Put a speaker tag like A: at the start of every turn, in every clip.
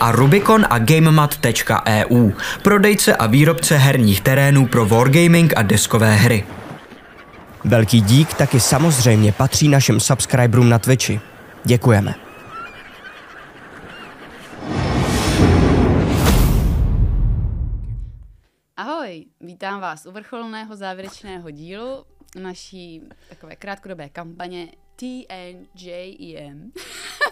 A: a Rubicon a GameMat.eu, prodejce a výrobce herních terénů pro wargaming a deskové hry.
B: Velký dík taky samozřejmě patří našim subscriberům na Twitchi. Děkujeme.
C: Ahoj, vítám vás u vrcholného závěrečného dílu naší takové krátkodobé kampaně TNJEM.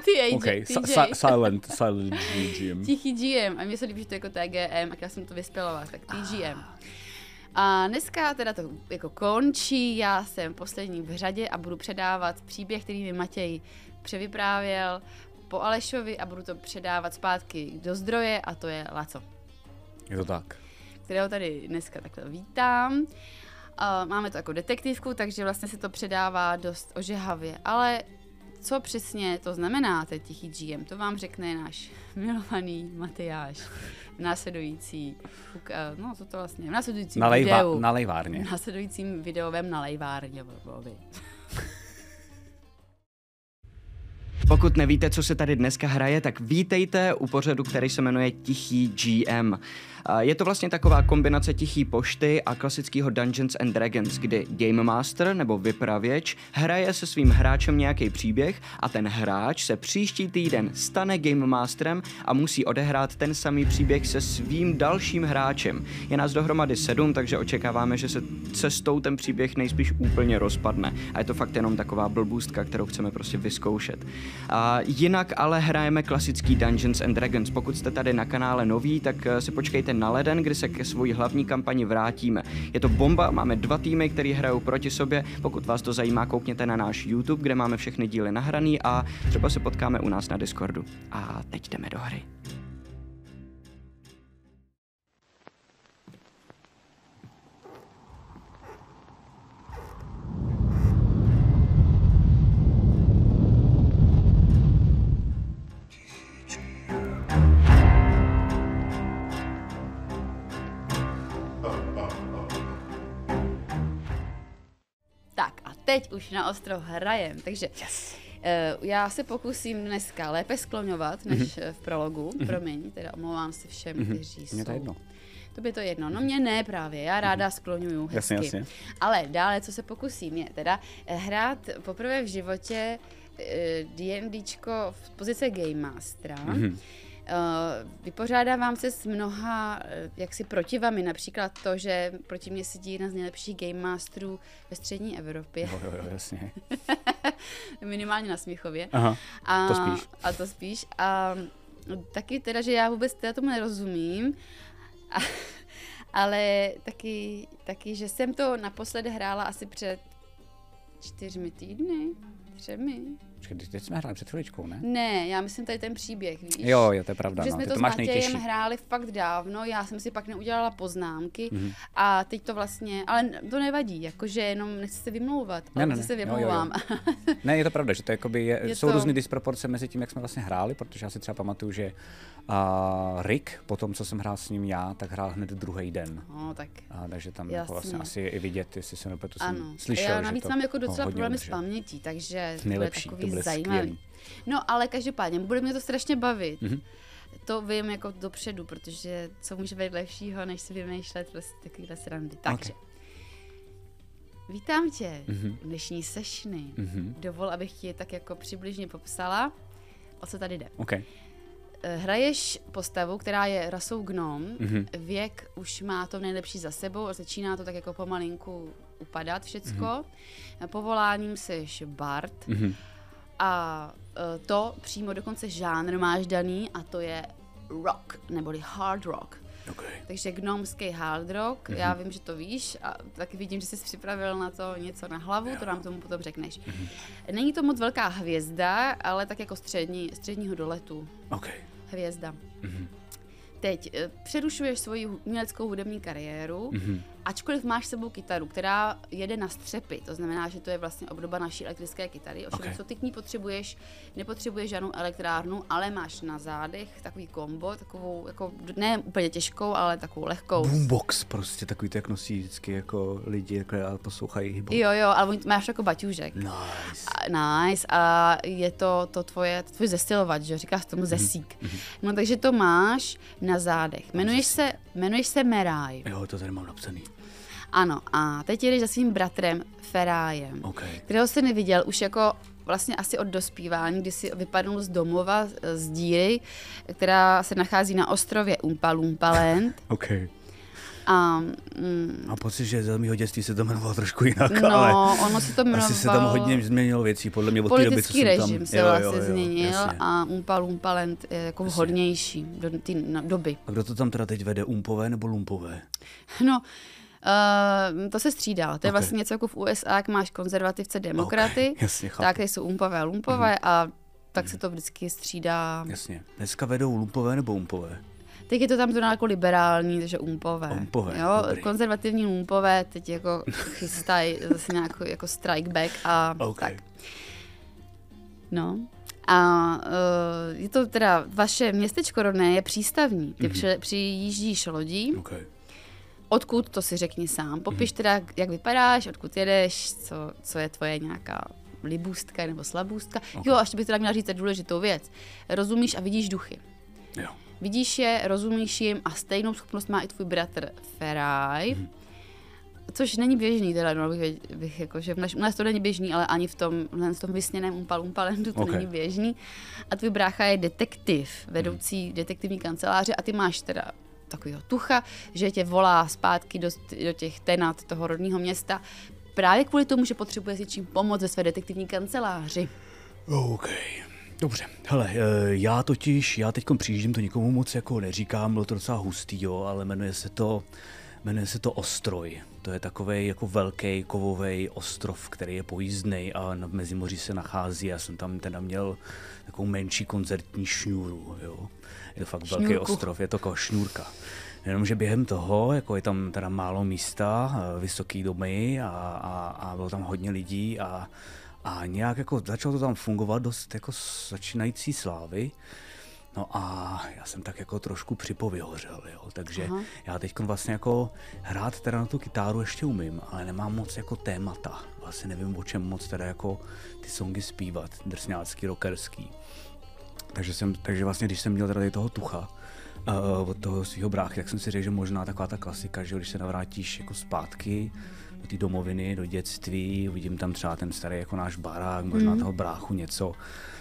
C: TNJ,
D: OK, si- si- silent, silent GM.
C: E Tichý GM. A mně se líbí, že to je jako TGM, a já jsem to vyspělovala, tak TGM.
D: Ah.
C: A dneska teda to jako končí, já jsem poslední v řadě a budu předávat příběh, který mi Matěj převyprávěl po Alešovi a budu to předávat zpátky do zdroje a to je Laco
D: Je to tak.
C: kterého tady dneska takhle vítám. A Máme to jako detektivku, takže vlastně se to předává dost ožehavě, ale co přesně to znamená, ten tichý GM, to vám řekne náš milovaný Matyáš v následující, uka- no co to vlastně, v následujícím
D: Na, lejva,
C: videu.
D: na
C: v
D: lejvárně.
C: následujícím videovém nalejvárňovi.
B: Pokud nevíte, co se tady dneska hraje, tak vítejte u pořadu, který se jmenuje Tichý GM. A Je to vlastně taková kombinace tichý pošty a klasického Dungeons and Dragons, kdy Game Master nebo vypravěč hraje se svým hráčem nějaký příběh a ten hráč se příští týden stane Game Masterem a musí odehrát ten samý příběh se svým dalším hráčem. Je nás dohromady sedm, takže očekáváme, že se cestou ten příběh nejspíš úplně rozpadne. A je to fakt jenom taková blbůstka, kterou chceme prostě vyzkoušet. A jinak ale hrajeme klasický Dungeons and Dragons. Pokud jste tady na kanále noví, tak eh, si počkejte na leden, kdy se ke svojí hlavní kampani vrátíme. Je to bomba, máme dva týmy, které hrajou proti sobě. Pokud vás to zajímá, koukněte na náš YouTube, kde máme všechny díly nahraný a třeba se potkáme u nás na Discordu. A teď jdeme do hry.
C: Tak a teď už na ostro hrajem, takže yes. uh, já se pokusím dneska lépe skloňovat než
D: Mhm.
C: mm-hmm. v prologu, mm-hmm. promiň, teda omlouvám se všem, mm-hmm. kteří jsou.
D: Mně Mhm. to jedno. Mhm.
C: To by to jedno, no mě ne právě, já ráda skloňuju hezky.
D: Jasně, jasně.
C: Ale dále, co se pokusím, je teda eh, hrát poprvé v životě eh, D&Dčko v pozice Game Mastera.
D: Mhm.
C: Mm-hmm. Vypořádávám se s mnoha eh, jaksi protivami, například to, že proti mně sedí jedna z nejlepších Game Masterů ve střední Evropě,
D: Jo, jo, jo, jasně.
C: minimálně na Smíchově.
D: Aha.
C: A,
D: To spíš.
C: A to spíš. A mm, taky teda, že já vůbec teda tomu nerozumím, a, ale taky, taky, že jsem to naposledy hrála asi před čtyřmi týdny, třemi.
D: Počkej, teď- teď jsme hráli No, před chviličkou, ne?
C: ne, já myslím tady ten příběh, víš?
D: Jo, jo, to je pravda,
C: Že
D: no,
C: jsme
D: ty
C: to,
D: to
C: s
D: máš
C: Matějem
D: nejtěžší.
C: hráli fakt dávno, já jsem si pak neudělala poznámky
D: Mhm.
C: mm-hmm. a teď to vlastně, ale to nevadí, jakože jenom nechci se vymlouvat,
D: Ne,
C: ale
D: ne,
C: zase se
D: ne, jo, jo, jo.
C: vymlouvám.
D: Ne, je to pravda, že to jakoby je,
C: Je
D: je jsou
C: to-
D: to... různé disproporce mezi tím, jak jsme vlastně hráli, protože já si třeba pamatuju, že uh, Rick, po tom, co jsem hrál s ním já, tak hrál hned druhý den.
C: no, tak
D: A, takže tam
C: Jasně.
D: jako vlastně asi je i vidět, jestli se nepletu, jsem
C: Ano.
D: slyšel,
C: Já
D: že
C: navíc
D: to,
C: mám jako docela
D: hodně
C: problémy s
D: udržel.
C: pamětí, takže to je
D: Nejlepší, to
C: takový
D: bude
C: zajímavý.
D: skvělý. Mhm.
C: No ale každopádně, bude mě to strašně bavit. Mm-hmm. To vím jako dopředu, protože co může být lepšího, než si vymýšlet prostě takovýhle srandy. Takže. Vítám tě
D: Mhm.
C: mm-hmm. v dnešní sešny. Mm-hmm. Dovol, abych ti je tak jako přibližně popsala, o co tady jde.
D: OK,
C: Eh, Hraješ postavu, která je rasou gnom, mm-hmm. věk už má to nejlepší za sebou, začíná to tak jako pomalinku upadat všecko. Mm-hmm. Povoláním seš bard mm-hmm. a eh, to přímo dokonce žánr máš daný a to je rock, neboli hard rock.
D: OK.
C: Takže gnomský hard rock, mm-hmm. já vím, že to víš a taky vidím, že jsi připravil na to něco na hlavu, to nám tomu potom řekneš. Mm-hmm. Není to moc velká hvězda, ale tak jako střední, středního doletu
D: OK.
C: hvězda. Teď eh, přerušuješ svoji hu- uměleckou hudební kariéru Ačkoliv máš s sebou kytaru, která jede na střepy, to znamená, že to je vlastně obdoba naší elektrické kytary, ovšem
D: Ok.
C: okay. co ty k ní potřebuješ, nepotřebuješ žádnou elektrárnu, ale máš na zádech takový kombo, takovou, jako, ne úplně těžkou, ale takovou lehkou.
D: Boombox prostě, takový to, jak nosí vždycky jako lidi, jako a poslouchají hip
C: Jo, jo, ale oni- máš jako baťůžek.
D: Nice.
C: A- Nice. A je to, to tvoje, tvůj zesilovač, že jo? říkáš
D: Mhm,
C: tomu zesík. No takže to máš na zádech. Jmenuješ se, jmenuješ se Meraj.
D: Jo, to tady mám napsaný.
C: Ano, a teď jedeš za svým bratrem Ferájem,
D: OK.
C: kterého jsi neviděl už jako vlastně asi od dospívání, kdy si vypadnul z domova, z- z díry, která se nachází na ostrově Umpa Lumpa Land.
D: OK.
C: A mm,
D: Mám pocit, že za mého dětství se to jmenovalo trošku jinak, ale
C: no, ono se to jmenovalo...
D: asi se tam hodně změnilo věcí, podle mě od té doby, co
C: Politický
D: jsem tam...
C: režim se
D: Jo, jo,
C: vlastně
D: jo,
C: změnil
D: jasně.
C: a Umpa Lumpa Land je jako vhodnější do té no, doby.
D: A kdo to tam teda teď vede, umpové nebo lumpové?
C: No, Uh, to se střídá. To je
D: Ok.
C: vlastně něco jako v USA, jak máš konzervativce, demokraty,
D: Ok, jasně, chápu. Mhm.
C: tak ty jsou umpové a lumpové a tak se to vždycky střídá.
D: Jasně. Dneska vedou lumpové nebo umpové?
C: Teď je to tam zrovna jako liberální, takže umpové.
D: Umpové,
C: jo,
D: dobrý.
C: konzervativní umpové teď jako chystají zase nějakou jako strike back a
D: OK.
C: tak. No. A uh, je to teda, vaše městečko rodné je přístavní. Ty mm-hmm. přijíždíš lodí,
D: OK.
C: odkud to si řekni sám. Popiš teda, jak vypadáš, odkud jedeš, co, co je tvoje nějaká libůstka nebo slabůstka. Okay. Jo, až bych teda měla říct důležitou věc. Rozumíš a vidíš duchy.
D: Jo.
C: Vidíš je, rozumíš jim a stejnou schopnost má i tvůj bratr Feraj. Což není běžný, teda, no, bych, věd- bych jako, že v naš, u nás to není běžný, ale ani v tom, v tom vysněném umpalumpalendu to
D: Ok.
C: okay. není běžný. A tvůj brácha je detektiv, vedoucí detektivní kanceláře a ty máš teda takového tucha, že tě volá zpátky do, do těch tenat toho rodního města právě kvůli tomu, že potřebuje s něčím pomoct ve své detektivní kanceláři.
D: OK. Dobře, hele, eh, já totiž, já teď přijíždím, to nikomu moc jako neříkám, bylo to docela hustý, jo, ale jmenuje se to, jmenuje se to Ostroj. To je takový jako velký kovový ostrov, který je pojízdný a na Mezimoří se nachází. Já jsem tam teda měl takovou menší koncertní šňůru, jo. Je to fakt velký
C: Šňůrku.
D: ostrov, je to jako šňůrka. Jenomže během toho, jako je tam teda málo místa, eh, vysoký domy a, a, a bylo tam hodně lidí a, a nějak jako začalo to tam fungovat dost jako s- začínající slávy. No a já jsem tak jako trošku připovyhořel, jo, takže Aha. já teď vlastně jako hrát teda na tu kytáru ještě umím, ale nemám moc jako témata, vlastně nevím o čem moc teda jako ty songy zpívat, drsňácký, rockerský. Takže, jsem, takže vlastně, když jsem měl tady toho tucha uh, od toho svého bráchy, tak jsem si řekl, že možná taková ta klasika, že když se navrátíš jako zpátky do té domoviny, do dětství, vidím tam třeba ten starý jako náš barák, možná mm. toho bráchu něco,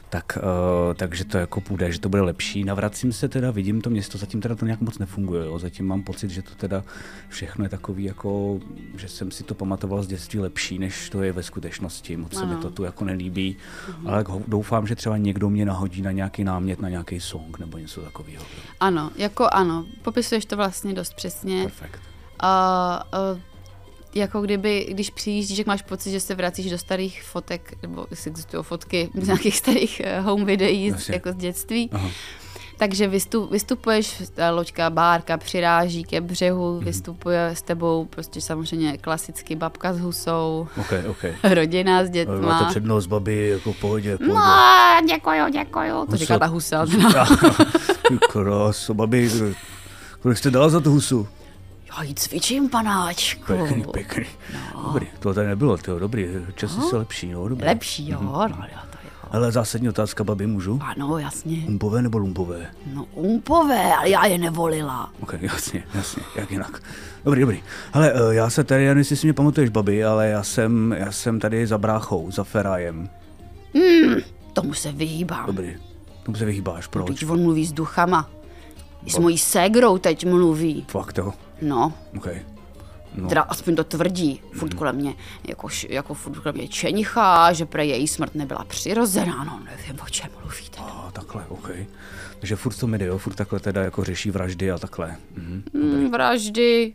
D: tak, uh, takže to jako půjde, že to bude lepší. Navracím se teda, vidím to město, zatím teda to nějak moc nefunguje, jo. zatím mám pocit, že to teda všechno je takový jako, že jsem si to pamatoval z dětství lepší, než to je ve skutečnosti, moc se mi to tu jako nelíbí, ale ho- doufám, že třeba někdo mě nahodí na nějaký námět, na nějaký song nebo něco takového.
C: Ano, jako ano, popisuješ to vlastně dost přesně.
D: Perfekt.
C: a uh, jako kdyby, když přijíždíš, jak máš pocit, že se vracíš do starých fotek, nebo jestli existují fotky z nějakých starých eh, home videí z,
D: Jasně.
C: jako z dětství.
D: Aha.
C: Takže vystup, vystupuješ, ta loďka, bárka přiráží ke břehu,
D: Mhm.
C: vystupuje s tebou prostě samozřejmě klasicky babka s husou,
D: OK, OK.
C: rodina s
D: Má to
C: dětma.
D: No. před mnou z babi, jako v pohodě, v pohodě.
C: No, děkuju, děkuju. To říká ta husa. No. teda.
D: Ty Krásu, babi, kdo- kolik jste dala za tu husu?
C: Já ji cvičím, panáčku.
D: Pěkný, pěkný. Dobrý, to tady nebylo, tyjo, dobrý, časy se lepší, no, dobrý.
C: Lepší, jo, no, jo, to jo.
D: Ale zásadní otázka, babi, můžu?
C: Ano, jasně.
D: Lumpové nebo lumpové?
C: No umpové, ale já je nevolila.
D: Ok, jasně, jasně, jak jinak. Dobrý, dobrý. Hele, eh, já se tady, já nevím, jestli si mě pamatuješ, babi, ale já jsem, já jsem tady za bráchou, za Ferajem.
C: Tomu se vyhýbám.
D: Dobrý, tomu se vyhýbáš, proč?
C: Teď on mluví s duchama. I s mojí ségrou teď mluví.
D: Fakt jo,
C: No,
D: ok. No.
C: teda aspoň to tvrdí. Furt kolem mě, jako, š- jako furt kolem mě čenichá, že pre její smrt nebyla přirozená. No, nevím, o čem mluvíte.
D: A takhle, ok. Takže No furt to mi jde, jo, furt takhle teda jako řeší vraždy a takhle. Mhm.
C: Mm, Hmm, vraždy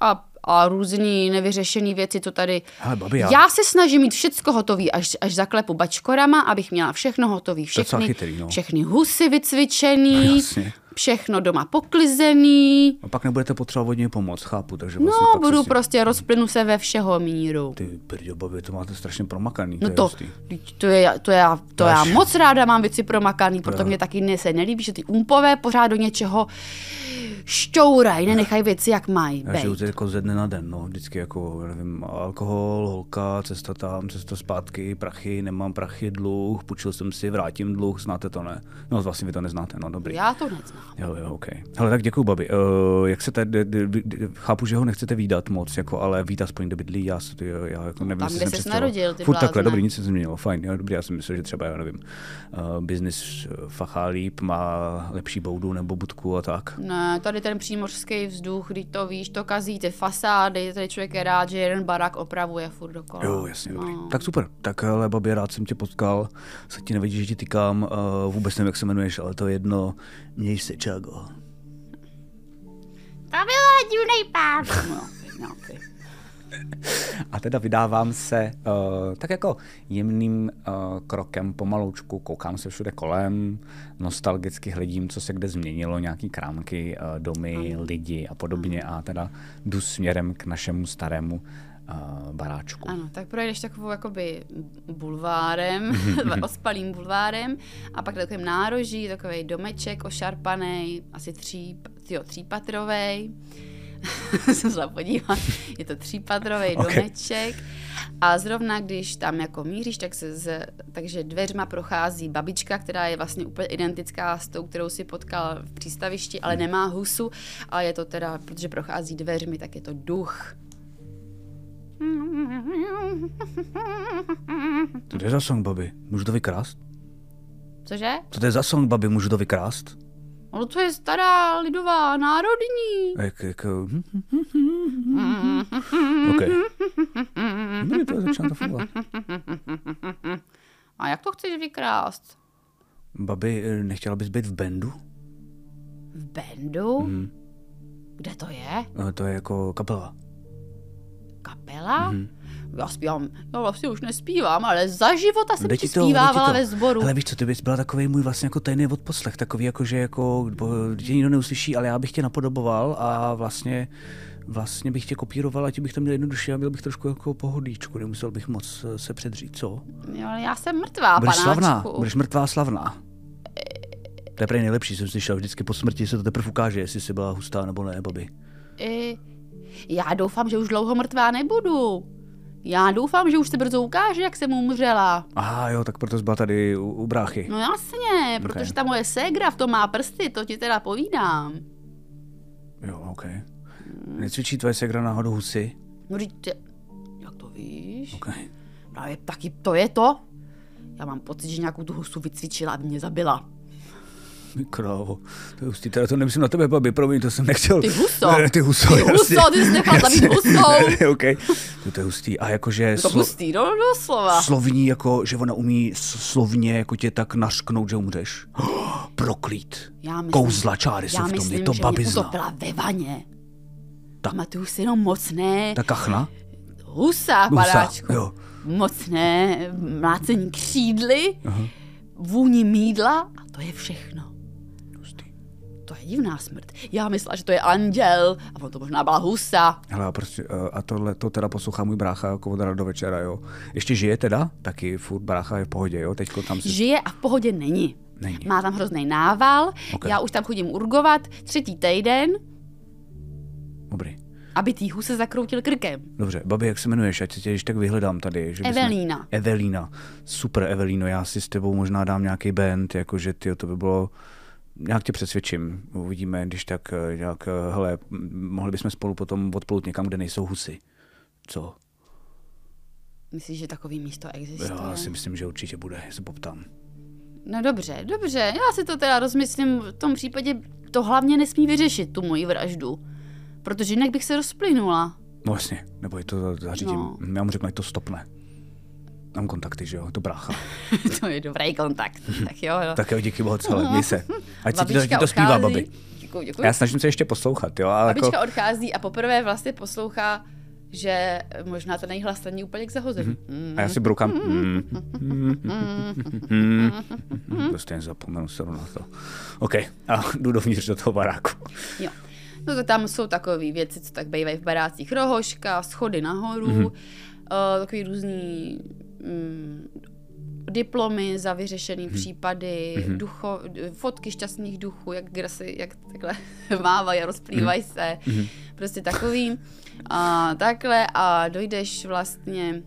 C: a, a různý nevyřešený věci, co tady...
D: Hele, babi, já-
C: já se snažím mít všecko hotový, až, až zaklepu bačkorama, abych měla všechno hotový.
D: je docela
C: Všechny,
D: chytrý, no.
C: všechny husy vycvičený,
D: Jasně.
C: všechno doma poklizený.
D: A pak nebudete potřebovat od něj pomoc, chápu, takže vlastně
C: No,
D: pak se
C: budu
D: s tím-
C: prostě, rozplynu se ve všeho míru.
D: Ty brďo, babi, to máte strašně promakaný,
C: No
D: je
C: to,
D: hustý.
C: to, je, to, já, to já
D: Až.
C: moc ráda mám věci promakaný, proto mě taky ne, se nelíbí, že ty umpové pořád do něčeho šťourají, nenechaj věci, jak mají
D: Já žiju
C: být.
D: teď jako ze dne na den, no, vždycky jako, já nevím, alkohol, holka, cesta tam, cesta zpátky, prachy, nemám prachy, dluh, půjčil jsem si, vrátím dluh, znáte to, ne? No, vlastně vy to neznáte, no, dobrý.
C: Já to neznám.
D: Jo, jo, OK. Hele, tak děkuji, babi. Uh, jak se tady, d- d- d- chápu, že ho nechcete výdat moc, jako, ale víte aspoň, kde bydlí, já, se, já, já jako nevím,
C: No, tam,
D: jestli
C: kde
D: jsem
C: ses
D: přestěhoval.
C: narodil, ty
D: Furt takhle,
C: blázne.
D: dobrý, nic se změnilo, fajn, jo, dobrý, já jsem myslel, že třeba, já nevím, uh, business eh, fachálíp má lepší boudu nebo budku a tak.
C: Ne, tady ten přímořský vzduch, když to víš, to kazí ty fasády, tady člověk je rád, že jeden barák opravuje furt dokola.
D: Jo, jasně, dobrý.
C: No.
D: Tak super. Tak, ale babě, rád jsem tě potkal, se ti nevidí, že ti tykám, uh, vůbec nevím, jak se jmenuješ, ale to je jedno, měj se, Čago.
C: To bylo divný pár. No, no, ty.
D: A teda vydávám se uh, tak jako jemným uh, krokem pomaloučku, koukám se všude kolem, nostalgicky hledím, co se kde změnilo, nějaký krámky, uh, domy, lidi a podobně a teda jdu směrem k našemu starému uh, baráčku.
C: Ano, tak projdeš takovou jakoby bulvárem, ospalým bulvárem a pak takovým nároží, takový domeček ošarpaný, asi tří, jo, třípatrovej. Jsem se podívat, je to třípatrový
D: Ok.
C: domeček a zrovna když tam jako míříš, tak se z, takže dveřma prochází babička, která je vlastně úplně identická s tou, kterou si potkal v přístavišti, ale nemá husu a je to teda, protože prochází dveřmi, tak je to duch.
D: Co to je za song, babi? Můžu to vykrást?
C: Cože?
D: Co to je za song, babi? Můžu to vykrást?
C: Ale to je stará lidová národní.
D: A Jak, jak, uh, hm, hm, hm, hm, hm, hm. OK. Dobrý, to je začíná to fungovat.
C: A jak to chceš vykrást?
D: Babi, eh, nechtěla bys být v bendu?
C: V bendu? Mm.
D: Mhm.
C: Kde to je?
D: Eh, To je jako kapela.
C: Kapela?
D: Mhm.
C: Mm. Já zpívám, já vlastně už nespívám, ale za života jsem
D: Jde
C: ti
D: jde
C: zpívávala ve sboru.
D: Ale víš co, ty bys byla takový můj vlastně jako tajný odposlech, takový jako, že jako, bo, tě nikdo neuslyší, ale já bych tě napodoboval a vlastně, vlastně bych tě kopíroval a ti bych to měl jednoduše a měl bych trošku jako pohodlíčku, nemusel bych moc eh, se předřít, co?
C: Jo, ale já jsem mrtvá,
D: Budeš
C: panáčku.
D: slavná, budeš mrtvá slavná. To je prej nejlepší, jsem slyšel, vždycky po smrti se to teprve ukáže, jestli jsi byla hustá nebo ne, babi.
C: I... Já doufám, že už dlouho mrtvá nebudu. Já doufám, že už se brzo ukáže, jak jsem umřela.
D: Aha jo, tak proto jsi byla tady u, u bráchy.
C: No jasně, protože ta moje ségra v tom má prsty, to ti teda povídám.
D: Jo, OK. Necvičí tvoje segra náhodou husy?
C: No, vždyť ty- jak to víš?
D: Okay.
C: Právě taky to je to. Já mám pocit, že nějakou tu husu vycvičila, aby mě zabila.
D: Ty Krávo, to je hustý, teda to nemyslím na tebe, babi, promiň, to jsem nechtěl.
C: Ty huso.
D: Ne, ty huso,
C: Ty huso,
D: jasně,
C: ty jsi nechal zabít
D: jasně.
C: husou.
D: Ne, ne, okay. to, to je hustý. A jakože
C: To pustí do, doslova.
D: slovní, jako, že ona umí s- slovně jako tě tak nařknout, že umřeš. Proklít.
C: Já myslím-
D: Kouzla čáry jsou
C: já
D: v tom,
C: myslím,
D: je to
C: že
D: babi
C: mě
D: zná.
C: utopila ve vaně. Pamatuju si jenom mocné
D: Ta kachna?
C: husa,
D: Husa,
C: padáčku.
D: jo.
C: Mocné mlácení křídly, vůni mídla a to je všechno.
D: Hustý.
C: To je divná smrt. Já myslela, že to je anděl a ono to možná byla husa.
D: Hele, a prostě, eh, a tohle to teda poslouchá můj brácha jako od rána do večera, jo. Ještě žije teda? Taky furt brácha je v pohodě, jo. Teďko tam si...
C: žije a v pohodě není.
D: Není.
C: Má tam hrozný nával,
D: Ok.
C: já už tam chodím urgovat třetí týden,
D: Dobrý.
C: aby týhu se zakroutil krkem.
D: Dobře, babi, jak se jmenuješ? Ať se tě když tak vyhledám tady. Že bychom-
C: Evelína.
D: Evelína. Super, Evelíno, já si s tebou možná dám nějaký band, jakože ty, to by bylo nějak tě přesvědčím. Uvidíme, když tak eh, nějak, eh, hele, m- mohli bychom spolu potom odplout někam, kde nejsou husy. Co?
C: Myslíš, že takový místo existuje?
D: Já si myslím, že určitě bude, se poptám.
C: No dobře, dobře, já si to teda rozmyslím, v tom případě to hlavně nesmí vyřešit, tu moji vraždu. Protože jinak bych se rozplynula.
D: No jasně, nebo je to za- zařídím.
C: No.
D: No. Já mu řeknu, ať to stopne. Mám kontakty, že jo, je to brácha.
C: to je dobrý kontakt, tak jo, jo.
D: Tak jo, díky moc, hele, měj se. Ať se ti to
C: Babička
D: ať ti to zpívá,
C: odchází.
D: babi. jako-
C: Děkuji, děkuji.
E: Já snažím se ještě poslouchat, jo, ale jako...
C: Babička odchází a poprvé vlastně poslouchá, že možná to nejhlas není úplně k
D: Mhm.
C: zahození. Mm.
E: A já si broukám. Mm, mm, mm, mm, mm. Prostě jen zapomenu se na to. OK, a jdu dovnitř do toho baráku.
C: Jo. No to tam jsou takové věci, co tak bývají v barácích. Rohoška, schody nahoru, mm-hmm. uh, takový různý um, diplomy za vyřešený mm-hmm. případy, mm-hmm. ducho, fotky šťastných duchů, jak grasy, jak takhle mávají a rozplývají se. Mm-hmm. Prostě takový. A takhle a dojdeš vlastně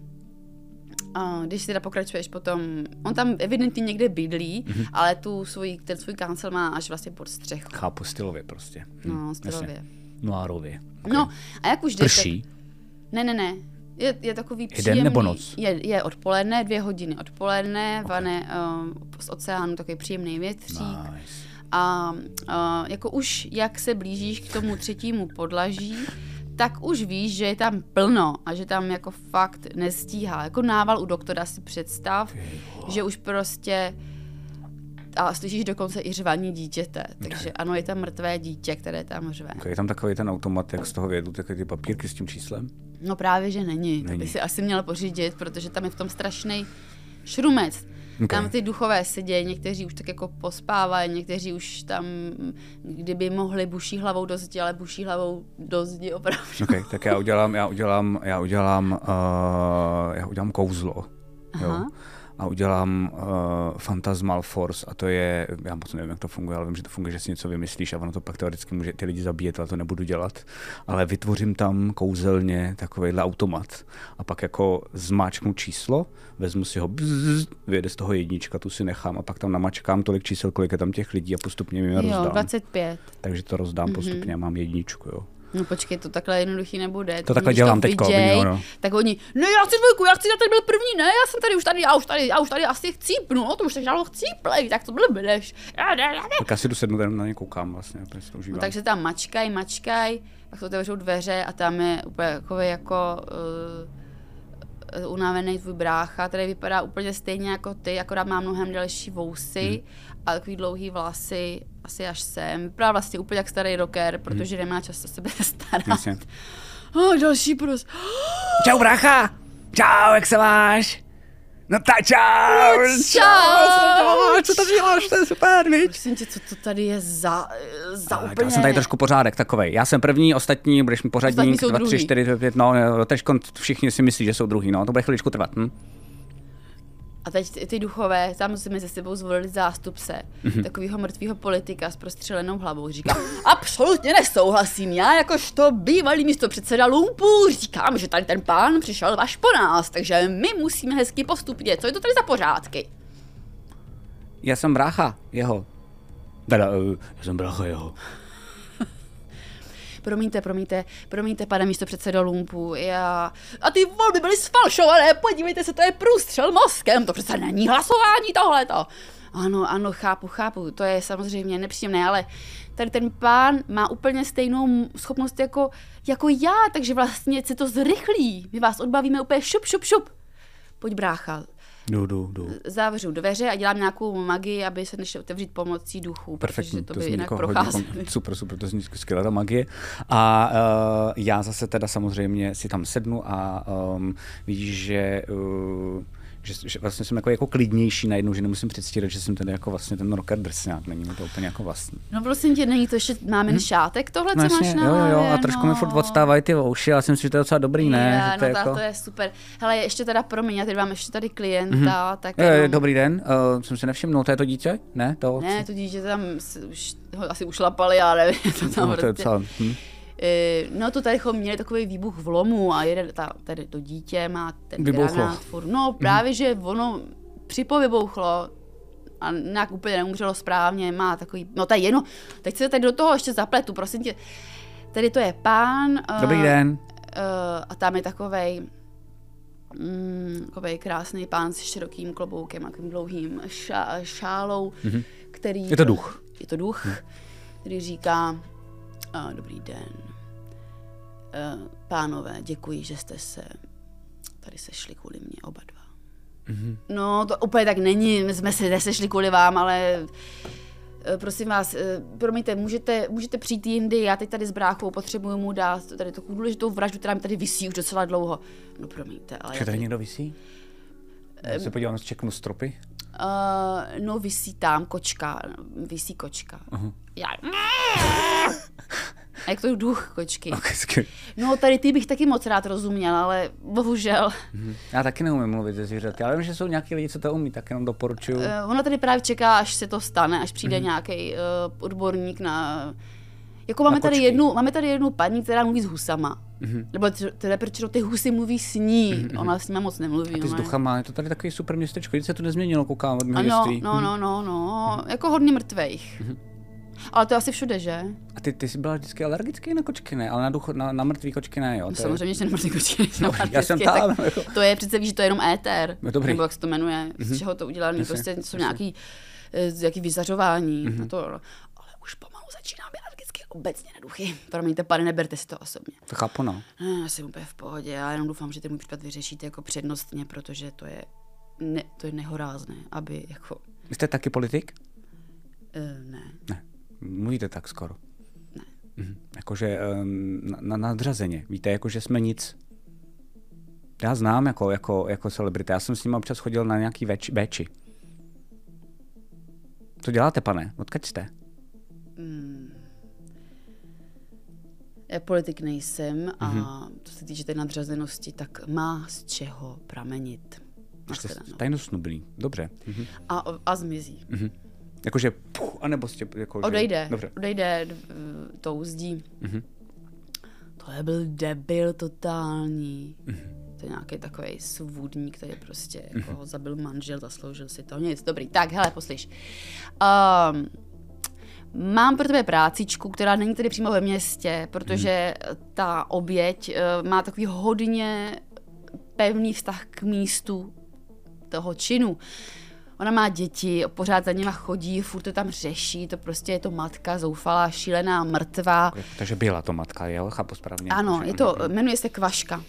C: a když teda pokračuješ potom, on tam evidentně někde bydlí, mm-hmm. ale tu svůj, ten svůj kancel má až vlastně pod střechu.
E: Chápu stylově prostě. Hm,
C: No,
E: jasně.
C: stylově.
E: Noárově.
C: Okay. No, a jak už jdeš...
E: Prší.
C: Ne, ne, ne. Je, je takový
E: Jeden
C: příjemný.
E: nebo noc?
C: Je, je odpoledne, dvě hodiny odpoledne, vane um, z oceánu takový příjemný větřík.
E: Nice.
C: A uh, jako už jak se blížíš k tomu třetímu podlaží, tak už víš, že je tam plno a že tam jako fakt nestíhá. Jako nával u doktora si představ, že už prostě a slyšíš dokonce i řvaní dítěte. Takže ano, je tam mrtvé dítě, které tam řve.
E: Okay, je tam takový ten automat, jak z toho vědu, takové ty papírky s tím číslem.
C: No právě, že není. To
E: Není.
C: by si asi měl pořídit, protože tam je v tom strašný šrumec. Okay. Tam ty duchové sedějí, někteří už tak jako pospávají, někteří už tam, kdyby mohli, buší hlavou do zdi, ale buší hlavou do zdi opravdu.
E: Okay, tak já udělám, já udělám, já udělám, uh, já udělám kouzlo. Jo?
C: Aha.
E: A udělám uh, Phantasmal Force a to je, já moc nevím, jak to funguje, ale vím, že to funguje, že si něco vymyslíš a ono to pak teoreticky může ty lidi zabíjet, ale to nebudu dělat. Ale vytvořím tam kouzelně takovýhle automat a pak jako zmáčknu číslo, vezmu si ho, bzz, vyjede z toho jednička, tu si nechám a pak tam namačkám tolik čísel, kolik je tam těch lidí a postupně mi je rozdám.
C: Jo, Mhm. 25.
E: Takže to rozdám mm-hmm. postupně a mám jedničku, jo.
C: No počkej, to takhle jednoduchý nebude.
E: To
C: Ty
E: takhle
C: když
E: dělám teďko, no.
C: viděj,
E: vidím, ano.
C: Tak oni, ne, já chci dvojku, já chci, já tady byl první, ne, já jsem tady už tady, já už tady, já už tady asi chcípnu, no to už tak dalo chcíplej, tak to byl budeš. Já, ne, já, ne.
E: Tak asi jdu sednout, jenom na ně koukám vlastně, úplně si to užívám.
C: No, takže tam mačkaj, mačkaj, pak se otevřou dveře a tam je úplně takový jako uh, unavený tvůj brácha, který vypadá úplně stejně jako ty, akorát má mnohem delší vousy
E: Hmm.
C: a takový dlouhý vlasy, asi až sem. Vypadá vlastně úplně jak starý rocker, protože nemá čas o sebe starat.
E: Hmm. Jasně.
C: Oh, další pros.
E: Čau, brácha! Čau, jak se máš? No ta čau!
C: čau!
E: Co to děláš, to je super, viď?
C: Prosím tě, co to tady je za, eh, za
E: Tak,
C: úplně...
E: Já jsem tady trošku pořádek takovej. Já jsem první, ostatní, budeš mi
C: Ostatní
E: pořadník,
C: jsou
E: 2, 3,
C: druhý.
E: 4, 5, no, jo, teď všichni si myslí, že jsou druhý, no, to bude chviličku trvat, hm?
C: A teď ty, ty duchové, tam si mezi sebou zvolili zástupce mm-hmm. takového mrtvého politika s prostřelenou hlavou. Říká, absolutně nesouhlasím, já jakožto bývalý místo předseda Lumpu říkám, že tady ten pán přišel až po nás, takže my musíme hezky postupně, co je to tady za pořádky?
E: Já jsem brácha jeho. Teda, eh, já jsem brácha jeho.
C: Promiňte, promiňte, promiňte, pane místo předsedo Lumpu, já... A ty volby byly sfalšované, podívejte se, to je průstřel mozkem, to přece není hlasování tohleto. Ano, ano, chápu, chápu, to je samozřejmě nepříjemné, ale tady ten pán má úplně stejnou m- schopnost jako, jako já, takže vlastně se to zrychlí. My vás odbavíme úplně šup, šup, šup. Pojď brácha,
E: Jdu, jdu, jdu.
C: zavřu dveře a dělám nějakou magii, aby se nešlo otevřít pomocí duchů,
E: Perfektní,
C: protože to, by
F: zní
C: jinak
E: jako hodně kom-
C: procházelo.
E: Super, super, to zní jako skvělá ta magie. A uh, já zase teda samozřejmě si tam sednu a um, vidíš, že, uh, že, že vlastně jsem jako, jako klidnější najednou, že nemusím předstírat, že jsem tady jako vlastně ten rocker drsňák, není mi to úplně jako vlastní.
C: No prosím tě, není to ještě mámen hmm? šátek tohle, co máš na
E: Hm? No jo, jo, jo,
C: hlavě,
E: a trošku mi
C: no.
E: furt odstávají ty ouši, ale si myslím, že to je docela dobrý, ne?
C: Je,
E: že
C: no,
E: je
C: jako... to je super. Hele, ještě teda promiň, já tady mám ještě tady klienta, mm-hmm. tak
E: Mhm. Jo, jo,
C: jenom-
E: Dobrý den, uh, jsem si nevšiml, to je to dítě? Ne, to...
C: Ne, to dítě tam s- už, ho asi ušlapali, já nevím, to tam
E: no, to je
C: prostě...
E: docela, hm.
C: Eh, No to tady chom- měli takový výbuch v lomu a jeden, ta, tady to dítě má ten
E: Vybouchlo. Mhm.
C: granát furt. No právě, že ono připovybouchlo a nějak úplně neumřelo správně, má takový, no to je jedno, teď se tady do toho ještě zapletu, prosím tě. Tady to je pán. eh,
E: Dobrý den.
C: Eh, a tam je takovej, mm, takovej krásný pán s širokým kloboukem, a takovým dlouhým ša- šálou, mm-hmm. který...
E: Mhm. Je to duch. Mhm.
C: Je to duch, který říká, a, dobrý den, Eh, pánové, děkuji, že jste se tady sešli kvůli mě oba dva. No, to úplně tak není, my jsme se nesešli kvůli vám, ale eh, prosím vás, eh, promiňte, můžete, můžete přijít jindy, já teď tady s bráchou potřebuju mu dát tady takovou důležitou vraždu, která mi tady visí už docela dlouho. No promiňte, ale...
E: Že
C: já
E: tady
C: tady-
E: někdo visí? Já se podívám, čeknu stropy.
C: Eh, no visí tam kočka, visí kočka. Uh-huh. Já... A jak to je duch kočky.
E: Ok, skvělý.
C: No tady ty bych taky moc rád rozuměl, ale bohužel.
E: Já taky neumím mluvit ze zvířaty, ale vím, že jsou nějaký lidi, co to umí, tak jenom doporučuju.
C: Uh, ona tady právě čeká, až se to stane, až přijde
E: Mhm.
C: mm-hmm. nějaký uh, odborník na... Jako máme, tady
E: kočky. Mhm.
C: jednu, máme tady jednu paní, která mluví s husama. Mm-hmm. Nebo t- teda proč ty husy mluví s ní. Mm-hmm. Ona s nima moc nemluví.
E: A ty s
C: ona je-
E: duchama, je to tady takový super městečko, nic se to nezměnilo, koukám od mého
C: Ano,
E: dětství.
C: no, no, no, no.
E: Mhm.
C: Jako hodně mrtvejch. Ale to je asi všude, že?
E: A ty, ty jsi byla vždycky alergický na kočky, ne? Ale na, duch, na, na mrtvý kočky ne, jo?
C: No,
E: to je- No,
C: samozřejmě, že nemrtvý kočky. jsou
E: já jsem
C: alergické,
E: tam,
C: tak
E: jako.
C: To je přece, víš, že to je jenom éter.
E: No, dobrý. Mhm.
C: Nebo jak se to jmenuje, z čeho to udělané.
E: Jasně, Mhm.
C: Prostě jsou nějaký, eh, nějaký vyzařování. na To, ale už pomalu začíná být alergický obecně na duchy. Promiňte, pane, neberte si to osobně.
E: To chápu, no.
C: Ne, Já jsem úplně v pohodě, já jenom doufám, že ten můj případ vyřešíte jako přednostně, protože to je, ne, to je nehorázné, aby jako...
E: Vy jste taky politik?
C: eh, Ne.
E: Ne. Mluvíte tak skoro. Mhm. Jakože ehm, na, na nadřazeně. Víte, jakože jsme nic. Já znám jako, jako, jako celebrita. Já jsem s ním občas chodil na nějaký več, veči. Co děláte, pane? Odkud jste?
C: Já Mm. politik nejsem a co se týče té nadřazenosti, tak má z čeho pramenit.
E: Jste
C: Nashledanou.
E: tajnosnubný. Dobře. Mhm.
C: A, a zmizí.
E: Jakože, puch, anebo jste... Jako, že-
C: Odejde.
E: Dobře. Mhm.
C: Odejde eh, tou zdí. Tohle byl debil totální.
E: Mhm.
C: To je nějaký takový svůdník, který prostě jako ho zabil manžel, zasloužil si to. Nic, dobrý. Tak, hele, poslyš. Um, Mám pro tebe prácičku, která není tady přímo ve městě, protože
E: Mhm.
C: ta oběť eh, má takový hodně pevný vztah k místu toho činu. Ona má děti, pořád za nima chodí, furt to tam řeší, to prostě je to matka zoufalá, šílená, mrtvá.
E: Takže byla to matka, jo? Chápu správně.
C: Ano,
E: Jakože-
C: je to, jmenuje se Kvaška.
E: no.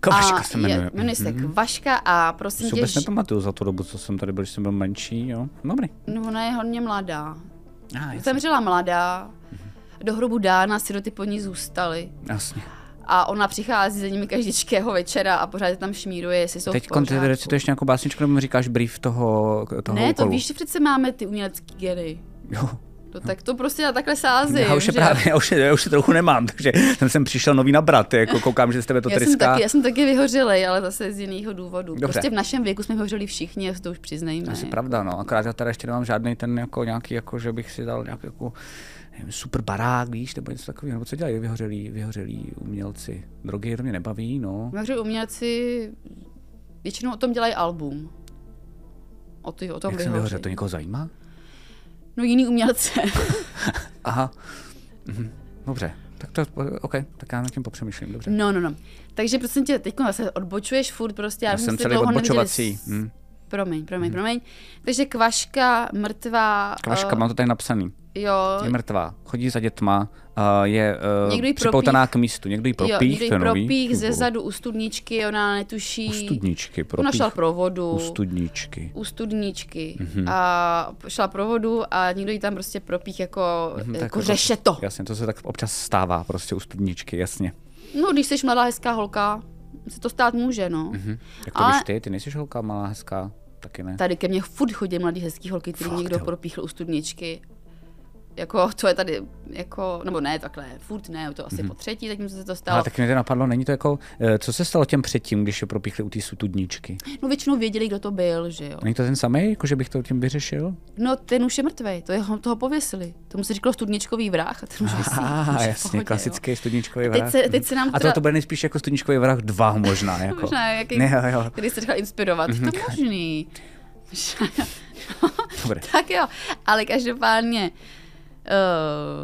E: Kvaška
C: a
E: se jmenuje.
C: Je, jmenuje se Kvaška a prosím
E: Si
C: tě,
E: vůbec
C: ž-
E: nepamatuju za tu dobu, co jsem tady byl, když jsem byl menší, jo? Dobrý.
C: no, ona je hodně mladá.
E: Ah, jasně. Mhm.
C: Zemřela mladá, do hrobu dána, siroty po ní zůstaly.
E: jasně.
C: A ona přichází za nimi každého večera a pořád je tam šmíruje, jestli jsou
E: Teď
C: v pořádku.
E: Jako recituješ nějakou básničku, nebo mi říkáš brief toho, toho
C: Ne, to
E: úkolu?
C: víš, že přece máme ty umělecký geny.
E: Jo.
C: To, tak to prostě já takhle sázím.
E: Já už, je
C: že?
E: právě, já, už, já už je trochu nemám, takže jsem sem přišel nový nabrat, jako koukám, že z tebe to
C: já jsem,
E: tryská.
C: taky, já jsem taky vyhořelej, ale zase z jiného důvodu.
E: Dobře.
C: Dobře. Prostě v našem věku jsme vyhořeli všichni, já si to už přiznejme.
E: Asi pravda, no. Akorát já tady ještě nemám žádný ten jako nějaký, jako že bych si dal nějaký jako, nevím, super barák, víš, nebo něco takového. Nebo co dělají vyhořelí, vyhořelí umělci? Drogy to mě nebaví, no.
C: Maři umělci většinou o tom dělají album. O, ty, o tom
E: Jak jsem vyhořel, to
C: vyhoření.
E: někoho zajímá?
C: No jiný umělce.
E: Aha. Mhm. Dobře. Tak to, OK, tak já nad tím popřemýšlím, dobře.
C: no, no, no. Takže prosím tě, teď zase odbočuješ furt prostě. Já,
E: Já
C: vím,
E: jsem
C: že jste
E: celý
C: dlouho neviděli
E: odbočovací.
C: s-
E: Hm.
C: Promiň, promiň, promiň. Takže kvaška, mrtvá.
E: Kvaška,
C: eh,
E: mám to tady napsaný.
C: Jo,
E: Je mrtvá, chodí za dětma, a je eh,
C: Někdo jí
E: připoutaná
C: propích.
E: k místu, někdo ji
C: jo,
E: propích,
C: někdo jí
E: to je nový.
C: propích ze
E: Chybu.
C: zadu u studničky, ona netuší.
E: U studničky,
C: Ona
E: propích
C: šla pro vodu.
E: u studničky.
C: u studničky
E: Mhm.
C: mm-hmm. a šla pro vodu a někdo jí tam prostě propích jako, mm-hmm,
E: Tak
C: jako
E: jako-
C: řešeto.
E: Jasně, to se tak občas stává prostě u studničky, jasně.
C: No, když jsi mladá, hezká holka, se to stát může, no. Mm-hmm.
E: Mhm. Jak to
C: Ale-
E: Jako víš ty, ty nejsi holka malá, hezká,
C: Mm.
E: taky ne.
C: Tady ke mně furt chodí mladý, hezký holky, který
E: Fakt,
C: někdo
E: jo.
C: propíchl u studničky. Jako, to je tady, jako, nebo ne, takhle, furt ne, to asi mm-hmm. po třetí, zatím se to stalo.
E: Mhm. Ale taky mě to napadlo, není to jako, eh, co se stalo těm předtím, když je propíchli u té studničky?
C: No, většinou věděli, kdo to byl, že jo.
E: Není to ten samý, jako že bych to tím vyřešil?
C: No, ten už je mrtvej, to je, toho pověsili. Tomu se říkalo studničkový vrah a ten už vysí.
E: Ah,
C: už je v
E: jasně,
C: pohodě, jo.
E: klasický studničkový
C: Teď
E: vrah.
C: se- teď se nám
E: A to,
C: teda-
E: to bude nejspíš jako studničkový vrah 2 možná. Jako.
C: Možná jaký,
E: Ne, jo, jo.
C: který se třeba inspirovat. To možný.
E: Dobré.
C: tak jo, ale každopádně,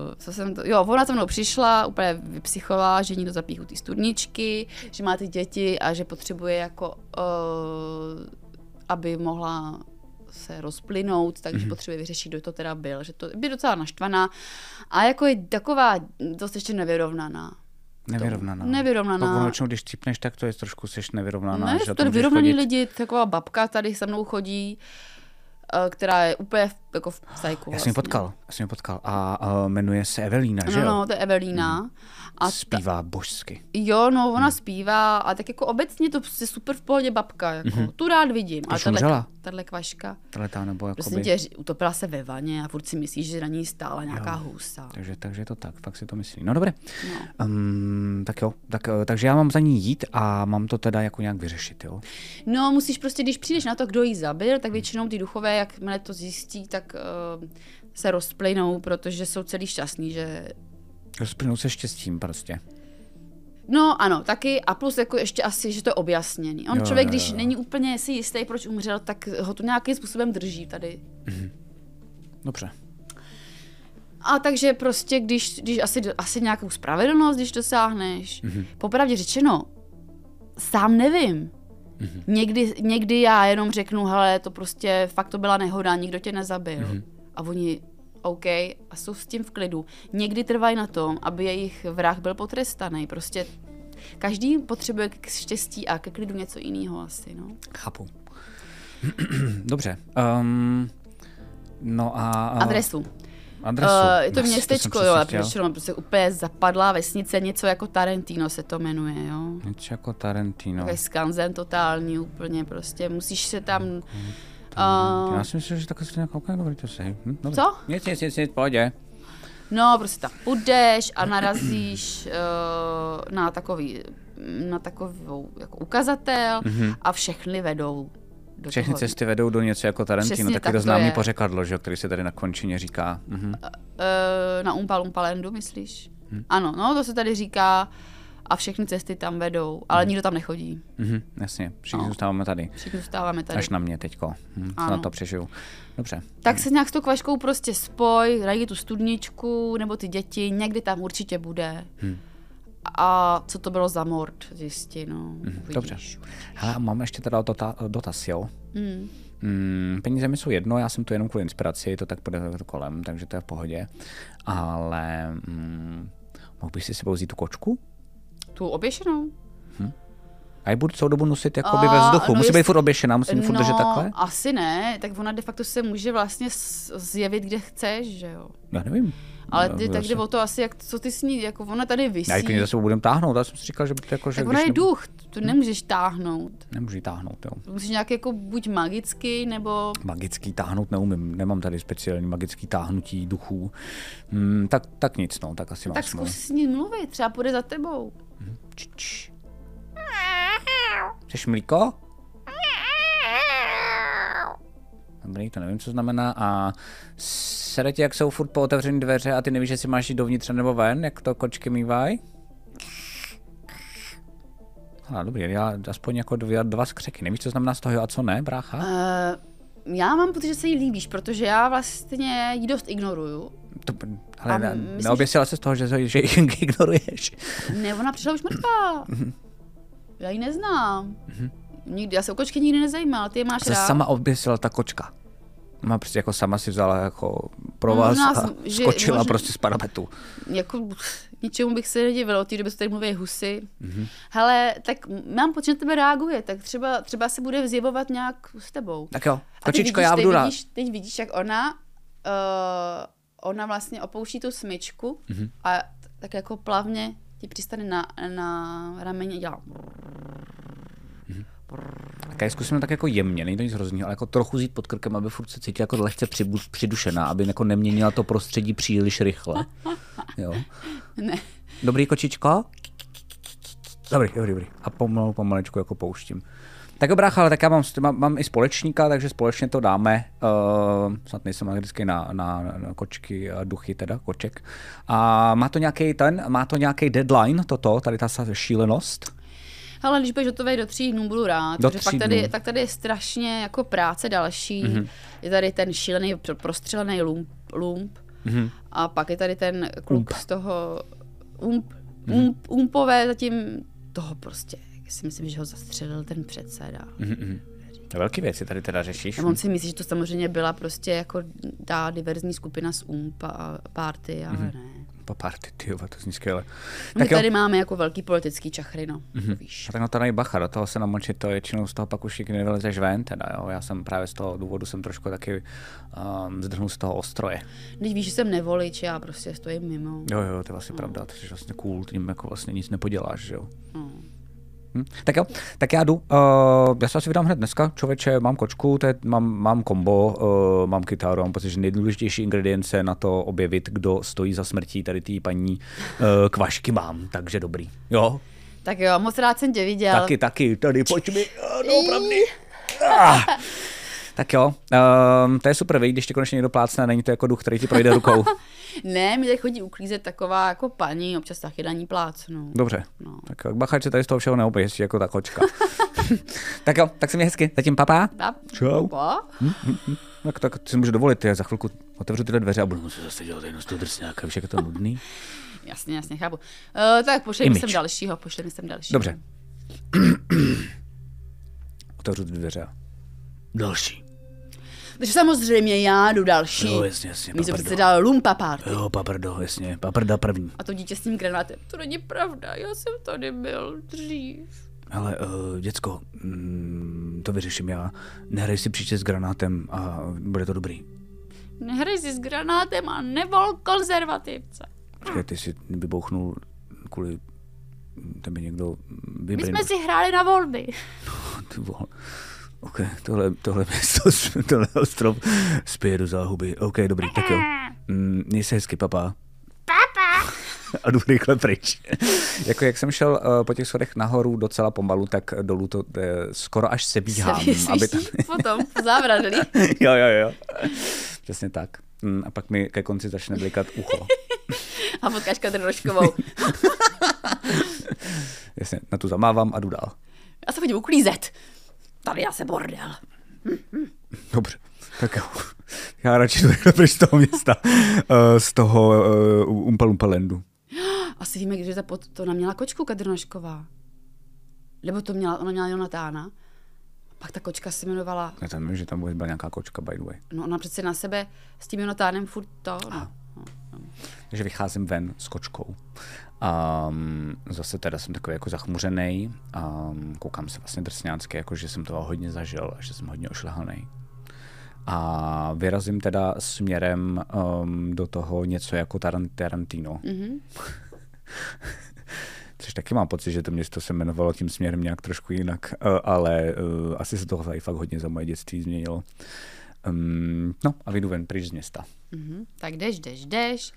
C: Uh, co jsem to, jo, ona za mnou přišla, úplně vypsychová, že někdo zapíchu ty studničky, že má ty děti a že potřebuje jako, uh, aby mohla se rozplynout, takže mm-hmm. potřebuje vyřešit, kdo to teda byl, že to by docela naštvaná a jako je taková dost ještě nevyrovnaná.
E: Nevyrovnaná.
C: Nevyrovnaná.
E: Tak ono, většinou, když cípneš, tak to je trošku seš nevyrovnaná.
C: Ne,
E: No, že
C: No, jsou
E: na
C: tady
E: můžeš
C: vyrovnaný
E: chodit-
C: lidi, taková babka tady se mnou chodí, eh, která je úplně v jako v psyku.
E: Já jsem ji potkal, já jsem ji potkal. A, a jmenuje se Evelína, že
C: No,
E: jo? Mm.
C: no, to je Evelína. A ta,
E: Zpívá božsky.
C: jo, no, ona zpívá a tak jako obecně to je super v pohodě babka, jako, tu rád vidím.
E: Mhm. Už
C: tahle-
E: umřela.
C: tahle kvaška,
E: Tahle ta nebo
C: prostě
E: jakoby...
C: tě, ři- utopila se ve vaně a furt si myslíš, že na ní stála nějaká husa.
E: Takže, takže to tak, fakt si to myslí. No dobré. No. Um, tak jo, tak, eh, takže já mám za ní jít a mám to teda jako nějak vyřešit, jo?
C: No, musíš prostě, když přijdeš na to, kdo jí zabil, tak většinou ty duchové, jakmile to zjistí, tak uh, se rozplynou, protože jsou celý šťastní, že...
E: Rozplynout se štěstím prostě.
C: No ano, taky a plus jako ještě asi, že to je objasněný. On
E: Jo,
C: jo, člověk,
E: jo,
C: když
E: jo.
C: není úplně si jistý, proč umřel, tak ho to nějakým způsobem drží tady.
E: Dobře.
C: A takže prostě, když, když asi, asi nějakou spravedlnost, když dosáhneš. Mm-hmm. Popravdě řečeno, sám nevím. Mm-hmm. Někdy, někdy já jenom řeknu, hele, to prostě fakt to byla nehoda, nikdo tě nezabil. Mm-hmm. A oni, OK, a jsou s tím v klidu. Někdy trvají na tom, aby jejich vrah byl potrestaný. Prostě každý potřebuje k štěstí a ke klidu něco jiného asi, no.
E: Chápu. Dobře. Um, no a... a-
C: Adresu.
E: Adresu.
C: Eh, je to
E: Yes, jsem
C: městečko,
E: přesně
C: jo,
E: chtěl.
C: protože prostě úplně zapadlá vesnice, něco jako Tarentino se to jmenuje, jo.
E: Něco jako Tarantino.
C: Takový skanzen totální úplně prostě, musíš se tam...
E: Uh,
C: Uh,
E: já si myslím, že takhle se nějak koukám, dobrý to se. Hm, dobrý.
C: Co?
E: Nic, nic, nic, nic, pohodě.
C: no, prostě tam půjdeš a narazíš uh, na takový, na takovou jako ukazatel a všechny vedou do
E: Mhm. Všechny
C: toho.
E: cesty vedou do něco jako Tarantino,
C: Přesně
E: taky
C: tak
E: to
C: to
E: známý
C: je.
E: pořekadlo, že, jo, který se tady na končině říká. Mhm.
C: Eh, na Umpa Lumpa Landu, myslíš? Ano, no, to se tady říká a všechny cesty tam vedou, ale nikdo tam nechodí.
E: Mhm, jasně, všichni
C: No.
E: zůstáváme tady.
C: Všichni zůstáváme tady.
E: Až na mě teďko. Hm,
C: Ano. Hm.
E: na to přežiju. Dobře.
C: Tak se nějak s tou kvaškou prostě spoj, najdi tu studničku nebo ty děti, někdy tam určitě bude. Hmm. A co to bylo za mord, zjistí, no. Hmm.
E: dobře. Hele, a mám ještě teda dota, dotaz, jo?
C: Hmm.
E: Mm, peníze mi jsou jedno, já jsem tu jenom kvůli inspiraci, to tak půjde takhle kolem, takže to je v pohodě. Ale mm, mohl bych si s sebou vzít tu kočku?
C: Tu oběšenou?
E: A ji budu celou dobu nosit jakoby ve
C: A,
E: vzduchu.
C: no
E: musí být
C: jest-
E: furt oběšená, musím ji furt držet takhle?
C: No, asi ne, tak ona de facto se může vlastně s- zjevit, kde chceš, že jo.
E: Já nevím.
C: Ale
E: No,
C: ty, tak
E: zase-
C: jde o to asi, jak, co ty s ní, jako ona tady
E: Já ji
C: vysí.
E: klidně za sebou budem táhnout, já jsem si říkal, že by to jako, že
C: tak
E: když
C: ona je
E: nebu-
C: duch, tu nemůžeš táhnout.
E: Nemůžu ji táhnout, jo.
C: Musíš nějak jako buď magicky, nebo
E: Magický táhnout neumím, nemám tady speciální magický táhnutí duchů. Mm, tak, tak nic, no, tak asi mám
C: tak
E: smůlu.
C: zkus s ní mluvit, třeba půjde za tebou.
E: Č, č. Chceš mlíko? Dobrý, to nevím, co znamená. A sere tě, jak jsou furt po otevřené dveře a ty nevíš, jestli máš jít dovnitř nebo ven, jak to kočky mývají? Ale dobrý, já aspoň jako dva, dva skřeky. Nevíš, co znamená z toho jo a co ne, brácha?
C: Eh, Uh, já mám pocit, že se jí líbíš, protože já vlastně jí dost ignoruju.
E: To, ale ne,
C: myslím, že-
E: neoběsila se z toho, že, že, že ji ignoruješ.
C: Ne, ona přišla už mrtvá. já ji neznám. Nikdy, já se o kočky nikdy nezajímala, ty je máš
E: Se
C: rád.
E: Mhm. sama oběsila ta kočka. Má prostě jako sama si vzala jako pro
C: No,
E: vás
C: možná
E: a
C: z- že-
E: skočila
C: možná-
E: prostě z parapetu.
C: Jako, pff, ničemu bych se nedivila, od té doby se tady mluví husy.
E: Mhm.
C: Hele, tak m- mám pocit, že na tebe reaguje, tak třeba, třeba se bude vzjevovat nějak s tebou.
E: Tak jo,
C: A teď
E: kočičko,
C: vidíš,
E: já
C: teď
E: budu rád.
C: vidíš, Teď vidíš, jak ona, uh, ona vlastně opouští tu smyčku mm-hmm.
E: Mhm.
C: a t- tak jako plavně ti přistane na, na rameni a dělá.
E: Tak já ji zkusím tak jako jemně, není to nic hroznýho, ale jako trochu zít pod krkem, aby furt se cítila jako lehce přibu- přidušená, aby jako neměnila to prostředí příliš rychle. Jo.
C: Ne.
E: Dobrý kočičko? Dobrý, dobrý, dobrý. A pomalu, pomalečku jako pouštím. Tak jo, brácha, ale tak já mám, s- mám, mám i společníka, takže společně to dáme. Uh, snad nejsem magický na, na, na kočky a duchy, teda koček. A má to nějaký ten, má to nějaký deadline, toto, tady ta sa- šílenost?
C: Hele, když budeš hotový do tří dnů, budu rád.
E: Do
C: protože
E: tří
C: pak tady,
E: dnů. Mhm.
C: tak tady je strašně jako práce další. Mm-hmm. Je tady ten šílený pr- prostřelený lump. lump.
E: Mhm.
C: Mm-hmm. A pak je tady ten kluk z toho ump,
E: Mhm.
C: ump, umpové zatím toho prostě. Já si myslím, že ho zastřelil ten předseda.
E: Mhm.
C: Mm-hmm.
E: Velký věci tady teda řešíš.
C: A on si myslí, že
E: Mhm.
C: to samozřejmě byla prostě jako dá diverzní skupina z ump a party, ale mm-hmm. ne.
E: Ta party, ty to zní skvěle.
C: My tady máme jako velký politický čachry, no,
E: Mhm.
C: mm-hmm. víš.
E: A tak na to nej bacha, do toho se namočit, to většinou z toho pak už nikdy nevylezeš ven, teda jo. Já jsem právě z toho důvodu jsem trošku taky um, zdrhnul z toho ostroje.
C: Když víš, že jsem nevolič, já prostě stojím mimo.
E: Jo, jo, to je vlastně pravda, to je vlastně cool, tím jako vlastně nic nepoděláš, že jo.
C: No.
E: Hm? Tak jo, tak já jdu. Uh, já se asi vydám hned dneska. Člověče, mám kočku, to je, mám, mám kombo, uh, mám kytaru, mám pocit, že nejdůležitější ingredience na to objevit, kdo stojí za smrtí tady té paní uh, kvašky mám, takže dobrý. Jo,
C: Tak jo, moc rád jsem tě viděl.
E: taky, taky, tady pojď mi, uh, doopravdy. Ah. Tak jo, um, to je super, víš, když tě konečně někdo plácne, není to jako duch, který ti projde rukou.
C: Ne, mi tady chodí uklízet taková jako paní, občas taky daní plácnu.
E: Dobře,
C: No.
E: tak jo, bacha, že tady z toho všeho neoběsí jako ta kočka. tak jo, tak se mě hezky, zatím papa.
C: Pa,
E: Čau. Hm?
C: Pa.
E: Tak, tak si můžu dovolit, já za chvilku otevřu tyhle dveře a budu muset zase dělat jenom z toho drsňáka, víš, jak je to nudný.
C: Jasně, jasně, chápu. Uh, tak pošli mi
E: Image.
C: sem dalšího, pošli mi sem dalšího.
E: Dobře. Otevřu ty dveře a... Další.
C: Takže samozřejmě já jdu další.
E: Jo, jasně, jasně,
C: Místo
E: pardon.
C: předseda Lumpa Party.
E: Jo, paprdo, jasně, paprda první.
C: A to dítě s tím granátem. To není pravda, já jsem tady byl dřív.
E: Ale, uh, děcko, mm, to vyřeším já. Nehraj si příště s granátem a bude to dobrý.
C: Nehraj si s granátem a nevol konzervativce.
E: Počkej, ty jsi vybouchnul kvůli tebe někdo
C: My
E: vybrnul.
C: jsme si hráli na volby.
E: Ty vole. OK, tohle, tohle město, tohle ostrov spěje do záhuby. OK, dobrý, tak jo. Mm, měj se hezky, papa. Papa! A jdu rychle pryč. jako jak jsem šel uh, po těch schodech nahoru docela pomalu, tak dolů to uh, skoro až se bíhám.
C: Aby tam... Potom zavradli.
E: jo, jo, jo. Přesně tak. Mm, a pak mi ke konci začne blikat ucho.
C: A potkáš Kadrnoškovou.
E: Jasně, na tu zamávám a jdu dál.
C: Já se chodím uklízet. Tady já se bordel.
E: Dobře, tak jo. Já radši jdu rychle pryč z toho města, eh, z toho uh, Umpalumpalandu.
C: Asi víme, když ta pot, to ona měla kočku Kadrnošková. Nebo to měla, ona měla Jonatána. A pak ta kočka se jmenovala,
E: Já tam vím, že tam vůbec byla nějaká kočka, by the way.
C: no ona přece na sebe s tím Jonatánem furt to, no.
E: Takže vycházím ven s kočkou. Um, zase teda jsem takový jako zachmuřený. Um, koukám se vlastně drsňácky, jako že jsem toho hodně zažil a že jsem hodně ošlehaný. A vyrazím teda směrem um, do toho něco jako Taran- Tarantino.
C: Mhm,
E: Mm-hmm. Což taky mám pocit, že to město se jmenovalo tím směrem nějak trošku jinak, eh, ale eh, asi se toho tady fakt hodně za moje dětství změnilo. Um, no a vyjdu ven pryč z města.
C: Mhm. Tak jdeš, jdeš, jdeš.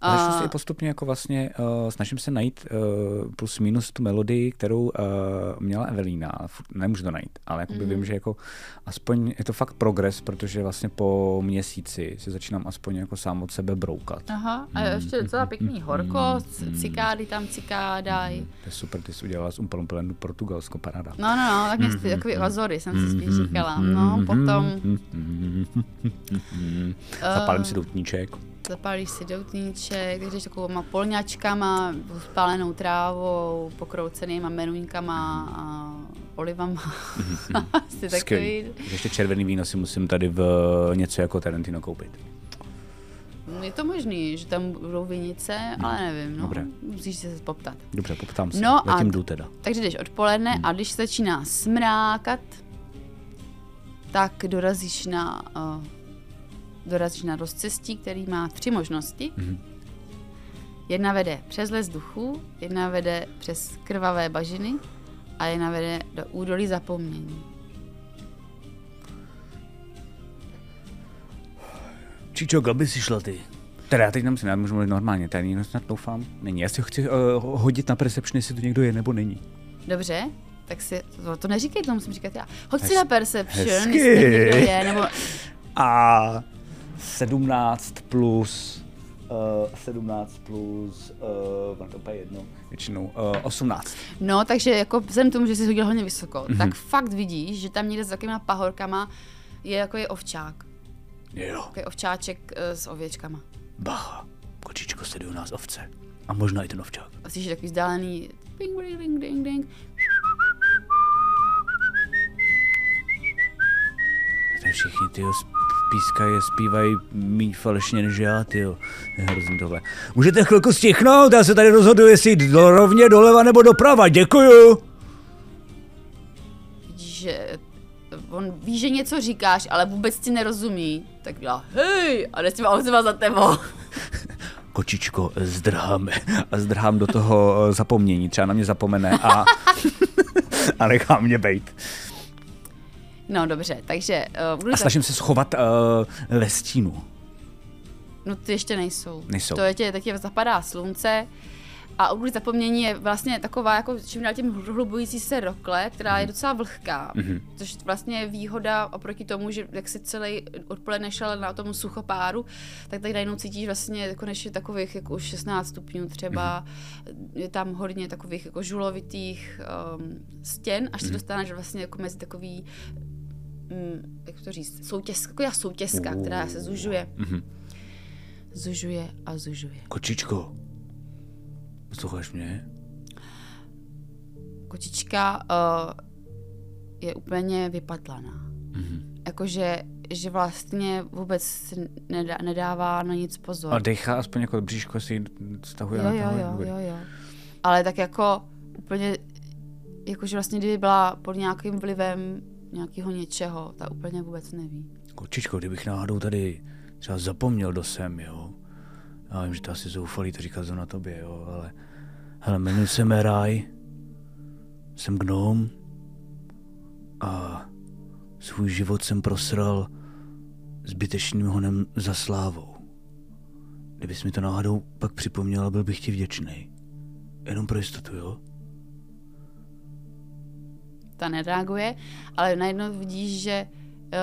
E: A... Začnu si postupně jako vlastně, uh, snažím se najít uh, plus minus tu melodii, kterou uh, měla Evelína, ale furt nemůžu to najít, ale jakoby
C: Mhm.
E: mm-hmm. vím, že jako aspoň je to fakt progres, protože vlastně po měsíci se začínám aspoň jako sám od sebe broukat.
C: Aha,
E: Mm,
C: a ještě docela pěkný horko, c- cikády tam cikádaj.
E: To je super, ty jsi udělala z Umpalumpalandu Portugalsko, paráda.
C: No, no, no,
E: Mm,
C: tak mě takový Azory jsem si spíš říkala. No, potom
E: mm,
C: Eh,
E: Zapálím si doutníček.
C: zapálíš si doutníček, takže jdeš takovýma polňačkama, spálenou trávou, pokroucenýma meruňkama a olivama. Asi
E: Mhm. Skvělý.
C: takový.
E: Takže Ještě červený víno si musím tady v něco jako Tarantino koupit.
C: Je to možný, že tam budou vinice, ale nevím, no.
E: Dobré.
C: Musíš se poptat.
E: Dobře, poptám se.
C: No a-
E: Zatím jdu teda.
C: Takže jdeš odpoledne a když začíná smrákat, tak dorazíš na, uh, dorazíš na rozcestí, který má tři možnosti. Jedna vede přes les duchů, jedna vede přes krvavé bažiny a jedna vede do údolí zapomnění.
E: Čičo, kam by si šla ty? Teda já teď nemusím, já můžu mluvit normálně, tady jenom snad doufám. Není, já si ho chci uh, hodit na perception, jestli tu někdo je nebo není.
C: Dobře? Tak si, to, to neříkej, to musím říkat já. Hoď si
E: Hez-
C: na Perception,
E: hezky.
C: jestli někdo je, nebo
E: A 17 plus... Uh, 17 plus... Uh, mám to úplně jedno. Většinou uh, 18.
C: No, takže jako vzhledem k tomu, že jsi hodil hodně vysoko,
D: Mhm.
C: mm-hmm. tak fakt vidíš, že tam někde za takovýma pahorkama je jako je ovčák.
E: Jo,
C: Takový ovčáček eh, s ověčkama.
E: bacha. Kočičko, sledují nás ovce. A možná i ten ovčák.
C: A slyšíš takový vzdálený ding, ding, ding, ding, ding.
E: Takže
D: všichni ty pískají, zpívají míň falešně než já, ty jo. Hrozný tohle. Můžete chvilku stichnout, já se tady rozhoduji, jestli jít do, rovně doleva nebo doprava, děkuju.
C: Vidíš, že eh, on ví, že něco říkáš, ale vůbec ti nerozumí. Tak dělá, hej, a jde s těma odzva za tebou.
D: Kočičko, zdrháme. A zdrhám do toho eh, zapomnění, třeba na mě zapomene a, a nechá mě bejt.
C: No dobře, takže uh, budu
D: A
C: za-
D: snažím se schovat uh, ve stínu.
C: No ty ještě nejsou.
D: Nejsou.
C: To je tě, taky zapadá slunce a období zapomnění je vlastně taková jako čím dál tím hlubující se rokle, která je docela vlhká, mm-hmm. což vlastně je výhoda oproti tomu, že jak si celý odpoledne šel na tom suchopáru, tak tady najednou cítíš vlastně konečně takových jako už 16 stupňů třeba, mm-hmm. je tam hodně takových jako žulovitých um, stěn, až se mm-hmm. dostaneš vlastně jako mezi takový mm, jak to říct, soutězka, jako já soutězka, která se zužuje. Mm-hmm. Zužuje a zužuje.
D: Kočičko, posloucháš mě?
C: Kočička uh, je úplně vypatlaná. Mm-hmm. Jakože že vlastně vůbec si nedá, nedává na nic pozor.
D: A dechá aspoň jako bříško si stahuje
C: jo,
D: na
C: jo,
D: tohle.
C: jo,
D: dobrý.
C: jo, jo. Ale tak jako úplně, jakože vlastně kdyby byla pod nějakým vlivem nějakého něčeho, ta úplně vůbec neví.
D: Kočičko, kdybych náhodou tady třeba zapomněl do sem, jo. Já vím, že to asi zoufalý to říkat zrovna tobě, jo, ale... Hele, jmenuji se Meraj. Jsem gnom. A svůj život jsem prosral zbytečným honem za slávou. Kdybys mi to náhodou pak připomněla, byl bych ti vděčný. Jenom pro jistotu, jo?
C: ta nereaguje, ale najednou vidíš, že eh,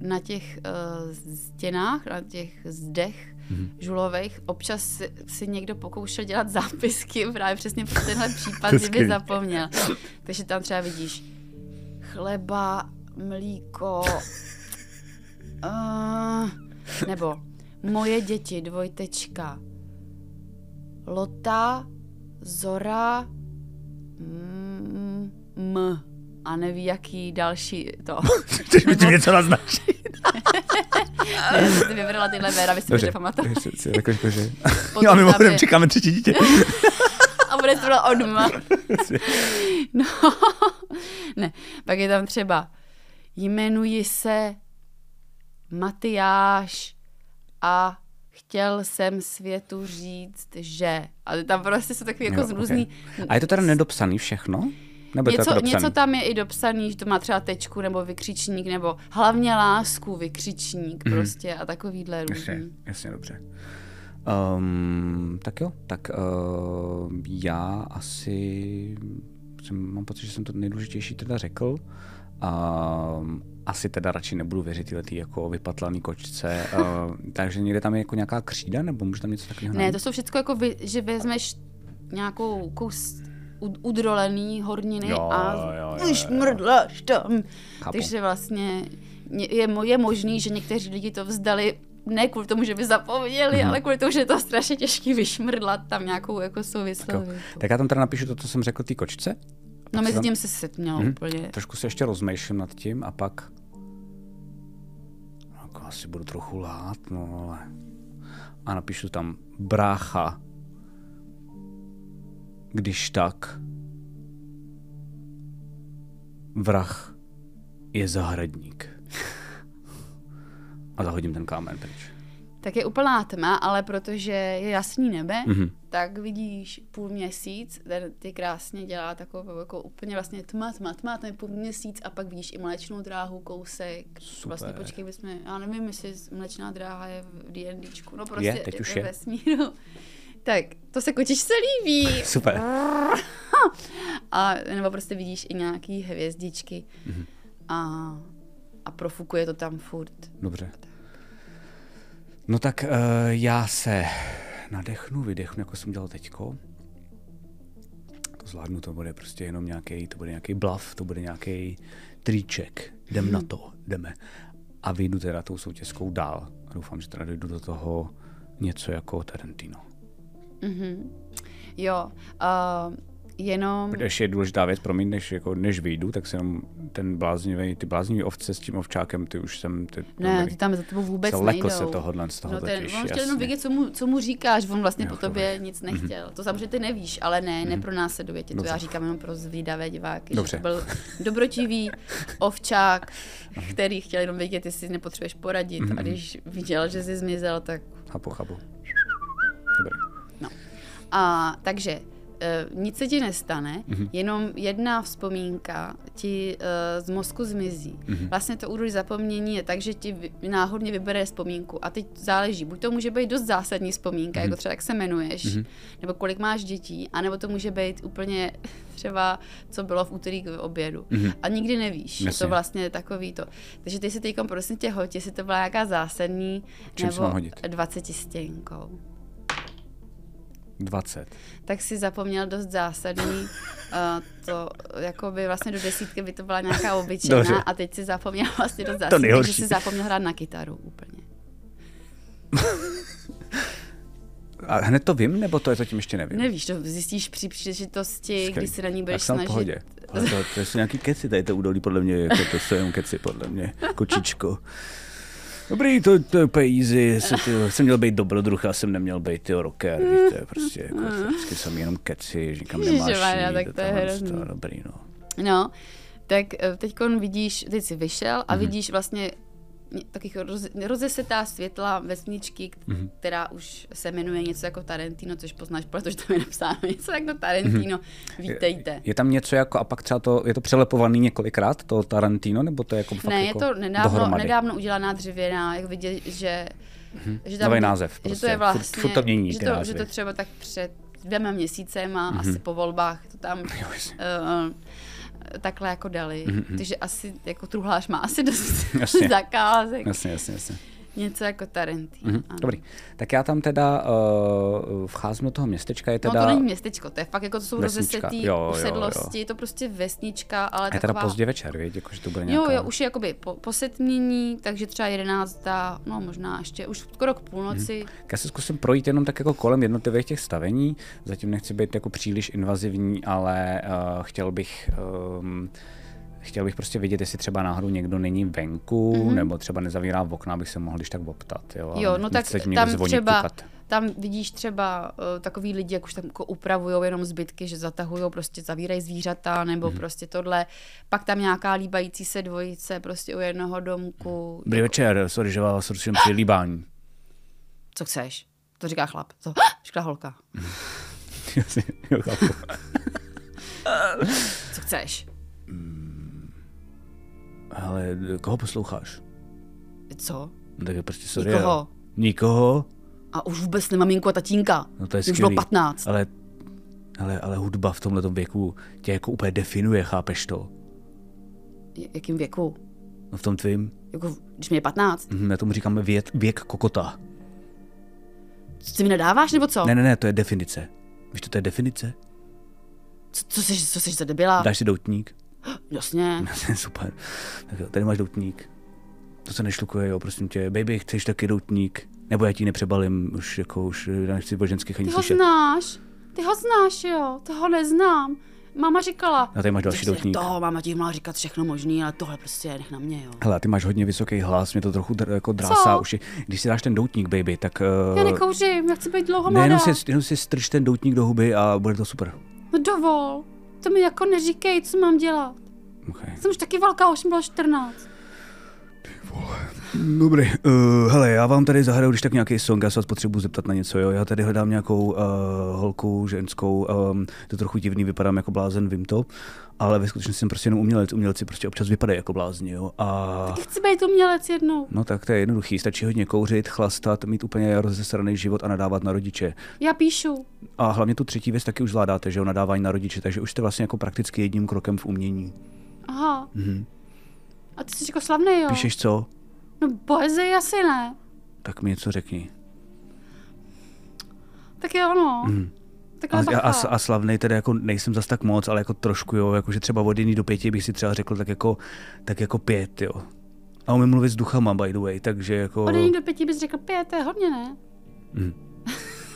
C: na těch eh, stěnách, na těch zdech žulových, občas si- si někdo pokoušel dělat zápisky právě přesně pro tenhle případ, kdyby
D: skvělý.
C: zapomněl. Takže tam třeba vidíš chleba, mlíko, eh, nebo moje děti, dvojtečka, Lota, Zora, mm, M a neví, jaký další to.
D: Chceš mi tím něco naznačit?
C: ne, jsem si vybrala tyhle jména, abyste si pamatoval.
E: jako,
C: Potom
D: Já mimochodem
C: tam je-
D: čekáme třetí dítě.
C: A bude to byla odma. No, ne. Pak je tam třeba jmenuji se Matyáš a chtěl jsem světu říct, že. Ale tam prostě jsou takový jako
E: No,
C: jo, zrůzný...
D: A je to teda nedopsaný všechno? Nebo je to
C: něco,
D: jako dopsaný?
C: něco tam je i dopsaný, že to má třeba tečku nebo vykřičník, nebo hlavně lásku vykřičník mm. prostě a takovýhle
D: Mhm. Jasně,
C: různý.
D: jasně, dobře. Um, tak jo, tak uh, já asi jsem, mám pocit, že jsem to nejdůležitější teda řekl. Um, asi teda radši nebudu věřit tyhle tý jako vypatlaný kočce. Uh, takže někde tam je jako nějaká křída, nebo může tam něco takového
C: Ne, to jsou všechno jako, vy, že vezmeš nějakou kus ud- udrolený horniny
D: Jo,
C: a
D: jo, jo,
C: už
D: jo, jo.
C: mrdláš tam.
D: Chápu.
C: Takže vlastně ně- je, mo- je možný, že někteří lidi to vzdali ne kvůli tomu, že by zapomněli,
D: Mhm.
C: ale kvůli tomu, že je to strašně těžký vyšmrdlat tam nějakou jako souvislou
D: jako,
C: větu.
D: tak já tam teda napíšu to, co jsem řekl té kočce.
C: No
D: se
C: mezi
D: tam-
C: tím se setměl
D: Mhm.
C: úplně.
D: Trošku se ještě rozmýšlím nad tím a pak... No, Jako asi budu trochu lát, no ale... A napíšu tam brácha. Když tak... Vrah je zahradník. A zahodím ten kámen pryč.
C: Tak je úplná tma, ale protože je jasný nebe,
D: Mhm.
C: mm-hmm. tak vidíš půl měsíc, ten ty krásně dělá takovou jako úplně vlastně tma, tma, tma, ten půl měsíc a pak vidíš i mléčnou dráhu, kousek. Super. Vlastně počkej, my jsme, já nevím, jestli mléčná dráha je v D&Dčku, no prostě
D: teď už je.
C: ve sníru. Tak, to se kočiš se líbí.
D: Super.
C: A nebo prostě vidíš i nějaký hvězdičky
D: Mhm.
C: a, a profukuje to tam furt.
D: Dobře. No tak uh, já se nadechnu, vydechnu, jako jsem dělal teďko. To zvládnu, to bude prostě jenom nějaký, to bude nějaký blav, to bude nějaký triček. Jdem
C: Hmm.
D: na to, jdeme. A vyjdu teda tou soutězkou dál. A doufám, že teda dojdu do toho
C: Hmm.
D: něco jako Tarantino.
C: Jo, uh, jenom...
D: Ještě je důležitá věc, promiň, než, jako, než vyjdu, tak si jenom ten bláznivý, ty bláznivý ovce s tím ovčákem, ty už jsem... Ty,
C: Ne, ty tam za tebou vůbec
D: Zalekl
C: nejdou.
D: se tohohle z toho
C: no, ten,
D: totiž,
C: on chtěl jenom
D: jasně.
C: vědět, co mu, co mu říkáš, on vlastně
D: Jo, Mhm.
C: po tobě nic nechtěl. To samozřejmě ty nevíš, ale ne, nepronásleduje tě. To
D: Dobře.
C: já říkám jenom pro zvídavé diváky,
D: Dobře.
C: že to byl dobrotivý ovčák,
D: Mhm.
C: který chtěl jenom vědět, jestli nepotřebuješ poradit. A když viděl, že jsi zmizel, tak
D: Chápu, chápu. Dobrý.
C: No. A takže eh, nic se ti nestane,
D: Mhm.
C: jenom jedna vzpomínka ti eh, z mozku zmizí.
D: Mhm.
C: Vlastně to úroveň zapomnění je tak, že ti vy- náhodně vybere vzpomínku. A teď záleží, buď to může být dost zásadní vzpomínka,
D: Mhm.
C: jako třeba jak se jmenuješ, nebo kolik máš dětí, anebo to může být úplně třeba, co bylo v úterý k obědu. A nikdy nevíš. Je
D: Mhm. Jasně.
C: to vlastně takový to. Takže ty si teď prosím tě hoď, jestli to byla nějaká zásadní,
D: Čím se
C: nebo
D: mám hodit?
C: 20 stěnkou
D: 20.
C: tak si zapomněl dost zásadní. Uh, to jako by vlastně do desítky by to byla nějaká obyčejná
D: Dobře.
C: a teď si zapomněl vlastně dost zásadní, takže
D: nejhorší.
C: si zapomněl hrát na kytaru úplně.
D: A hned to vím, nebo to je zatím ještě nevím?
C: Nevíš, to zjistíš při příležitosti,
D: Skvělý.
C: když se na ní budeš
D: tak jsem v
C: snažit.
D: pohodě. Ale to, to jsou nějaký keci, tady to údolí podle mě, jako to jsou jenom keci podle mě, kočičko. Dobrý, to, to je úplně easy, se, ty, jsem měl být dobrodruh, já jsem neměl být ty rocker, víš, to je prostě, jako, to vždycky jsem jenom keci, že nikam nemáš
C: Mm. Ježišmarja,
D: jít,
C: tak
D: a
C: to je
D: tohle
C: hrozný.
D: To, dobrý, no.
C: No, tak eh, teď vidíš, teď jsi vyšel
D: Mhm.
C: a vidíš vlastně ně- takových roz, rozesetá světla vesničky, k-
D: Mhm.
C: která už se jmenuje něco jako Tarantino, což poznáš, protože tam je napsáno něco jako Tarantino. Vítejte.
D: Mhm. Je tam něco jako, a pak třeba to, je to přelepovaný několikrát, to Tarantino, nebo to je jako fakt
C: ne, je
D: jako
C: to nedávno,
D: dohromady? Mhm.
C: nedávno udělaná dřevěná, jak vidět, že, že
D: Nový název
C: Že to
D: prostě.
C: je
D: Furt-
C: vlastně,
D: furt to mění,
C: že,
D: ty
C: to,
D: názvy. Mhm.
C: že to třeba tak před dvěma měsícema, asi po volbách, to tam
D: jasně. Mhm,
C: uh, takhle jako dali. Takže asi jako truhlář má asi dost
D: Jasně.
C: zakázek.
D: Jasně, jasně, jasně.
C: Něco jako Tarantino. ano.
D: Mhm. Dobrý, tak já tam teda uh, vcházím do toho městečka, je
C: No
D: teda...
C: to není městečko, to je fakt jako to jsou
D: Vesnička.
C: rozesetý
D: Jo, jo, jo.
C: usedlosti, je to prostě vesnička, ale
D: je teda
C: taková...
D: pozdě večer, víš, jakože to bude
C: Jo,
D: nějaká...
C: jo, už je jakoby po, posetmění, takže třeba jedenáctá, no možná ještě, už skoro k půlnoci.
D: Tak Já se zkusím projít jenom tak jako kolem jednotlivých těch stavení. Zatím nechci být jako příliš invazivní, ale uh, chtěl bych... Um, Chtěl bych prostě vidět, jestli třeba náhodou někdo není venku, mm-hmm. nebo třeba nezavírá okna, abych se mohl když tak optat. Jo,
C: Mhm. Jo,
D: Ale
C: no
D: nechci
C: tak
D: teď někdo
C: tam
D: zvonit,
C: třeba,
D: ťukat.
C: tam vidíš třeba uh, takový lidi, jak už tam jako upravují jenom zbytky, že zatahují, prostě zavírají zvířata nebo
D: Mhm.
C: mm prostě tohle. Pak tam nějaká líbající se dvojice prostě u jednoho domku.
D: Dobrý večer, sorry, že vás ruším při líbání.
C: Co chceš? To říká chlap. To říká holka.
D: Jo, chápu.
C: Co chceš?
D: Ale koho posloucháš?
C: Co?
D: No, tak je prostě sorry.
C: Nikoho.
D: ale- Nikoho?
C: A už vůbec nemaminku a tatínka.
D: No to je
C: Mně už
D: skvělý.
C: bylo 15.
D: Ale, ale, ale hudba v tomhle věku tě jako úplně definuje, chápeš to?
C: J- Jakým věku?
D: No v tom tvým,
C: Jako, když mě je 15.
D: mhm, já tomu říkám věk, věk kokota.
C: Co ty mi nadáváš, nebo co?
D: Ne, ne, ne, to je definice. Víš, to, to je definice?
C: Co, co, jsi, co jsi za debila?
D: Dáš si doutník?
C: Jasně.
D: Super. Tak jo, tady máš doutník. To se nešlukuje, jo, prosím tě. Baby, chceš taky doutník? Nebo já ti nepřebalím, už jako už eh, nechci po ženských ani
C: Ty ho
D: slyšet.
C: znáš? Ty ho znáš, jo? Ty ho neznám. Máma
E: No,
C: říkala.
D: A tady máš další
C: "Ty si
D: doutník.
C: Toho máma ti měla říkat všechno možný, ale tohle prostě nech na mě, jo.
D: Hele, ty máš hodně vysoký hlas, mě to trochu dr- jako drásá
C: Co?
D: uši. Když si dáš ten doutník, baby, tak...
C: Já
D: eh,
C: nekouřím, já chci být dlouho
D: ne,
C: mladá.
D: jenom si, jenom si strč ten doutník do huby a bude to super.
C: No dovol. To mi jako neříkej, co mám dělat.
D: Okay.
C: Jsem už taky velká, už mi bylo 14.
D: Dobrý, uh, hele, já vám tady zahraju, když tak nějaký song, já se vás potřebuji zeptat na něco, jo. Já tady hledám nějakou uh, holku, ženskou, um, to je trochu divný, vypadám jako blázen, vím to, ale ve skutečnosti jsem prostě jenom umělec, umělci prostě občas vypadají jako blázni, jo. A...
C: Chci být umělec jednou.
D: No tak to je jednoduchý, stačí hodně kouřit, chlastat, mít úplně rozesraný život a nadávat na rodiče.
C: Já píšu.
D: A hlavně tu třetí věc taky už zvládáte, že jo, nadávání na rodiče, takže už jste vlastně jako prakticky jedním krokem v umění.
C: Aha. A ty jsi jako slavný, jo?
D: Píšeš co?
C: No poezii asi ne.
D: Tak mi něco řekni.
C: Tak jo, no.
D: A,
C: Takhle
D: a, a,
C: bacha.
D: a slavnej teda jako nejsem zas tak moc, ale jako trošku jo, jakože třeba od jedný do pěti bych si třeba řekl tak jako, tak jako pět jo. A umím mluvit s duchama by the way, takže jako...
C: Od jedné do pěti bys řekl pět, to je hodně, ne?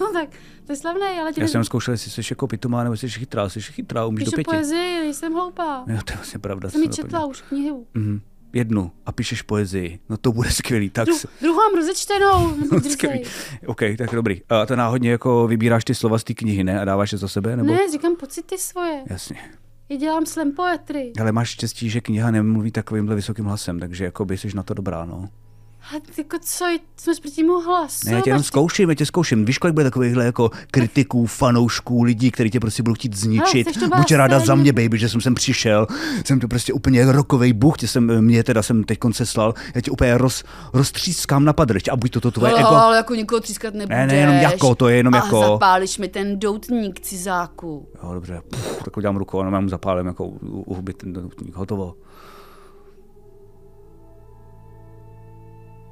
G: No tak, to je slavné, ale ti
E: Já
G: to-
E: jsem zkoušel, jestli jsi jako pitomá, nebo jsi chytrá, jsi chytrá, umíš do
G: píšu
E: pěti.
G: poezii, nejsem hloupá.
E: Jo, to je vlastně pravda.
G: Jsem ji
E: jsem
G: četla už knihu.
E: napadl. Mhm. Jednu a píšeš poezii, no to bude skvělý, tak
G: Dru,
E: se-
G: druhou mám rozečtenou, nebo
E: Skvělý.
G: drzej.
E: OK, tak dobrý. A to náhodně jako vybíráš ty slova z té knihy, ne? A dáváš je za sebe? Nebo?
G: Ne, říkám pocity svoje.
E: Jasně.
G: Já dělám slam poetry.
E: Ale máš štěstí, že kniha nemluví takovýmhle vysokým hlasem, takže jako by jsi na to dobrá, no.
G: A ty jako co, jsme proti mu hlasu.
E: Ne, já tě jenom
G: máš-
E: zkouším, já tě zkouším. Víš, kolik bude takovýchhle jako kritiků, fanoušků, lidí, kteří tě prostě budou chtít zničit.
G: Hele, chceš to vlastně
E: Buď
G: vás
E: ráda za
G: tady-
E: mě, baby, že jsem sem přišel. Jsem tu prostě úplně rokovej bůh, tě jsem, mě teda jsem teď seslal. Já tě úplně roz, roztřískám na padrč a buď to, to tvoje
G: Ale-
E: ego.
G: Ale jako nikoho třískat nebudeš.
E: Ne, ne, jenom jako, to je jenom
G: a
E: jako.
G: zapálíš mi ten doutník cizáku.
E: Jo, dobře, Pff, tak udělám rukou a normálně mu zapálím jako u- u- u huby ten doutník. Hotovo.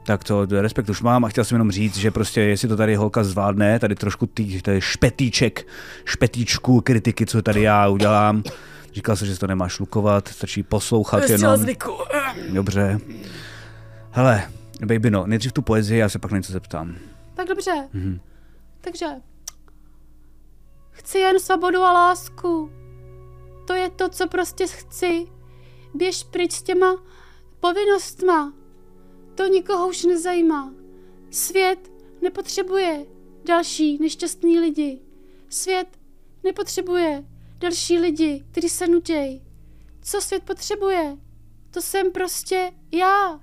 E: Tak to respekt už mám a chtěl jsem jenom říct, že prostě jestli to tady holka zvládne, tady trošku tý, tady špetíček, špetíčku kritiky, co tady já udělám. Říkal jsem, že se to nemáš lukovat, stačí
C: Prostě
E: poslouchat jenom.
G: zvyku.
E: Dobře. Hele, baby, no, nejdřív tu poezii, já se pak na něco zeptám.
G: Tak dobře.
E: Mhm.
G: Takže. Chci jen svobodu a lásku. To je to, co prostě chci. Běž pryč s těma povinnostma. To nikoho už nezajímá. Svět nepotřebuje další nešťastný lidi. Svět nepotřebuje další lidi, kteří se nuděj. Co svět potřebuje? To jsem prostě já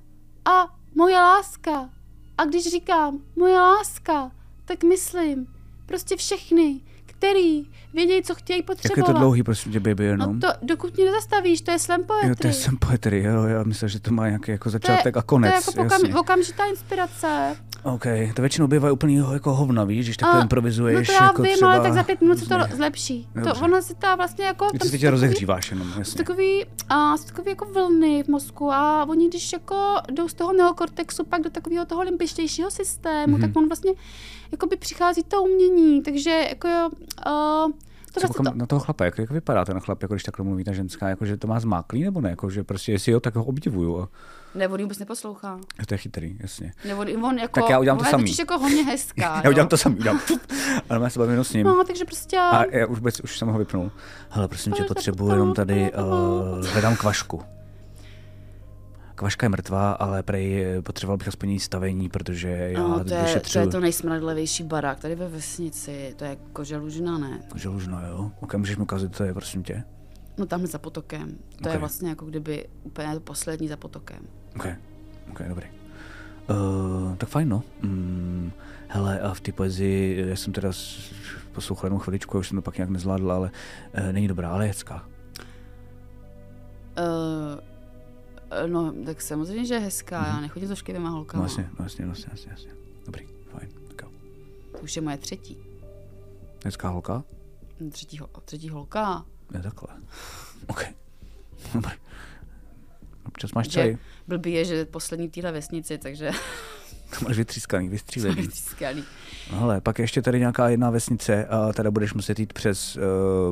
G: a moje láska. A když říkám moje láska, tak myslím prostě všechny, který vědějí, co chtějí
E: Jak je
G: potřebovat.
E: to dlouhý, prosím tě, baby, jenom?
G: No to, dokud mě nezastavíš, to je slam poetry.
E: Jo, to je jsem poetry, jo, já myslím, že to má nějaký jako
G: To je-
E: začátek a konec.
G: To je jako
E: jasně.
G: pokam, okamžitá inspirace.
E: OK, to většinou bývá úplně jako hovna, víš, když takhle
G: A-
E: improvizuješ.
G: no to já
E: jako
G: vím,
E: třeba...
G: ale tak za pět minut se to
E: Dobře.
G: zlepší. To,
E: Dobře.
G: ono se ta vlastně jako...
E: Ty se
G: tam jsou
E: tě
G: takový-
E: rozehříváš jenom,
G: jsou
E: jasně.
G: Takový, a, jsou takový jako vlny v mozku a oni když jako jdou z toho neokortexu pak do takového toho limbištějšího systému,
E: Mhm.
G: tak on vlastně jako by přichází to umění, takže jako jo, a,
E: Co
G: to vlastně to,
E: koukám na toho chlapa, jak, jak vypadá ten chlap, jako když takhle mluví ta ženská, jako že to má zmáklý nebo ne, jako že prostě jestli jo, tak ho obdivuju. A
G: ne, on ji vůbec neposlouchá.
E: to je chytrý, jasně.
G: Ne, on, on jako,
E: Tak já udělám to
G: ona je
E: samý.
G: totiž jako hodně hezká.
E: Já
G: jo.
E: udělám to samý, udělám. Ale já se bavím jenom s ním.
G: No, takže prostě...
E: A já už, vůbec, už jsem ho vypnul. Hele, prosím tě, potřebuji jenom tady, uh, hledám kvašku. Kvaška je mrtvá, ale prej eh, potřeboval bych aspoň její stavení, protože já
G: No, to, je, to
E: vyšetřuju.
G: je to nejsmradlevější barák tady ve vesnici, to je koželužina, ne?
E: Želužno, no jo. Ok, můžeš mi ukázat, co je, prosím tě.
G: No tamhle za potokem, to
E: Ok.
G: je vlastně jako kdyby úplně to poslední za potokem.
E: Ok, ok, dobrý. Uh, tak fajn, no. Mm, hele, a v té poezii, eh, já jsem teda s- poslouchal jenom chviličku, já už jsem to pak nějak nezvládl, ale uh, není dobrá, ale je hezká.
G: Uh, no, tak samozřejmě, že je hezká, já nechodím s ošklivýma
E: No
G: holkama,
E: jasně, no jasně, no jasně, jasně, jasně. Dobrý, fajn, tak jo.
G: to už je moje třetí, hm,
E: Hezká holka?
G: třetí, ho- třetí holka.
E: Ne, takhle. Ok, dobrý. Občas máš
G: Že
E: čaj,
G: blbý je, že poslední v téhle vesnici, takže
E: to máš vytřískaný,
G: to
E: vystřílený.
G: je skvělý.
E: Hele, pak ještě tady nějaká jedna vesnice a teda budeš muset jít přes uh,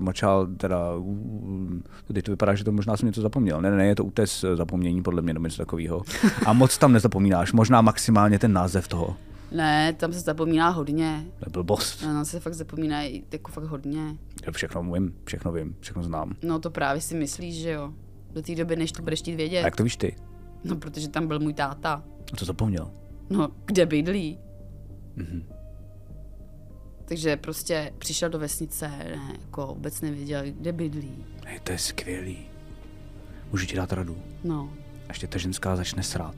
E: močál, teda, uh, teď to vypadá, že to možná jsem něco zapomněl. Ne, ne, ne, je to útes eh, zapomnění, podle mě, nebo něco takového. A moc tam nezapomínáš, možná maximálně ten název toho.
G: Ne, tam se zapomíná hodně,
E: To je blbost.
G: no, tam se fakt zapomíná jako fakt hodně.
E: Já Všechno vím, všechno vím, všechno znám.
G: No to právě si myslíš, že jo. Do té doby, než to budeš chtít vědět.
E: A jak to víš ty?
G: No, protože tam byl můj táta.
E: A Co zapomněl?
G: No, kde bydlí? Mm-hmm.
E: Mhm.
G: Takže prostě přišel do vesnice, ne, jako vůbec nevěděl, kde bydlí.
E: Hej, to je skvělý. Můžu ti dát radu.
G: No,
E: Až tě ta ženská začne srát,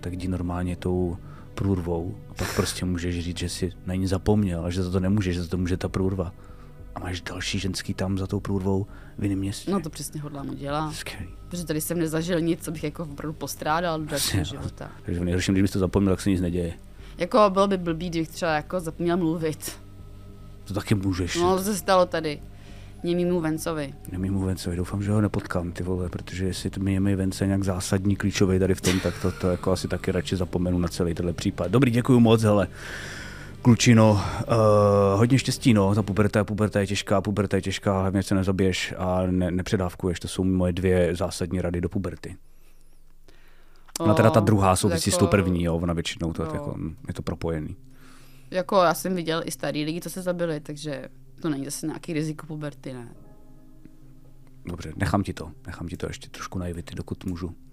E: tak jdi normálně tou průrvou a pak prostě můžeš říct, že si na ní zapomněl a že za to nemůžeš, že za to může ta průrva. A máš další ženský tam za tou průrvou v jiném městě.
G: no to přesně hodlám udělat.
E: Skvělý.
G: Protože tady jsem nezažil nic, co bych jako opravdu postrádal do dalšího
E: Jasně, no.
G: života.
E: Takže v nejhorším, když bys to zapomněl, tak se nic neděje.
G: Jako bylo by blbý, kdybych třeba jako zapomněl mluvit.
E: To taky můžeš.
G: No,
E: No.
G: to se stalo tady. Němýmu Vencovi.
E: Nemím Vencovi, doufám, že ho nepotkám, ty vole, protože jestli to mějeme Vence nějak zásadní, klíčový tady v tom, tak to, to jako asi taky radši zapomenu na celý tenhle případ. Dobrý, děkuji moc, hele. Klučino, uh, hodně štěstí, no, ta puberta, puberta je těžká, puberta je těžká, hlavně se nezabiješ a ne, nepředávkuješ, to jsou moje dvě zásadní rady do puberty. Ona teda ta
G: O,
E: No,
D: No
E: druhá souvisí s tou
C: Ehm,
G: jako-
E: první, jo, ona většinou to je
G: no.
E: jako, mm, je to propojený.
C: Jako já jsem viděl i starý lidi, co se zabili, takže to není zase nějaký riziko puberty, ne?
D: Dobře, nechám ti to. Nechám ti to ještě trošku naivity, dokud můžu.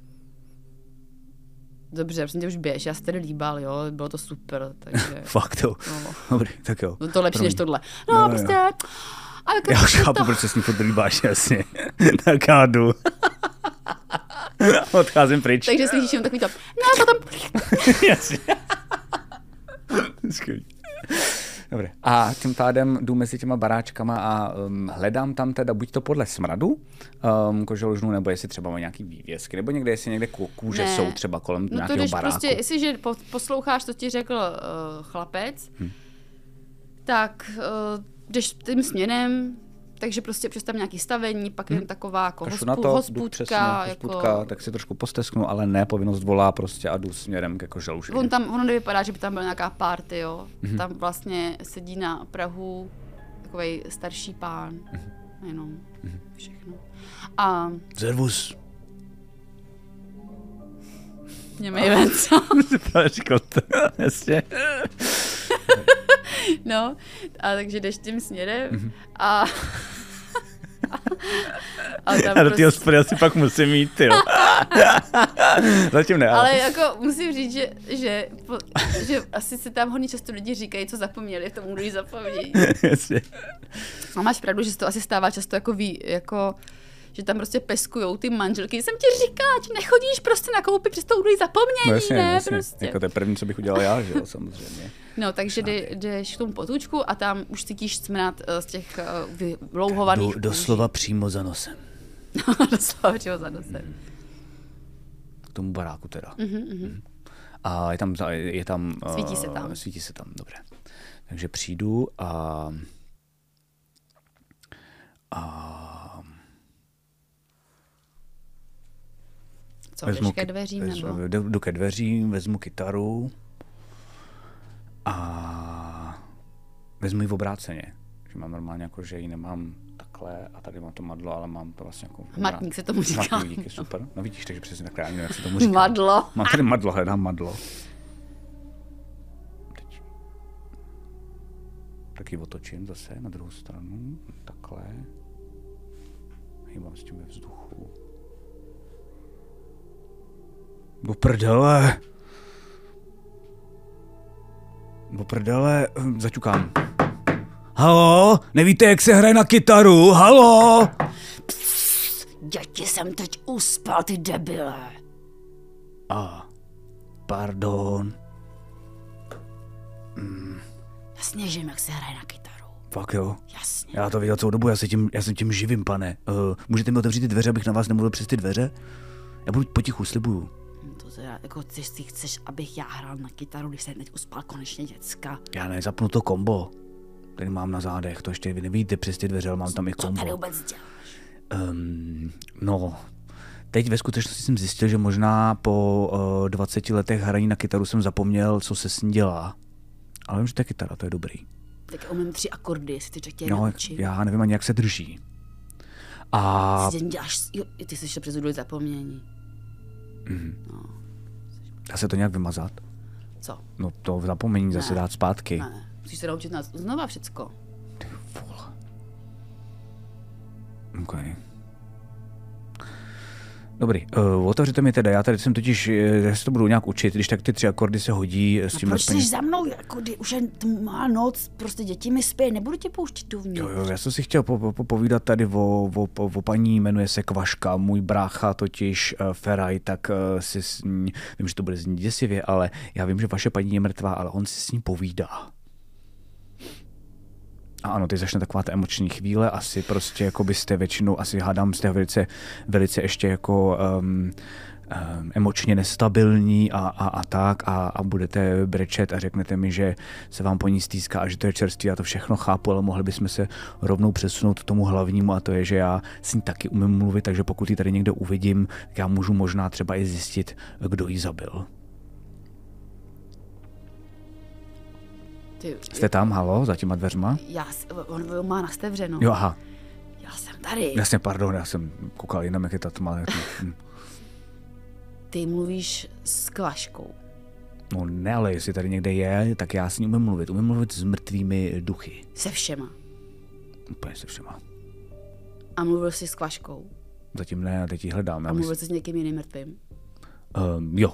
C: Dobře, prosím tě už běž, já se tady líbal, jo, bylo to super, takže...
D: Fakt jo.
C: No.
D: Dobrý, tak jo.
C: Bylo to lepší
D: Promiň.
C: než tohle. No,
D: No, jo.
C: no prostě... A jako
D: Já už
C: to-
D: chápu, proč se s ní furt líbáš, jasně. tak já jdu. Odcházím pryč.
C: Takže slyšíš jenom takový to, no a potom,
D: Jasně. Skvělý. Dobře. A tím pádem jdu mezi těma baráčkama a um, hledám tam teda buď to podle smradu um, koželužnu, nebo jestli třeba má nějaký vývězky, nebo někde, jestli někde ku- kůže
C: Ne.
D: jsou třeba kolem
C: no to
D: nějakého
C: když
D: baráku.
C: prostě, jestliže po, posloucháš, co ti řekl uh, chlapec,
D: Hm.
C: tak uh, jdeš tím směrem, takže prostě přes tam nějaký stavení, pak
D: Hm.
C: jen taková jako
D: Kašu
C: hospu,
D: na to, jdu přesně,
C: hospůdka,
D: hospůdka,
C: jako,
D: tak si trošku postesknu, ale ne, povinnost volá prostě a jdu směrem ke koželužně.
C: on tam, ono nevypadá, že by tam byla nějaká party, jo,
D: Hm. Mhm.
C: tam vlastně sedí na Prahu takovej starší pán,
D: Hm.
C: jenom, všechno. A No,
D: Zervus.
C: němej ven, co?
D: Říkal to, jasně.
C: No, a takže jdeš tím směrem
D: Mhm.
C: a... a, a tam
D: A do té
C: prostě,
D: hospody asi pak musím jít, jo. Zatím ne,
C: ale jako musím říct, že, že, po, že asi se tam hodně často lidi říkají, co zapomněli, tomu když zapomnějí.
D: Jasně.
C: A No, máš pravdu, že se to asi stává často jako ví, jako že tam prostě peskujou ty manželky. Jsem ti říkala, že nechodíš prostě nakoupit, přes to udělí zapomnění,
D: No jasně,
C: ne?
D: jasně.
C: Prostě.
D: Jako to je první, co bych udělal já, že jo, samozřejmě.
C: No, takže jde, jdeš k tomu potůčku a tam už cítíš smrad eh, z těch uh, vylouhovaných kůží.
D: přímo za nosem.
C: doslova přímo za nosem.
D: K tomu baráku teda. Mhm. A je tam, za- je tam...
C: Svítí se
D: eh,
C: tam.
D: Svítí se tam, dobře. Takže přijdu a... A
C: Co, jdeš ke
D: ki-
C: dveřím
D: vezmu-
C: nebo?
D: jdu- Jdu ke dveřím, vezmu kytaru a vezmu ji v obráceně. Že mám normálně jako, že ji nemám takhle a tady mám to madlo, ale mám to vlastně jako... v obrá-
C: Matník se tomu říká.
D: Matník, díky, super. No vidíš, takže přesně takhle, já nevím, jak se tomu říká.
C: Madlo.
D: Mám tady madlo, hledám madlo. Teď. Tak ji otočím zase na druhou stranu, takhle. Hýbám s tím ve vzduchu. Do prdele! Do
E: eh,
D: prdele, hm, zaťukám. Halo, nevíte, jak se hraje na kytaru? Halo!
C: Děti jsem teď uspal, ty debile.
D: A, pardon,
C: Jasně, Vlastně, že jak se hraje na kytaru.
D: fakt jo.
C: Jasně.
D: Já to viděl celou dobu, já se tím, já se tím živím, pane.
E: Eh,
D: Uh, můžete mi otevřít ty dveře, abych na vás nemluvil přes ty dveře? Já budu potichu, slibuju.
C: Hm, To teda, jako ty si chceš, abych já hrál na kytaru, když jsem teď uspal konečně děcka.
D: Já ne, zapnu to kombo. Ten mám na zádech, to ještě vy nevíte přes ty dveře, ale mám tam i
C: Co tady
D: kombo.
C: vůbec děláš?
D: Um, no, teď ve skutečnosti jsem zjistil, že možná po uh, 20 letech hraní na kytaru jsem zapomněl, co se s ní dělá. Ale vím, že to je kytara, to je dobrý.
C: Tak já umím tři akordy, jestli ty chtějí
D: No,
C: naučit.
D: já nevím ani, jak se drží. A
C: Ty si děláš, jo, ty jsi ještě přes udoj zapomnění.
D: dá se to nějak vymazat?
C: Co?
D: No to zapomení zase
C: Ne.
D: dát zpátky.
C: Ne, musíš se naučit na znova všecko.
D: OK. Dobrý, uh, otevřete mi teda, já tady jsem totiž, eh, já se to budu nějak učit, když tak ty tři akordy se hodí eh, s tím
C: Proč jsi za mnou, jako kdy už je tmá noc, prostě děti mi spí, nebudu tě pouštět dovnitř.
D: Jo, jo, já jsem si chtěl po, po, po, povídat tady o, o, o, o paní, jmenuje se Kvaška, můj brácha totiž uh, Feraj, tak uh, si s ní, vím, že to bude znít děsivě, ale já vím, že vaše paní je mrtvá, ale on si s ní povídá. A ano, teď začne taková ta emoční chvíle, asi prostě jako byste většinou, asi hádám, jste velice, velice ještě jako um, um, emočně nestabilní a, a, a tak a, a budete brečet a řeknete mi, že se vám po ní stýská a že to je čerství, já to všechno chápu, ale mohli bychom se rovnou přesunout k tomu hlavnímu a to je, že já s ní taky umím mluvit, takže pokud ji tady někde uvidím, tak já můžu možná třeba i zjistit, kdo ji zabil.
C: Ty,
D: Jste tam, halo, za těma dveřma?
C: já, s- on, on má nastevřeno.
D: Jo, aha,
C: Já jsem tady.
D: jasně, pardon, já jsem koukal jinam, jak je ta tma. jak- hm.
C: Ty mluvíš s Kvaškou.
D: No ne, ale jestli tady někde je, tak já s ním umím mluvit. Umím mluvit s mrtvými duchy.
C: Se všema.
D: Úplně se všema.
C: A mluvil jsi s Kvaškou.
D: Zatím ne, a teď ji hledám. Já
C: A
D: mys...
C: mluvil jsi s někým jiným mrtvým.
D: um, jo,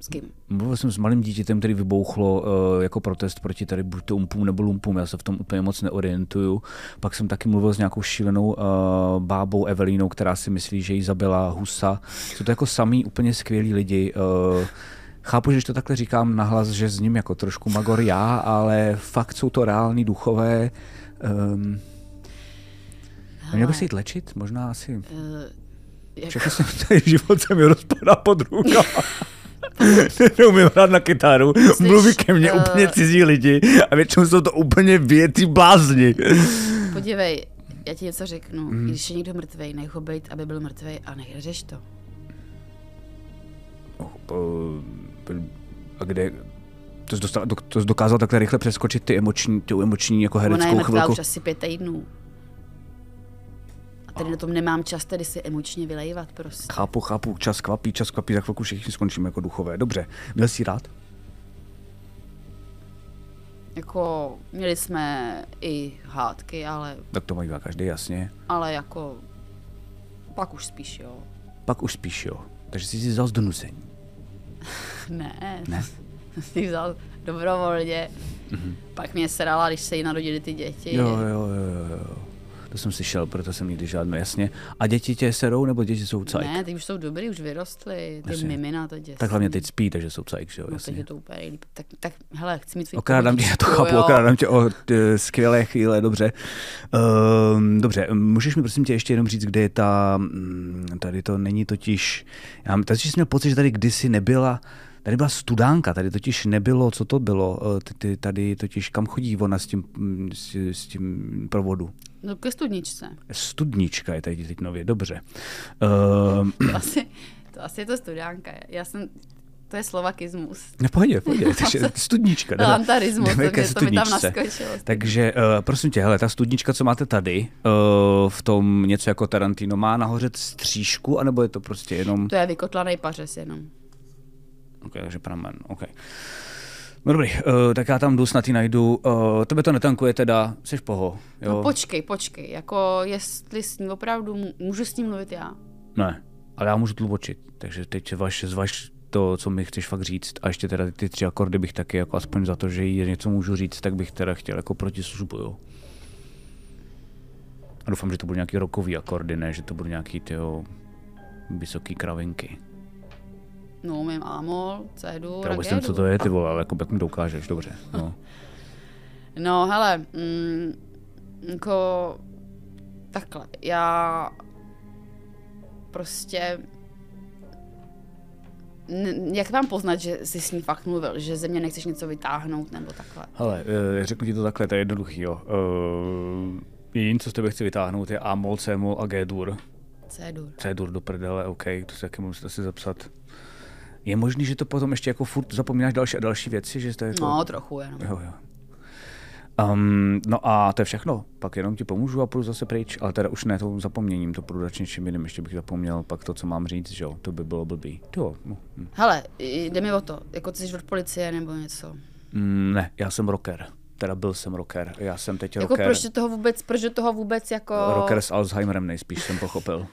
C: S kým?
D: Mluvil jsem s malým dítětem, který vybouchlo uh, jako protest proti tady buď to umpům nebo lumpům, já se v tom úplně moc neorientuju. Pak jsem taky mluvil s nějakou šílenou uh, bábou Evelínou, která si myslí, že ji zabila husa. Jsou to jako samý úplně skvělí lidi. Uh, chápu, že když to takhle říkám nahlas, že s ním jako trošku magor já, ale fakt jsou to reální duchové. Um, Měl by se jít lečit? Možná asi.
C: Eh, Jak,
D: Všechno jsem tady život se mi rozpadá pod rukama. Neumím hrát na kytaru,
C: Myslíš,
D: mluví ke mně
C: eh,
D: úplně cizí lidi a většinou jsou to úplně větý blázni.
C: podívej, já ti něco řeknu.
D: Mhm.
C: Mm. Když je někdo mrtvej, nech ho bejt, aby byl mrtvej a nehřeš to.
D: A kde, to jsi, dostal, dok- to jsi dokázal takhle rychle přeskočit ty emoční, tu emoční jako
C: Ona je
D: hereckou
C: mrtvá
D: chvilku.
C: už asi pět týdnů. A tady na tom nemám čas tady si emočně vylejvat prostě.
D: Chápu, chápu, čas kvapí, čas kvapí, za chvilku všichni skončíme jako duchové. Dobře, byl jsi rád?
C: Jako, měli jsme i hádky, ale,
D: Tak to mají každý, jasně.
C: ale jako, pak už spíš jo.
D: Pak už spíš jo. Takže jsi si vzal z donucení.
C: Ne. Ne. Jsi vzal dobrovolně. Mm-hmm. Pak mě srala, když se jí narodili ty děti.
D: Mhm. Jo, jo, jo, jo, jo. To jsem slyšel, proto jsem nikdy žádný, jasně. A děti tě serou, nebo děti jsou cajk?
C: Ne, ty už jsou dobrý, už vyrostly. Ty
D: Jasně.
C: mimina to děsí.
D: Tak hlavně teď spí, takže jsou cajk, že jo,
C: No, teď
D: jasně.
C: je to úplně nejlíp. Tak, tak, hele, chci mít tvůj
D: Okrádám tě, já to
C: pohodičku,
D: chápu,
C: jo.
D: okrádám tě o t, skvělé chvíle, dobře. Um, dobře, můžeš mi prosím tě ještě jenom říct, kde je ta, mm, tady to není totiž, já mám- tady jsem měl pocit, že tady kdysi nebyla, tady byla studánka, tady totiž nebylo, co to bylo, Eh, ty, ty, tady totiž, kam chodí ona s tím, mm, s, s tím provodu?
C: No ke studničce.
D: Studnička je tady teď nově, dobře. Um,
C: To asi, to asi je to studánka. Já jsem, to je slovakismus.
D: Ne, no, pohodě, pohodě, takže studnička. jdeme-
C: Lantarismus,
D: jdeme
C: to
D: ke
C: mě- to mi tam
D: studničce.
C: naskočilo.
D: Takže uh, prosím tě, hele, ta studnička, co máte tady, uh, v tom něco jako Tarantino, má nahoře střížku, anebo je to prostě jenom...
C: To je vykotlaný pařes jenom.
D: Ok, takže pramen, ok. No dobrý, uh, tak já tam jdu, snad ji najdu. Uh, tebe to netankuje teda, jsi poho, jo?
C: No počkej, počkej, jako jestli s ním opravdu, mů- můžu s ním mluvit já?
D: Ne, ale já můžu tlumočit, takže teď vaš, zvaž to, co mi chceš fakt říct. A ještě teda ty tři akordy bych taky, jako aspoň za to, že jí něco můžu říct, tak bych teda chtěl jako protislužbu, jo. A doufám, že to budou nějaký rokový akordy, ne, že to budou nějaký tyjo vysoký kravinky.
C: No, umím Amol, Cedu,
D: Já vůbec nevím, co to je, ty vole, ale jako jak mi to ukážeš, dobře. No.
C: No, hele, mm, jako takhle, já prostě N- jak mám poznat, že jsi s ní fakt mluvil, že ze mě nechceš něco vytáhnout nebo takhle?
D: Hele, eh, řeknu ti to takhle, to je jednoduchý, jo. Eh, Jediné, co z tebe chci vytáhnout, je Amol, Cmol a G-dur.
C: Cedur.
D: Co je dur do prdele, OK, to si taky musíte si zapsat. Je možný, že to potom ještě jako furt zapomínáš další a další věci, že to je jako...
C: No, trochu jenom.
D: Jo, jo. Um, no a to je všechno. Pak jenom ti pomůžu a půjdu zase pryč. Ale teda už ne tou zapomněním, to půjdu radši něčím jiným. Ještě bych zapomněl pak to, co mám říct, že jo. To by bylo blbý. To Jo, no. hm.
C: Hele, jde mi o to, jako ty jsi od policie nebo něco. Jako
D: mm, ne, já jsem rocker. Teda byl jsem rocker. Já jsem teď
C: Jako
D: rocker.
C: proč do toho vůbec, proč do toho vůbec jako...
D: Rocker s Alzheimerem nejspíš jsem pochopil.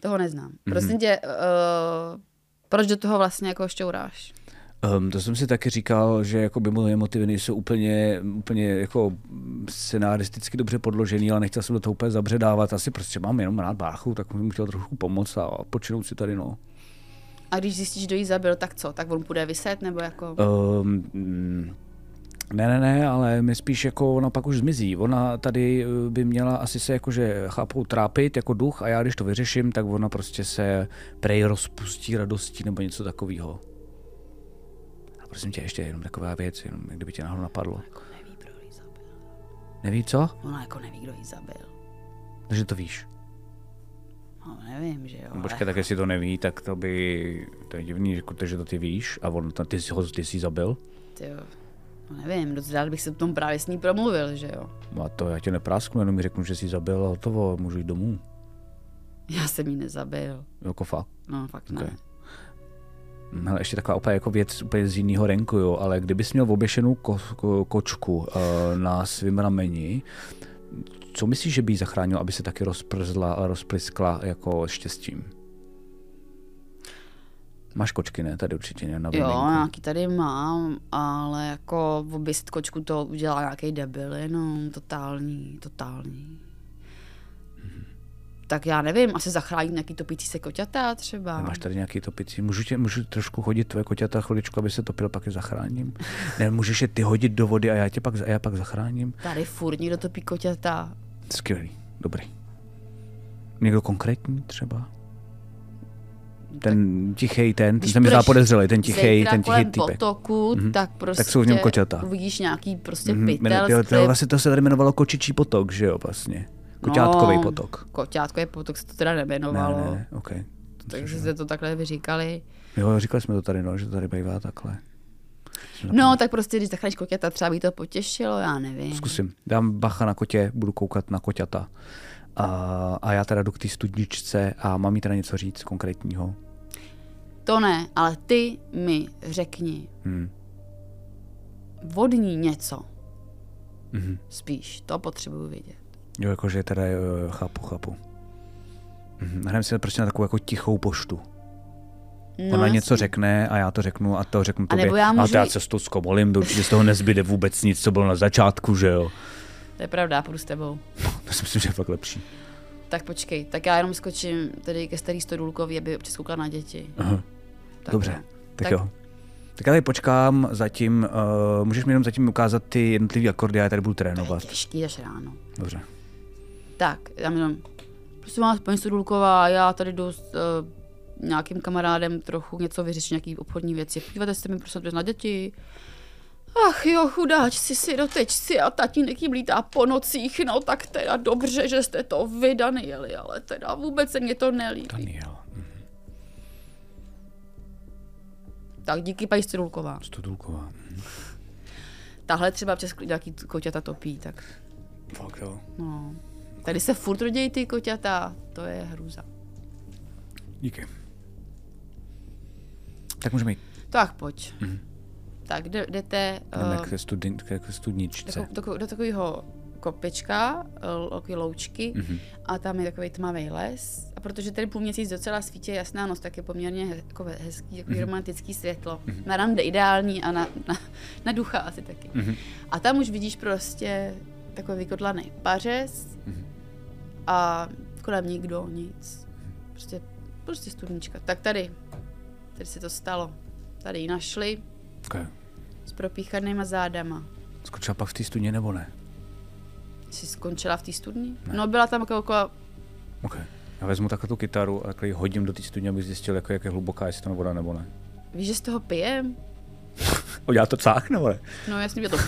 C: Toho neznám.
D: Mhm.
C: Prosím tě, uh, proč do toho vlastně jako šťouráš?
D: Um, to jsem si taky říkal, že jako by moje motivy nejsou úplně, úplně jako mm, scenaristicky dobře podložený, ale nechtěl jsem do toho úplně zabředávat. Asi prostě mám jenom rád báchu, tak mu chtěl trochu pomoct a počinout si tady, no.
C: A když zjistíš, kdo jí zabil, tak co? Tak on půjde vyset nebo jako...
D: Um, mm, ne, ne, ne, ale my spíš jako ona pak už zmizí. Ona tady eh, by měla asi se jakože chápou trápit jako duch a já když to vyřeším, tak ona prostě se prej rozpustí radostí nebo něco takového. A prosím tě, ještě jenom taková věc, jenom jak kdyby tě náhodou napadlo.
C: Jako Neví, kdo jí zabil.
D: Neví co?
C: Ona jako neví, kdo jí zabil.
D: Takže to víš.
C: No, nevím, že jo.
D: No,
C: Ale...
D: počkej, tak jestli to neví, tak to by... To je divný, jako to, že to ty víš a on, ty jsi ho ty jsi zabil.
C: Tyjo, no nevím, dost rád bych se o tom právě s ní promluvil, že jo.
D: No A to já tě neprásknu, jenom mi řeknu, že jsi zabil a hotovo, můžu jít domů.
C: Já jsem jí nezabil.
D: Jako fakt.
C: No, fakt ne.
D: Ok. Hm, Hele, ještě taková úplně jako věc úplně z jiného renku, jo, ale kdybys měl oběšenou ko, ko, kočku uh, na svém rameni, co myslíš, že by ji zachránil, aby se taky rozprzla a rozpliskla jako štěstím? Máš kočky, ne? Tady určitě ne, na
C: Jo,
D: vemenku.
C: nějaký tady mám, ale jako oběsit kočku to udělá nějaký debil, jenom totální, totální. Tak já nevím, asi zachránit nějaký topící se koťata třeba.
D: Máš tady nějaký topicí? Můžu, tě, můžu trošku hodit tvoje koťata chviličku, aby se topil, pak je zachráním? Ne, můžeš je ty hodit do vody a já tě pak, a já pak zachráním?
C: Tady furt někdo topí koťata.
D: Skvělý, dobrý. Někdo konkrétní třeba? Ten tichý ten, ten
C: Když
D: se mi zdá
C: půjdeš
D: podezřelý, ten tichý,
C: zítra
D: ten tichý
C: kolem
D: typek.
C: potoku, mm-hmm. tak prostě
D: Mhm. jsou v něm koťata.
C: uvidíš nějaký prostě
D: Mhm,
C: mm-hmm.
D: jmenuje-
C: pytel,
D: tyjo,
C: s
D: tyjo,
C: kterým-
D: vlastně to se tady jmenovalo kočičí potok, že jo vlastně.
C: No.
D: Koťátkový potok.
C: Koťátkový potok se to teda
D: Ne,
C: nejmenovalo,
D: ne, ne, okay.
C: takže jste to takhle vyříkali.
D: Jo, jo, říkali jsme to tady, no, že to tady bývá takhle. Jsem
C: No, tak prostě, když zachráníš koťata, třeba by to potěšilo, já nevím.
D: Zkusím. Dám bacha na kotě, budu koukat na koťata. A, a já teda jdu k té studničce a mám jí teda něco říct konkrétního.
C: To ne, ale ty mi řekni.
D: Hmm.
C: Vodní něco.
D: Mhm.
C: Spíš, to potřebuju vědět.
D: Jo, jakože teda jo, jo, chápu, chápu. Mhm. Hrajeme si prostě na takovou jako tichou poštu.
C: No,
D: Ona
C: jasně.
D: něco řekne a já to řeknu a to řeknu tobě.
C: nebo já
D: A
C: můžu
D: já
C: jí-
D: se s tou zkomolím, to určitě z toho nezbyde vůbec nic, co bylo na začátku, že jo.
C: To je pravda, půjdu s tebou.
D: To si myslím, že je fakt lepší.
C: Tak počkej, tak já jenom skočím tady ke starý stodůlkovi, aby občas koukala na děti.
D: Aha.
C: Tak
D: Dobře,
C: jo.
D: tak,
C: Tak-
D: jo. Tak já tady počkám zatím, uh, můžeš mi jenom zatím ukázat ty jednotlivé akordy, a já tady budu
C: To je
D: trénovat.
C: těžký až ráno.
D: Dobře.
C: Tak, já jenom, prosím vás, paní Sudulková, já tady jdu s uh, nějakým kamarádem trochu něco vyřešit, nějaký obchodní věci. Podívejte se mi prosím na děti. Ach jo, chudáč, si si dotečci a tatínek jí blítá po nocích, no tak teda dobře, že jste to vy, Danieli, ale teda vůbec se mě to nelíbí.
D: Daniel.
C: Tak díky, paní Sudulková.
D: Studulková.
C: Tahle třeba občas nějaký koťata topí, tak
D: Fakt jo.
C: no. Tady se furt rodějí ty koťata, to je hrůza.
D: Díky. Tak můžeme jít
C: Tak pojď. Tak jde- jdete... eh,
D: uh, k, studin, k, k studničce.
C: Tako- tako- do takového kopečka, eh, l- takové loučky
D: Mhm.
C: mm-hmm. a tam je takový tmavý les. A protože ten půlměsíc docela svítí jasná noc, tak je poměrně he- jako hezký, takový mm-hmm. romantický světlo. Mm-hmm. Na rande ideální a na, na, na ducha asi taky. Mm-hmm. A tam už vidíš prostě takový vykotlaný pařez mm-hmm. a kolem nikdo, nic. Prostě, prostě studnička. Tak tady, tady se to stalo. Tady ji našli
D: Okay.
C: s propíchanýma zádama.
D: Skočila pak v té studně nebo ne?
C: Jsi skončila v té studni? Ne. No byla tam jako, jako
D: Okay. Já vezmu takhle tu kytaru a takhle ji hodím do té studně, abych zjistil, jako, jak je hluboká, jestli to voda nebo ne.
C: víš, že z toho pijem?
D: O, já to cáknu, ale.
C: No jasně, bylo to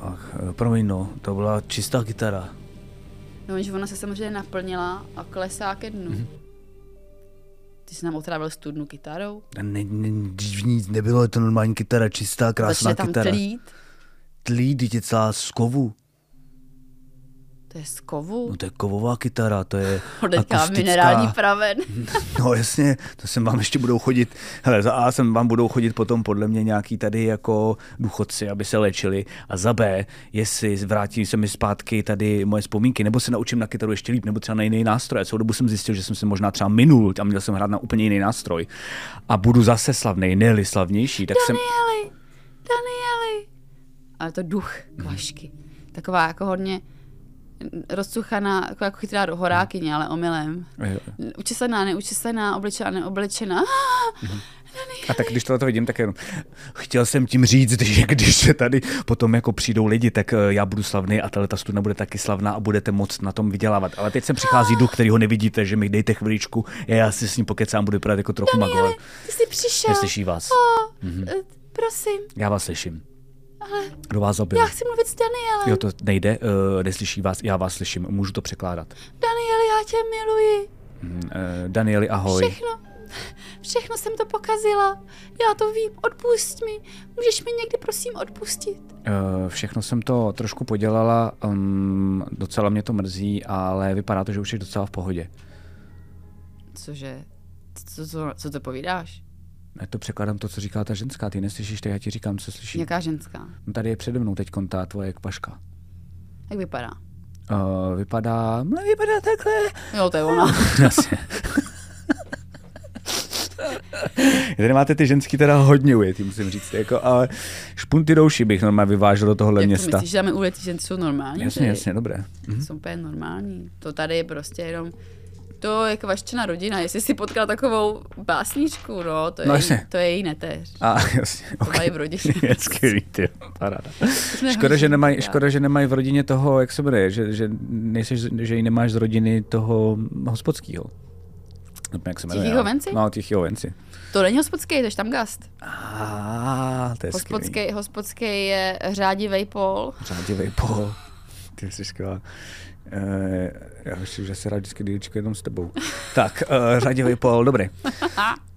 D: Ach, eh, promiň, no, to byla čistá kytara.
C: No že ona se samozřejmě naplnila a klesá ke dnu.
D: Mhm.
C: Ty jsi nám otrávil studnu kytarou,
D: Ne, ne, v nic nebylo, je to normální kytara, čistá, krásná
C: začne tam
D: kytara.
C: tlít,
D: Tlí, teď je celá z kovu.
C: to je z kovu,
D: No to je kovová kytara, to je
C: odetká
D: akustická.
C: minerální praven.
D: No jasně, to sem vám ještě budou chodit, hele, za A sem vám budou chodit potom podle mě nějaký tady jako důchodci, aby se léčili a za B, jestli vrátí se mi zpátky tady moje vzpomínky, nebo se naučím na kytaru ještě líp, nebo třeba na jiný nástroj. A celou dobu jsem zjistil, že jsem se možná třeba minul a měl jsem hrát na úplně jiný nástroj. A budu zase slavný, ne slavnější, tak jsem...
C: Danieli, Danieli. Ale to duch
D: Mhm.
C: kvašky. Taková jako hodně rozcuchaná, jako, jako chytrá do
D: Mhm.
C: horákyně, ale omylem.
D: Jo.
C: Učesaná, neučesaná, oblečená, neoblečená.
D: A tak když tohle to vidím, tak jenom chtěl jsem tím říct, že když se tady potom jako přijdou lidi, tak eh, já budu slavný a tahle ta studna bude taky slavná a budete moc na tom vydělávat. Ale teď sem přichází duch, který ho nevidíte, že mi dejte chviličku, já si s ním pokecám, budu vypadat jako trochu magor.
C: Ty jsi přišel.
D: Neslyší vás.
C: O, mm-hmm. prosím,
D: Já vás slyším. Kdo vás zabil?
C: já chci mluvit s Danielem.
D: Jo, to nejde, uh, neslyší vás, já vás slyším, můžu to překládat.
C: Danieli, já tě miluji.
D: Uh, Danieli, ahoj.
C: Všechno, všechno jsem to pokazila. Já to vím, odpust mi. Můžeš mi někdy prosím odpustit?
D: Eh, Všechno jsem to trošku podělala, um, docela mě to mrzí, ale vypadá to, že už je docela v pohodě.
C: Cože? Co, co, co to povídáš?
D: Já to překládám to, co říká ta ženská. Ty neslyšíš, tak já ti říkám, co slyšíš.
C: Jaká ženská?
D: No Tady je přede mnou teď ta tvoje paška.
C: Jak vypadá?
D: Uh, vypadá, mle, vypadá takhle.
C: Jo, to je ona.
D: Jasně. Tady máte ty ženský teda hodně ujetý, musím říct. Jako, ale špunty douši bych normálně vyvážel do tohohle
C: Jak to
D: města.
C: myslíš, že tam je uletí ženci jsou normální?
D: Jasně,
C: tady?
D: jasně, dobré.
C: Jsou úplně normální. To tady je prostě jenom to je kvaštěná rodina, jestli si potkal takovou básničku, no, to je,
D: No
C: no,
D: jasně.
C: to je její neteř.
D: A jasně, ok.
C: mají v rodině.
D: Je skvělý, ty, paráda.
C: jsme
D: Škoda, že
C: hodně
D: nemají,
C: tenkrát.
D: škoda, že nemají v rodině toho, jak se jmenuje, že, že, nejseš, že ji nemáš z rodiny toho hospodského. Nevím, jak se jmenuje.
C: Tichýho
D: ale-
C: venci?
D: No, tichýho venci.
C: To není hospodský, to je tam gast.
D: A, to je skvělý.
C: Hospodský, hospodský je řádivej pol.
D: Řádivej pol. Ty jsi skvělá. Uh, já už že se rád vždycky dílčku jenom s tebou. Tak, uh, řádivej pol, dobrý.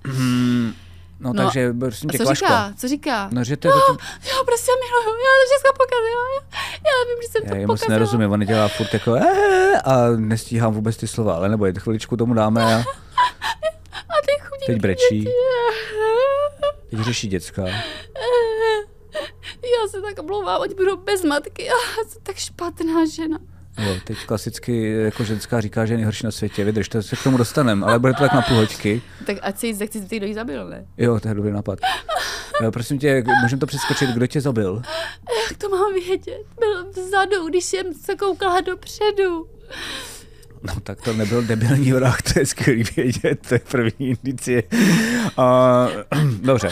D: Mm, no,
C: No,
D: takže, prosím tě,
C: A co
D: Klaško.
C: říká? Co říká?
D: No, že to je zatím-
C: já prostě miluju, já to všechno pokazila. Já, já vím, že jsem
D: Já
C: to
D: jemu moc
C: pokazila.
D: nerozumím, on dělá furt jako "Eh", a nestíhám vůbec ty slova, ale nebo chviličku tomu dáme a
C: A ty chudí
D: Teď brečí. teď řeší děcka.
C: Já se tak omlouvám, oni budou bez matky. Já jsem tak špatná žena.
D: Jo, teď klasicky jako ženská říká, že je nejhorší na světě, vydrž, to se k tomu dostaneme, ale bude to tak na půl hoďky.
C: Tak ať si jít, tak si ty kdo jí zabil, ne?
D: Jo, to je dobrý nápad. Jo, prosím tě, můžeme to přeskočit, kdo tě zabil?
C: Jak to mám vědět? Byl vzadu, když jsem se koukala dopředu.
D: No tak to nebyl debilní vrah, to je skvělý vědět, to je první indicie. Uh, dobře.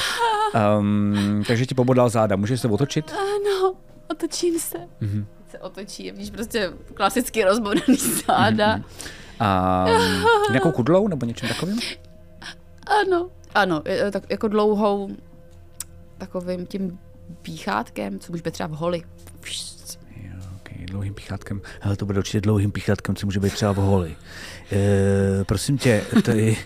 D: Um, takže ti pobodal záda, můžeš se otočit?
C: Ano, otočím se. Mm-hmm. Se otočí, víš, prostě klasicky rozbodaný
D: Mhm,
C: záda. Mm-hmm.
D: A nějakou kudlou nebo něčím takovým?
C: Ano, ano, je- tak jako dlouhou takovým tím píchátkem, co může být třeba v holi.
D: Jo, okay, dlouhým pichátkem. Hele, to bude určitě dlouhým pichátkem, co může být třeba v holi. E, prosím tě, tady,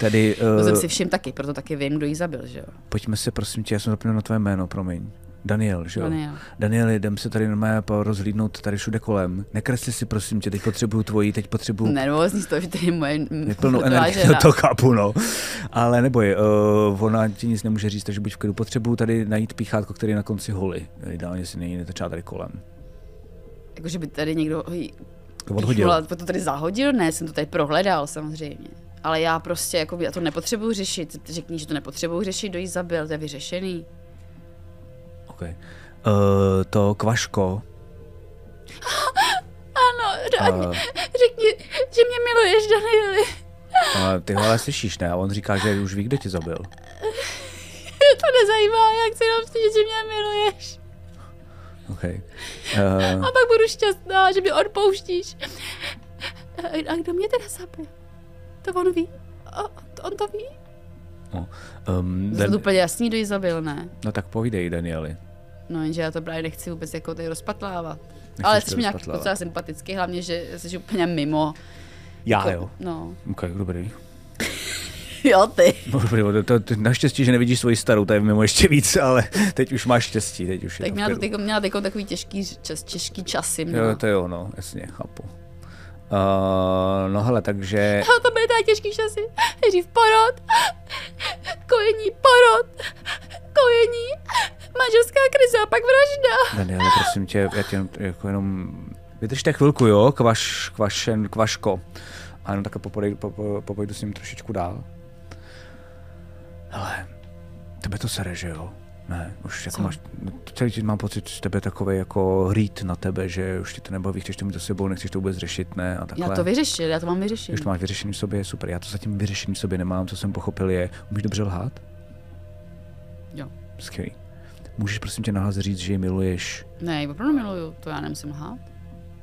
D: tady
C: To jsem si
D: e,
C: všim taky, proto taky vím, kdo jí zabil, že jo.
D: pojďme se, prosím tě, já jsem zapomněl na tvé jméno, promiň. Daniel, že jo?
C: Daniel.
D: Daniel, jdem se tady normálně rozhlídnout tady všude kolem. Nekresli si, prosím tě, teď potřebuju tvoji, teď potřebuju
C: Nervózní z toho, že tady je moje m,
D: Hm. Je plnou
C: mrtvá
D: energie,
C: žena.
D: to chápu, no. Ale neboj, uh, ona ti nic nemůže říct, takže buď v klidu. Potřebuju tady najít píchátko, který je na konci holy. Ideálně si nejde třeba tady kolem.
C: Jako, že by tady někdo jí
D: To odhodil.
C: píchnul a to tady zahodil? Ne, jsem to tady prohledal samozřejmě. Ale já prostě, jako, já to nepotřebuju řešit. Řekni, že to nepotřebuju řešit, kdo jí zabil, to je vyřešený.
D: Okay. Uh, to kvaško.
C: Ano,
D: Uh,
C: řekni, že mě miluješ, Danieli.
D: uh, ty ho ale slyšíš, ne? A On říká, že už ví, kdo tě zabil.
C: to nezajímá, já chci jenom slyšet, že mě miluješ.
D: Okay. Uh,
C: A pak budu šťastná, že mě odpouštíš. A kdo mě teda zabil? To on ví. A on to ví?
D: um,
C: To je
D: Dan-
C: úplně jasný, kdo ji zabil, ne?
D: no tak povídej, Danieli.
C: No jenže já to právě nechci vůbec jako tady rozpatlávat. Ale
D: to
C: jsi mi nějak
D: rozpatlávat.
C: docela sympatický, hlavně, že jsi úplně mimo.
D: Já jo.
C: No.
D: Okay, dobrý.
C: Jo, ty.
D: Dobrý, to, to, to, naštěstí, že nevidíš svoji starou, to je mimo ještě víc, ale teď už máš štěstí, teď už je
C: Tak
D: to v
C: měla, to
D: klidu.
C: teď, měla teď takový těžký, čas, těžký časy. Měla.
D: Jo, to jo, no, jasně, chápu. Uh, no hele, takže...
C: A to byly teda těžký časy. Nejdřív porod, kojení, porod, kojení, manželská krize a pak vražda.
D: Daniel, prosím tě, já tě jenom- jako jenom... Vydržte chvilku, jo, kvaš, kvašen, kvaško. A jenom takhle popojdu, popo- popojdu s ním trošičku dál. Hele, tebe to sere, že jo? Ne, už jako máš, celý tím mám pocit, že tebe je takový jako hrít na tebe, že už ti to nebaví, chceš to mít za sebou, nechceš to vůbec řešit, ne? A takhle.
C: Já to vyřešil, já to mám vyřešit.
D: Když to máš vyřešený v sobě, je super. Já to zatím vyřešený v sobě nemám, co jsem pochopil je, umíš dobře lhát?
C: Jo.
D: Skvělý. Můžeš prosím tě nahlas říct, že ji miluješ?
C: Ne, opravdu miluju, to já nemusím lhát.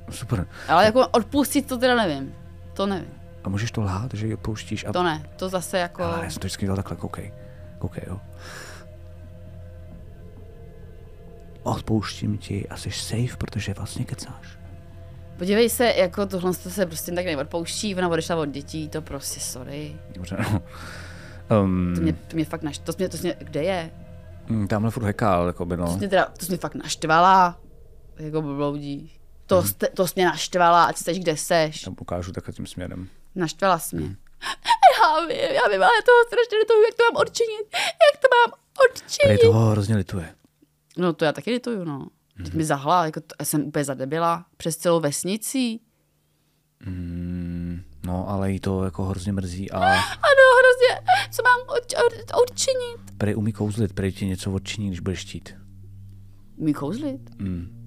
D: Super.
C: Ale jako odpustit to teda nevím. To nevím,
D: A můžeš to lhát, že ji opouštíš? A...
C: to ne, to zase jako...
D: Ale já jsem to vždycky dělal takhle, koukej. Koukej, jo. Odpouštím ti a jsi safe, protože vlastně kecáš.
C: Podívej se, jako tohle to se prostě tak neodpouští, ona odešla od dětí, to prostě sorry.
D: Dobře, no. Um,
C: To mě, to mě fakt naš... To jsi mě, to jsi mě, kde je?
D: mm, Tamhle furt hekal, jako by
C: To
D: no.
C: jsi mě teda, to jsi mě fakt naštvala. Jako bloudí. To, mm.
D: No.
C: to jsi mě naštvala, ať seš, kde seš.
D: Já ukážu takhle tím směrem.
C: Naštvala jsi mě. Já já vím, já vím, ale toho strašně lituju, jak to mám odčinit, jak to mám
D: Prej
C: odčinit.
D: toho hrozně lituje.
C: No to já taky lituju, no. Teď mi zahla, jako t- já jsem úplně zadebila přes celou vesnicí.
D: Mm, no, ale jí to jako hrozně mrzí a
C: Ano, hrozně, co mám od, od, odčinit?
D: prej umí kouzlit, prej ti něco odčiní, když budeš štít.
C: Umí kouzlit?
D: Mm,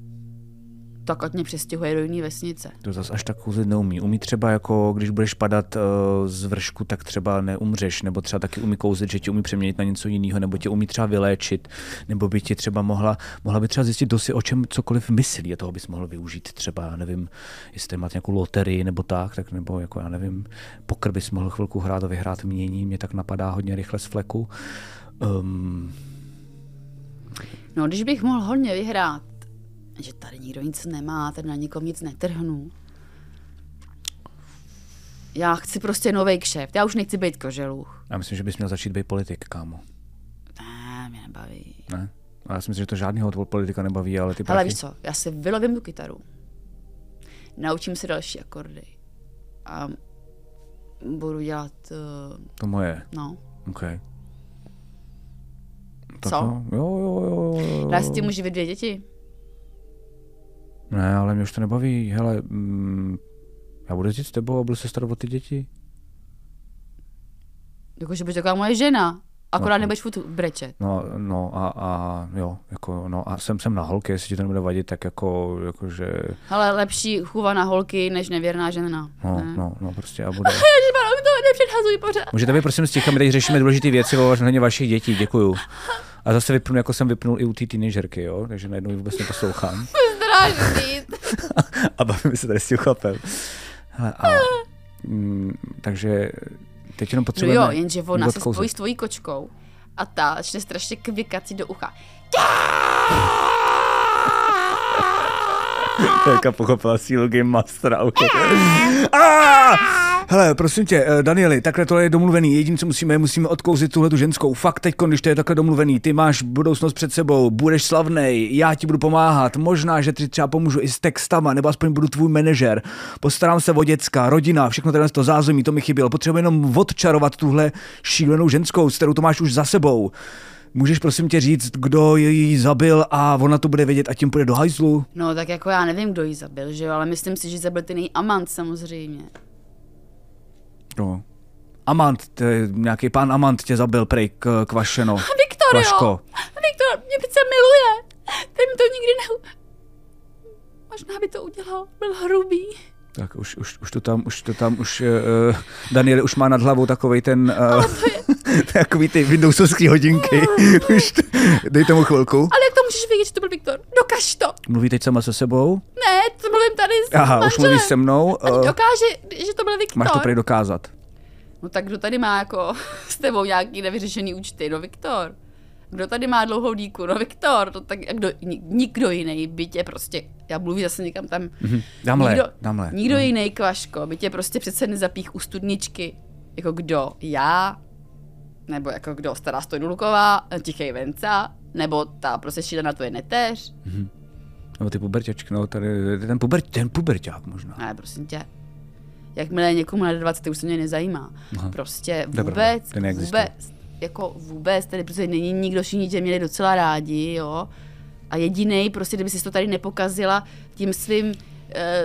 C: Tak ať mě přestěhuje do jiné vesnice.
D: to zas až tak kouzlit neumí. Umí třeba jako, když budeš padat uh, z vršku, tak třeba neumřeš, nebo třeba taky umí kouzlit, že tě umí přeměnit na něco jiného, nebo tě umí třeba vyléčit, nebo by ti třeba mohla, mohla by třeba zjistit, kdo si o čem cokoliv myslí a toho bys mohl využít třeba, já nevím, jestli máte nějakou loterii nebo tak, tak nebo jako já nevím, pokr bys mohl chvilku hrát a vyhrát mění, mě tak napadá hodně rychle z fleku. Um,
C: No, když bych mohl hodně vyhrát, že tady nikdo nic nemá, tady na nikom nic netrhnu. Já chci prostě nový kšeft, já už nechci být koželuch.
D: Já myslím, že bys měl začít být politik, kámo.
C: Ne, mě nebaví.
D: Ne? A já si myslím, že to žádného od politika nebaví, ale ty
C: Hele,
D: prachy-
C: víš co, já si vylovím tu kytaru, naučím se další akordy a budu dělat, eh,
D: To moje,
C: no,
D: OK. Tak
C: Co?
D: no, Jo, jo, jo, jo, jo.
C: já si tím můžu vydvě děti.
D: Ne, ale mě už to nebaví, hele, mm, já budu jezdit s tebou a budu se starat o ty děti.
C: Jakože budeš taková moje žena, akorát nebudeš furt brečet.
D: No, no a, a jo, jako, no a jsem, jsem na holky, jestli ti to nebude vadit, tak jako, jakože,
C: Hele, lepší chuva na holky, než nevěrná žena.
D: no,
C: ne?
D: no, no, prostě a bude.
C: Ježiš, pardon, to nepředhazuj pořád.
D: Můžete být prosím sticha, my teď řešíme důležité věci ohledně vašich dětí, děkuju. A zase vypnu, jako jsem vypnul i u té teenagerky, jo, takže najednou ji vůbec neposlouchám.
C: Zdráždit.
D: a bavíme se tady s tím chlapem. Hele, a, mm, takže teď jenom
C: No
D: potřebujeme
C: jo, jenže ona se
D: odkouzlit.
C: spojí s tvojí kočkou a ta začne strašně kvikat si do ucha.
D: Telka pochopila sílu Game Mastera, ok. Ah! Hele, prosím tě, eh, Danieli, takhle tohle je domluvený. Jediné, co musíme, je musíme odkouzit tuhle tu ženskou. Fakt teď, když to je takhle domluvený, ty máš budoucnost před sebou, budeš slavnej, já ti budu pomáhat. Možná, že ti třeba pomůžu i s textama, nebo aspoň budu tvůj manažer. Postarám se o děcka, rodina, všechno tenhle to zázemí, to mi chybělo. Potřebuji jenom odčarovat tuhle šílenou ženskou, s kterou to máš už za sebou. Můžeš prosím tě říct, kdo ji zabil a ona to bude vědět a tím půjde do hajzlu?
C: No tak jako já nevím, kdo ji zabil, že jo, ale myslím si, že ji zabil ten její amant samozřejmě.
D: No. Amant, to je nějaký pán Amant tě zabil, prej, k, kvašeno.
C: Viktor, jo!
D: Vaško.
C: Viktor mě přece miluje! Ten mi to nikdy ne... Možná by to udělal, byl hrubý.
D: Tak už, už, už to tam, už to tam, už uh, Daniel už má nad hlavou takovej ten, uh, takový ty Windowsovský hodinky. už, t- dej tomu chvilku.
C: Ale jak to můžeš vědět, že to byl Viktor? Dokaž to!
D: Mluví teď sama se sebou.
C: Ne, to mluvím tady s
D: Aha, už
C: manželem.
D: mluví se mnou.
C: Ať
D: Uh,
C: dokáže, že to byl Viktor.
D: máš to prej dokázat.
C: No tak kdo tady má jako s tebou nějaký nevyřešený účty? No Viktor. Kdo tady má dlouhou díku? No Viktor. To tak, a kdo, ni- nikdo jiný by tě prostě, já mluvím zase někam tam. Mm-hmm.
D: Tamhle,
C: nikdo,
D: tamhle.
C: nikdo jiný kvaško by tě prostě přece nezapích u studničky. Jako kdo? Já? Nebo jako kdo? Stará Stojdulková? Tichej Venca? Nebo ta prostě šílená tvoje neteř?
D: Nebo ty puberťačky, no tady, ten, puber, ten puberťák možná.
C: Ne, prosím tě. Jakmile je někomu na 20, už se mě nezajímá. Aha. Prostě
D: je
C: vůbec,
D: pravda, ten neexistuje.
C: vůbec, jako vůbec, tady prostě není nikdo, všichni tě měli docela rádi, jo. A jediný, prostě, kdyby si to tady nepokazila tím svým, eh,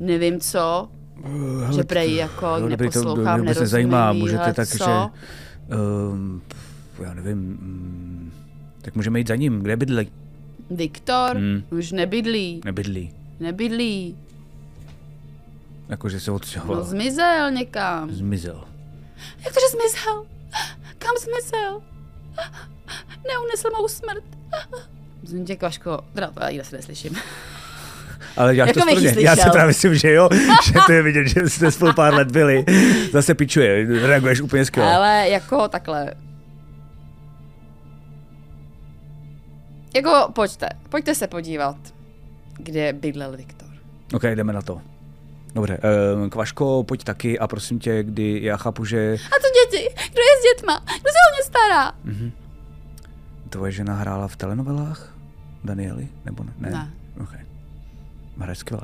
C: nevím co,
D: Eh, Hele,
C: že prej jako
D: Jo, dobrý,
C: neposlouchám,
D: mě vůbec
C: nerozumím
D: nezajímá,
C: jí,
D: můžete
C: ale
D: tak,
C: co?
D: že... Um, já nevím, mm, tak můžeme jít za ním, kde bydlí?
C: Viktor
D: Hmm.
C: už nebydlí,
D: Nebydlí.
C: nebydlí,
D: Jakože se
C: no
D: odstěhoval.
C: zmizel někam.
D: Zmizel.
C: Jak to, že zmizel? Kam zmizel? Neunesl mou smrt. Zní tě, Kvaško, teda to já nikde se neslyším.
D: Ale děláš
C: Jako
D: to
C: bych ji
D: správně. Já si
C: slyšel.
D: právě myslím, že jo, že to je vidět, že jste spolu pár let byli. Zase pičuje, reaguješ úplně skvěle.
C: Ale jako takhle. Jako pojďte, pojďte se podívat, kde bydlel Viktor.
D: Ok, jdeme na to. Dobře, um, Kvaško, pojď taky a prosím tě, kdy já chápu, že
C: A co děti? Kdo je s dětma? Kdo se o ně stará?
D: tvoje žena hrála v telenovelách? Danieli? Nebo ne?
C: Ne.
D: Ok. Hraje skvěle.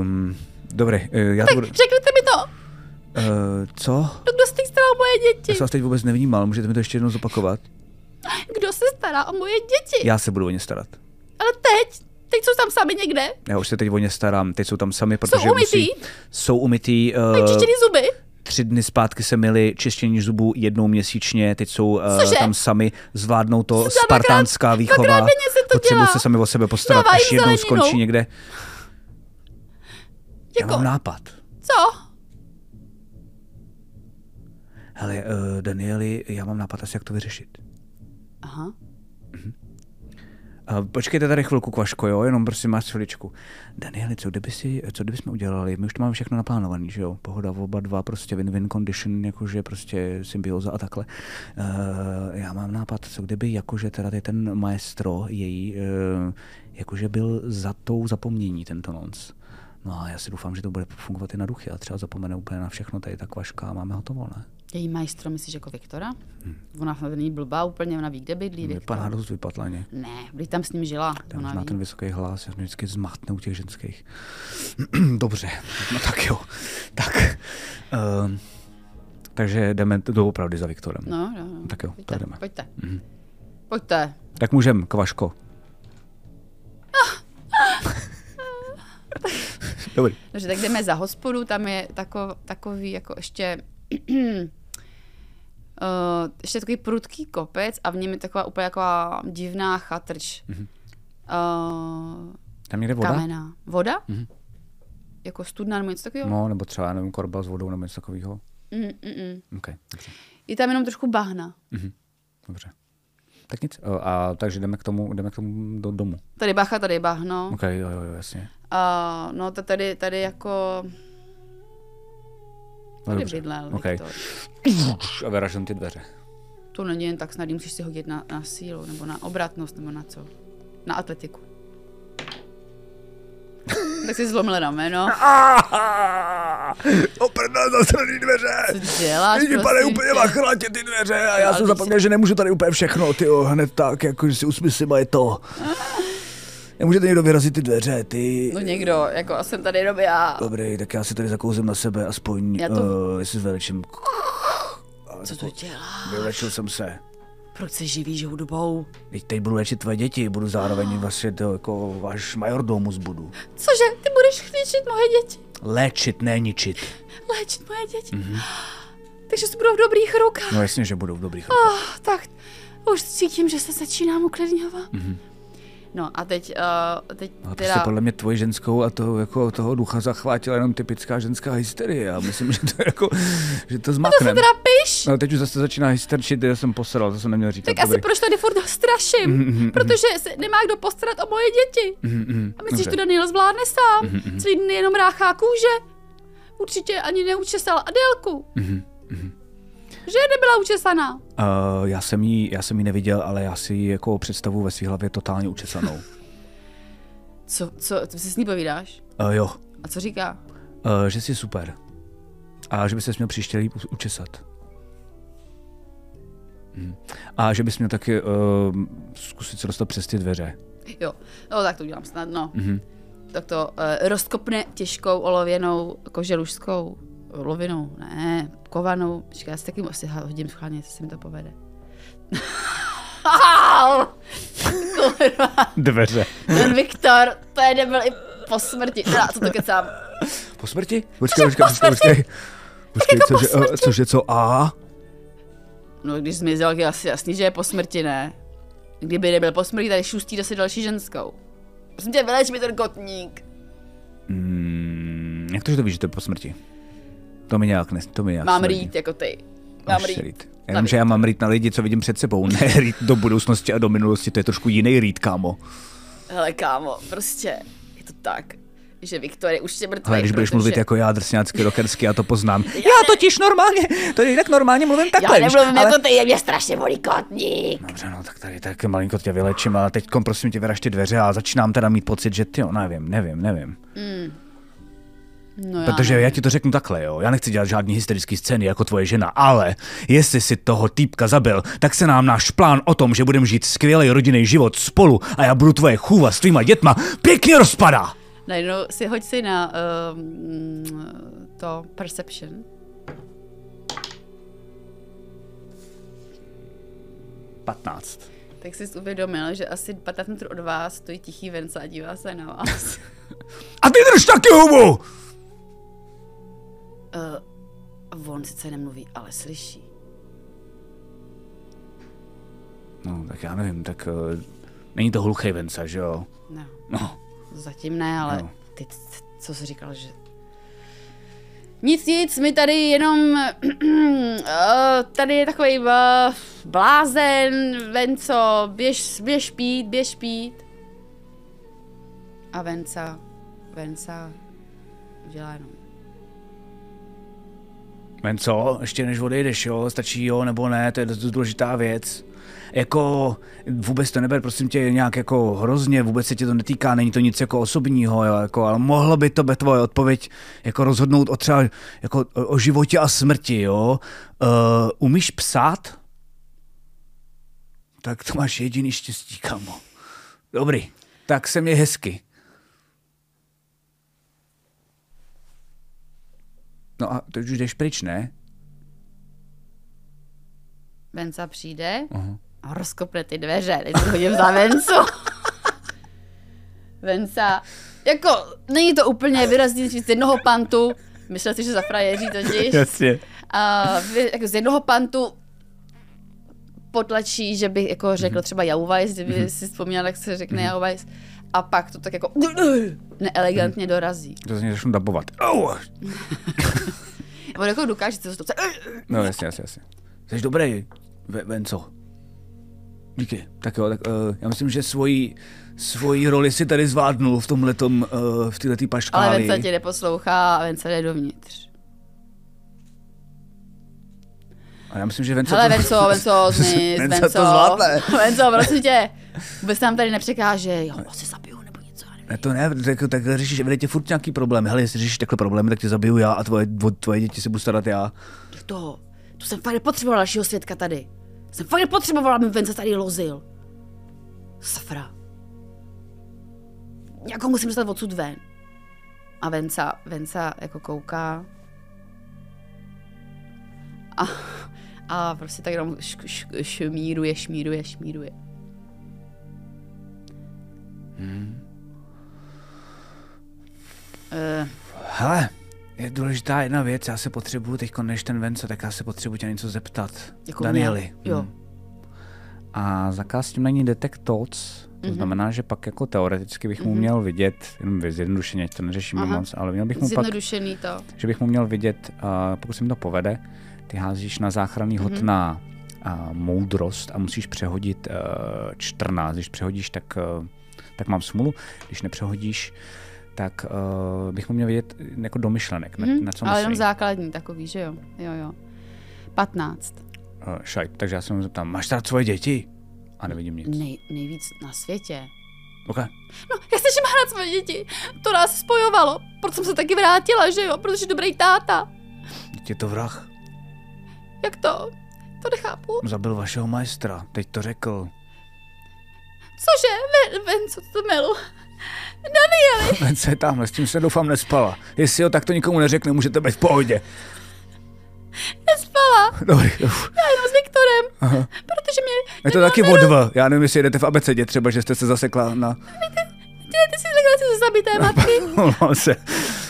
D: Um, Dobrý, eh, já to
C: Tak
D: budu...
C: řekněte mi to.
D: Eh, co?
C: No kdo se teď stará o moje
D: Já
C: děti?
D: jsem vás teď vůbec nevnímal, můžete mi to ještě jednou zopakovat?
C: Kdo se stará o moje děti?
D: Já se budu o ně starat.
C: Ale teď, teď jsou tam sami někde,
D: Já už se teď o ně starám, teď jsou tam sami, protože
C: umytý?
D: Musí, jsou umytý. eh,
C: mají čištěný zuby.
D: tři dny zpátky se měli čištění zubů jednou měsíčně, teď jsou uh,
C: Cože?
D: tam sami, zvládnou to
C: Dvakrát-
D: spartánská výchova.
C: dvakrát denně se to
D: potřebují
C: dělá.
D: se sami o sebe postarat,
C: Dává
D: až
C: jim
D: jednou
C: zeleninu.
D: skončí někde. Já
C: Jako,
D: mám nápad.
C: co?
D: Hele, uh, Danieli, já mám nápad asi, jak to vyřešit.
C: Aha.
D: Uh, počkejte tady chvilku, Kvaško, jo, jenom prosím máš chviličku. Danieli, co kdyby si, co kdyby jsme udělali? My už to máme všechno naplánovaný, že jo? Pohoda oba dva, prostě win-win condition, jakože prostě symbioza a takhle. Uh, já mám nápad, co kdyby, jakože teda tady ten maestro její, uh, jakože byl za tou zapomnění tento nonc. No a já si doufám, že to bude fungovat i na duchy a třeba zapomene úplně na všechno tady ta kvaška a máme hotovo, ne?
C: Její majstro, myslíš jako Viktora? Ona snad není blbá úplně, ona ví, kde bydlí. Viktor.
D: Vypadá dost vypatleně.
C: Ne, když tam s ním žila.
D: Ten
C: ona
D: už má
C: ví.
D: ten vysoký hlas, já jsem vždycky zmatne u těch ženských. Dobře, no tak jo. Tak. Um, takže jdeme t- doopravdy za Viktorem.
C: No, no, no.
D: Tak jo, Mhm.
C: pojďte,
D: tak jdeme.
C: Pojďte. Pojďte.
D: Tak můžem, Kvaško. Dobrý.
C: Dobře, tak jdeme za hospodu, tam je takov, takový jako ještě Uh, ještě takový prudký kopec a v něm je taková úplně taková divná chatrč. Mm-hmm. Uh,
D: Tam někde Mhm. voda? Mhm.
C: kamená. Voda? Mm-hmm. Jako studna nebo něco takového?
D: No, nebo třeba, já nevím, korba s vodou nebo něco takového.
C: Mm, mm, mm.
D: OK, dobře.
C: Je tam jenom trošku bahna.
D: dobře. Tak nic. eh, A, takže jdeme k tomu, jdeme k tomu do domu.
C: Tady bacha, tady bahno.
D: OK, jo, jo, jo jasně.
C: A no, to tady, tady jako...
D: No,
C: Tady
D: dobře.
C: bydlel
D: OK.
C: Viktor.
D: A vyražím ty dveře.
C: To není jen tak, snad jí musíš si hodit na, na sílu, nebo na obratnost, nebo na co? Na atletiku. tak si zlomil rameno.
D: Oprná zasraný dveře!
C: Co děláš,
D: Lidi
C: prosím
D: padají úplně
C: tě?
D: machrátě ty dveře a já
C: ale
D: jsem
C: ty
D: zapomněl, že nemůžu tady úplně všechno, ty hned tak, jako že si usmyslím a je to. Nemůžete někdo vyrazit ty dveře, ty.
C: No někdo, jako a jsem tady jenom já.
D: Dobrý, tak já si tady zakouzím na sebe, aspoň,
C: Já
D: já
C: to-
D: to... uh, jestli zveličím.
C: Co to dělá?
D: Vylečil jsem se.
C: Proč se živíš hudbou?
D: Teď, teď budu léčit tvoje děti, budu zároveň vlastně to, jako váš majordomus budu.
C: Cože, ty budeš chlíčit moje děti?
D: Léčit, ne ničit.
C: Léčit moje děti? Takže si budou v dobrých rukách.
D: No jasně, že budu v dobrých rukách.
C: Oh, tak už cítím, že se začínám uklidňovat. No a teď, uh, teď
E: No
D: Ale prostě
C: teda...
D: podle mě tvoji ženskou a toho, jako, toho ducha zachvátila jenom typická ženská hysterie. Já myslím, že to, jako, že to
C: No To
D: zmaknem.
C: teda piš!
D: No teď už zase začíná hysterčit, já jsem posral, to jsem neměl říkat.
C: Tak asi proč tady furt straším,
D: Mhm,
C: protože se nemá kdo postarat o moje děti. A myslíš, že to
D: dobře.
C: Daniel zvládne sám?
D: Mhm,
C: Celý den je jenom ráchá kůže. Určitě ani neučesal Adélku.
D: Mhm,
C: Že nebyla učesaná.
D: Uh, já, jsem jí, já jsem jí neviděl, ale já si ji jako představu ve své hlavě totálně učesanou.
C: Co, co, co si s ní povídáš?
D: Uh, jo,
C: A co říká?
D: uh, že jsi super. A že by se měl příště líp u- učesat. Hm. A že bys měl taky uh, zkusit se dostat přes ty dveře.
C: Jo, no tak to udělám snadno.
D: Mhm.
C: Mm-hmm. Tak to uh, rozkopne těžkou olověnou koželužskou olovinou, ne, kovanou. Počkej, já si taky asi ha- hodím schválně, co se mi to povede. Au! Kurva,
D: Dveře.
C: Ten Viktor, to je nebyl i po smrti. Teda, co to kecám?
D: Po smrti? Počkej, počkej,
C: po
D: počkej, počkej. Počkej, cože, eh, cože, co a?
C: No, když zmizel, je asi jasný, že je po smrti, ne? Kdyby nebyl po smrti, tady šustí zase další ženskou. Prosím tě, vyleč mi ten kotník.
D: Mm, jak to, že to víš, že to je po smrti? To mi nějak, ne, to mi nějak
C: Mám
D: smrdí.
C: rýt jako ty. Mám
D: Máš
C: rýt.
D: rýt.
C: Na
D: Já vím, že já mám rýt na lidi, co vidím před sebou, ne rýt do budoucnosti a do minulosti, to je trošku jiný rýt, kámo.
C: Hele kámo, prostě je to tak, že Viktor je už tě mrtvý,
D: Ale když budeš
C: protože...
D: mluvit jako já, drsňácky, rockersky, já to poznám. Já totiž normálně, to jinak normálně mluvím
C: Já
D: takhle, víš,
C: nemluvím
D: ale...
C: ale... jako ty, je mě strašně bolí kotník.
D: Dobře, no tak tady tak malinko tě vylečím, ale teď prosím tě vyraž ty dveře a začínám teda mít pocit, že ty, nevím, nevím, nevím.
C: Mm. No já
D: Protože já ti to řeknu takhle, jo. Já nechci dělat žádný hysterický scény jako tvoje žena, ale jestli si toho týpka zabil, tak se nám náš plán o tom, že budeme žít skvělý rodinný život spolu a já budu tvoje chůva s tvýma dětma, pěkně rozpadá.
C: Najednou si hoď si na um, to ehm, perception.
D: 15.
C: Tak jsi uvědomil, že asi 15 metrů od vás stojí tichý Vence a dívá se na vás.
D: A ty drž taky hubu!
C: uh, on sice nemluví, ale slyší.
D: No, tak já nevím, tak... eh, není to hluchý venca, že jo?
C: No,
D: No,
C: zatím ne, ale
D: No.
C: ty, c- co jsi říkal, že... Nic, nic, my tady jenom... eh, tady je takový uh, blázen, Venco, běž, běž pít, běž pít. A Venca, Venca udělá jenom...
D: Venco, ještě než odejdeš, jo, stačí jo nebo ne, to je dost důležitá věc. Jako, vůbec to neber, prosím tě, nějak jako hrozně, vůbec se tě to netýká, není to nic jako osobního, jo, jako, ale mohla by to být tvoje odpověď, jako rozhodnout o třeba, jako o, o životě a smrti, jo. Uh, umíš psát? Tak to máš jediný štěstí, kamo. Dobrý, tak se mě hezky. No a teď už jdeš pryč, ne?
C: Venca přijde a rozkopne ty dveře, teď to hodím za Vencu. Venca, jako, není to úplně výrazný říct z jednoho pantu, myslel si, že za frajeří totiž,
D: Jasně.
C: a vy, jako z jednoho pantu potlačí, že by jako řekl třeba Jauvajs, kdyby si vzpomněl, jak se řekne Jauvajs, a pak to tak jako neelegantně dorazí.
D: To se mě začnu dabovat. Au!
C: On jako dokáže to to-
D: No jasně, jasně, jasně. Jsi dobrý, Ve- Venco. Díky. Tak jo, tak uh, já myslím, že svoji, svoji roli si tady zvládnul v tomhletom, uh, v této
C: ale
D: paškáli.
C: Venca tě neposlouchá a Venca jde dovnitř.
D: A já myslím, že Venco
C: Hele, Venco, Venco, znis,
D: Venco
C: Venco.
D: to zvládne.
C: Venco, prosím tě, vůbec nám tady nepřekážej. Jo, asi zabiju nebo něco, já nevím.
D: Ne, to ne, tak, tak řešíš evidentně furt nějaký problémy. Hele, jestli řešíš takhle problémy, tak tě zabiju já a tvoje, o tvoje děti se budu starat já.
C: Tak to, to jsem fakt nepotřebovala dalšího světka tady. Jsem fakt nepotřebovala, aby Venco tady lozil. Safra. Jako musím dostat odsud ven. A Venca, Venca jako kouká. A, a prostě tak jenom š, š, šmíruje, šmíruje, šmíruje.
D: Hmm.
C: Eh,
D: Hele, je důležitá jedna věc, já se potřebuju teď než ten Venco, tak já se potřebuji tě na něco zeptat.
C: jako
D: Danieli. Hmm.
C: Mě, jo.
D: A zakaz s tím není detect thoughts, to
C: Mhm.
D: mm-hmm. znamená, že pak jako teoreticky bych mu mm-hmm. měl vidět, jenom zjednodušeně, ať to neřešíme Aha.
C: Aha.
D: moc, ale měl bych mu pak,
C: Zjednodušený to.
D: že bych mu měl vidět, uh, pokud se mi to povede, ty házíš na záchranný hod
C: Mhm.
D: mm-hmm. na uh, moudrost a musíš přehodit uh, 14, když přehodíš, tak, uh, tak mám smůlu, když nepřehodíš, tak uh, bych mu měl vidět jako domyšlenek, mm-hmm. na, na co
C: Mhm. Ale
D: myslí.
C: jenom základní takový, že jo? Jo, jo. 15.
D: Uh, šajt, takže já se mu zeptám, máš rád svoje děti? A nevidím nic.
C: Nej, nejvíc na světě.
D: Okay.
C: No, já se že má rád své děti. To nás spojovalo. Proto jsem se taky vrátila, že jo? Protože dobrý táta.
D: Je to vrah.
C: Jak to? To nechápu.
D: Zabil vašeho majstra, teď to řekl.
C: Cože? Ven, ven co to melu?
D: Vence je tamhle, s tím se doufám nespala. Jestli jo, tak to nikomu neřekne, můžete být v pohodě.
C: Nespala.
D: Dobrý,
C: Já jenom s Viktorem. Aha. Protože mě...
D: je to taky
C: no.
D: od V. Já nevím, jestli jedete v abecedě třeba, že jste se zasekla na...
C: Dělejte si legraci ze zabité matky.
D: Omlouvám se,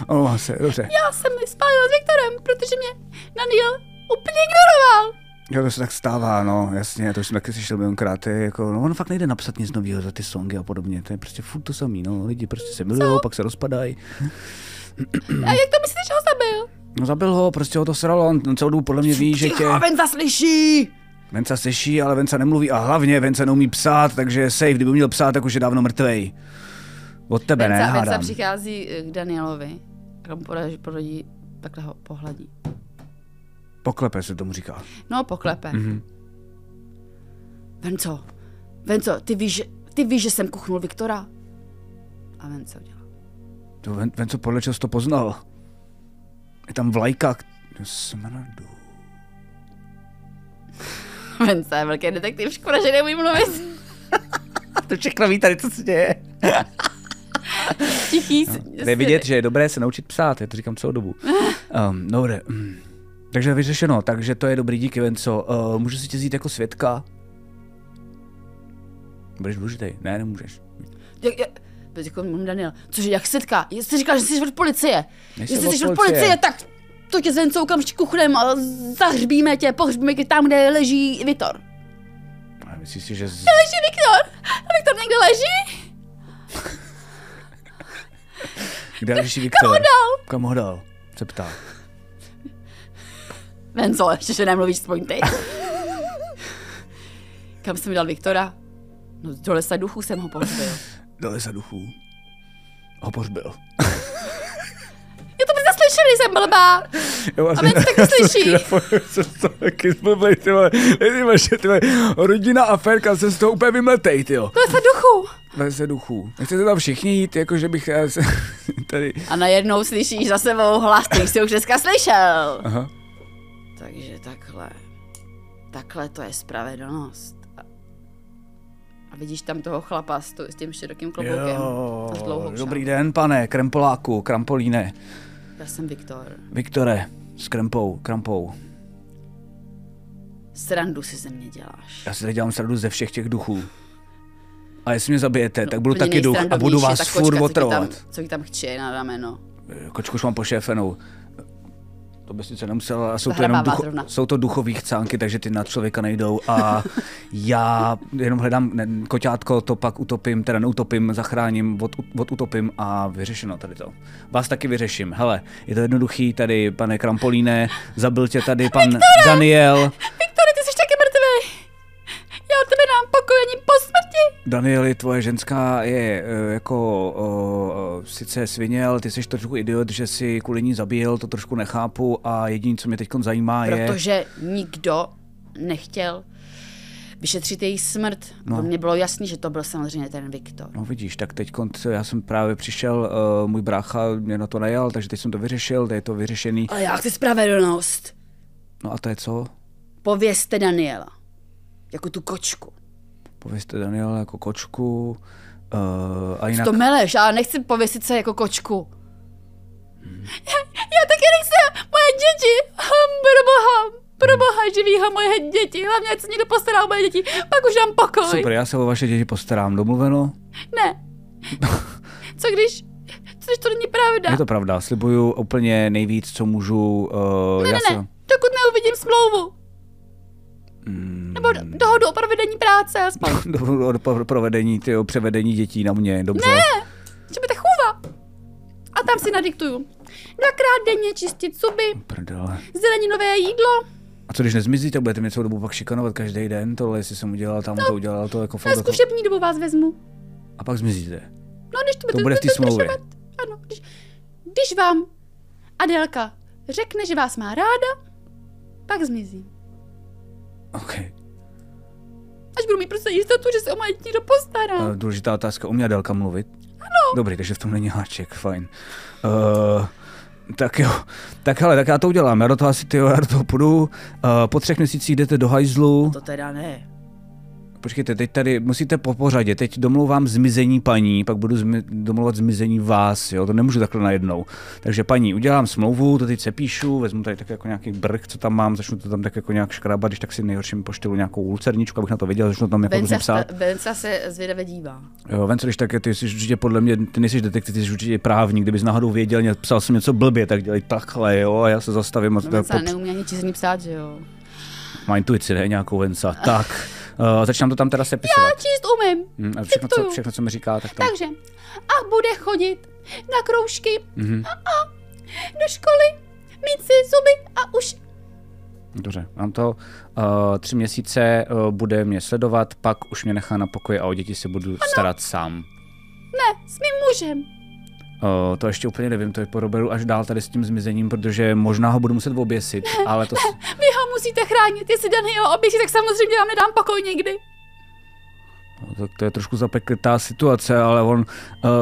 D: omlouvám se, dobře.
C: Já jsem spálila s Viktorem, protože mě Daniel úplně ignoroval.
D: Jo, to se tak stává, no, jasně, to už jsem taky slyšel milionkrát, to je jako, no, ono fakt nejde napsat nic nového za ty songy a podobně, to je prostě furt to samý, no, lidi prostě se milují, pak se rozpadají.
C: A jak to myslíš, že ho zabil?
D: No, zabil ho, prostě ho to sralo, on on celou dobu podle mě ví, že tě...
C: Venca slyší!
D: Venca slyší, ale Venca nemluví a hlavně Venca neumí psát, takže je safe, kdyby měl psát, tak už je dávno mrtvej. Od tebe ne,
C: Venca, Venca
D: hádám.
C: přichází eh, k Danielovi. Takhle mu poradí, poradí, takhle ho pohladí.
D: Poklepe se tomu říká.
C: No, poklepe.
D: Mhm.
C: Mm-hmm. Venco, Venco, ty víš, že- ty víš, že jsem kuchnul Viktora? A Venco udělal.
D: To Ven, Venco podle čeho jsi to poznal? Je tam vlajka k... smradu.
C: Venco je velký detektiv, škoda, že neumí mluvit.
D: To všechno ví tady, co se děje.
C: Tichý.
D: No, Je vidět, že je dobré se naučit psát, já to říkám celou dobu. Um, dobré. mm. Eh, Takže vyřešeno, takže to je dobrý, díky Venco. Uh, můžu si tě zít jako svědka? Budeš důležitý. Ne, nemůžeš.
C: Jak, jak, Teď jako mu Daniel, cože, jak setka? Jsi říkal, že jsi od policie.
D: Nejsem
C: Jestli
D: od
C: jsi od
D: policie.
C: policie, tak to tě zvencou okamžitě chudem a zahřbíme tě, pohřbíme tě tam, kde leží Viktor.
D: A myslíš si, že z...
C: Leží Viktor? A Viktor někde leží?
D: kde leží Viktor? Kam ho dal? Kam ho dal? Se ptá.
C: Venzo, ještě že nemluvíš svým ty. Kam jsem dal Viktora? No do lesa duchů jsem ho pohřbil.
D: Do lesa duchů. Ho pohřbil.
C: Já to byste slyšeli, jsem blbá.
D: Jo, vlastně-
C: A Vince taky slyší.
D: Co to taky zblblej, ty vole. Ty vole, že, ty vole. Rodina a Ferka se z toho úplně vymletej, ty jo.
C: Do lesa duchů.
D: Vese duchů. Nechcete tam všichni jít, jako že bych já se, tady...
C: A najednou slyšíš za sebou hlas, který jsi už dneska slyšel.
D: Aha.
C: Takže takhle. Takhle to je spravedlnost. A, a vidíš tam toho chlapa s, tu, s tím širokým kloboukem a s dlouhou
D: dobrý
C: šálou.
D: den, pane, krempoláku, krampolíne.
C: Já jsem Viktor.
D: Viktore, s krempou, krampou.
C: Srandu si ze mě děláš.
D: Já si teď dělám srandu ze všech těch duchů. A jestli mě zabijete, tak budu
C: Úplně
D: taky duch a budu
C: nejsrandovější
D: vás
C: je ta
D: furt
C: kočka, co ti tam-
D: otrovat.
C: Co ti tam chče na rameno?
D: Kočku už mám pošéfenou. To by sice nemusela, a jsou to, jenom
C: Zahrabává
D: ducho,
C: zrovna.
D: jsou to duchový chcánky, takže ty na člověka nejdou a já jenom hledám ne, koťátko, to pak utopím, teda neutopím, zachráním, od, od utopím a vyřešeno tady to. Vás taky vyřeším. Hele, je to jednoduchý, tady pane Krampolíne, zabil tě tady pan Daniel.
C: Viktore, ty jsi taky mrtvý! Já od tebe nám pokoj ani po smrti!
D: Daniel, je tvoje ženská je eh, jako o, o, sice svině, ale ty jsi trošku idiot, že si kvůli ní zabíjel, to trošku nechápu a jediné, co mě teď zajímá, je...
C: Protože nikdo nechtěl vyšetřit její smrt. No. Mně bylo jasný, že to byl samozřejmě ten Viktor.
D: No vidíš, tak teď já jsem právě přišel, eh, můj brácha mě na to nejel, takže teď jsem to vyřešil, teď je to vyřešený.
C: Ale já chci spravedlnost.
D: No a to je co?
C: Povězte Daniela. Jako tu kočku.
D: Povězte Daniel jako kočku eh, a
C: Jinak...
D: jinak...
C: To meleš, ale nechci pověsit se jako kočku. Já, já taky nechci, moje děti, ham, pro boha, pro boha živýho moje děti, hlavně ať se někdo postará o moje děti, pak už dám pokoj.
D: Super, já se o vaše děti postarám, domluveno?
C: Ne. Co když, co když to není pravda?
D: Je to pravda, slibuju úplně nejvíc, co můžu. eh,
C: ne,
D: já
C: ne,
D: se...
C: ne, dokud neuvidím smlouvu.
D: Mm.
C: Nebo do- dohodu o provedení práce aspoň.
D: do, do, do provedení, tyjo, převedení dětí na mě, dobře. Ne!
C: Že by ta chůva. A tam si nadiktuju. Dvakrát denně čistit zuby,
D: Prdele.
C: zeleninové jídlo,
D: A co když nezmizí, tak budete mě celou dobu pak šikanovat každý den, tohle, jestli jsem udělal, tam to udělal, to jako
C: na
D: fakt. Jako...
C: zkušební dobu vás vezmu.
D: A pak zmizíte.
C: No, když to,
D: To bude v té smlouvě.
C: Ano, když, když vám Adélka řekne, že vás má ráda, pak zmizí.
D: OK.
C: Až budu mít prostě jistotu, že se o moje dítě postará.
D: Eh, Důležitá otázka, uměla délka mluvit? Ano. Dobrý, takže v tom není háček, fajn. Uh, tak jo, tak hele, tak já to udělám, já do toho asi, tyjo, já do toho půjdu, uh, po třech měsících jdete do hajzlu,
C: To teda ne.
D: Počkejte, teď tady musíte po pořadě, teď domlouvám zmizení paní, pak budu zmi- domlouvat zmizení vás, jo, to nemůžu takhle najednou. Takže paní, udělám smlouvu, to teď se píšu, vezmu tady tak jako nějaký brk, co tam mám, začnu to tam tak jako nějak škrábat, když tak si nejhorším poštělu nějakou lucerničku, abych na to věděl, začnu tam jako různě psát.
C: Venca se zvědavě dívá.
D: Jo, Venco, když tak, ty jsi určitě podle mě, ty nejsi detektiv, ty jsi určitě právník, kdybys náhodou věděl, ně- psal jsem něco blbě, tak dělej takhle, jo, a já se zastavím a
C: No,
D: tak
C: Venca
D: pop-
C: neumí ani číselní psát, že jo.
D: má intuici, ne, nějakou Venca, tak. Uh, začínám to tam teda sepisovat.
C: Číst umím.
D: Hm, A všechno, co,
C: diktuju.
D: všechno, co mi říká, tak tam.
C: Takže a bude chodit na kroužky
D: Mhm.
C: mm-hmm. a, a do školy, mít si zuby a už
D: Dobře, mám to. Uh, tři měsíce uh, bude mě sledovat, pak už mě nechá na pokoji a o děti se budu ano. starat sám.
C: ne, s mým mužem.
D: Uh, to ještě úplně nevím, to je poroberu až dál tady s tím zmizením, protože možná ho budu muset oběsit, ale to... s-
C: Vy ho musíte chránit, jestli Daniel oběží, tak samozřejmě vám nedám pokoj nikdy.
D: No, tak to je trošku zapeklitá situace, ale on,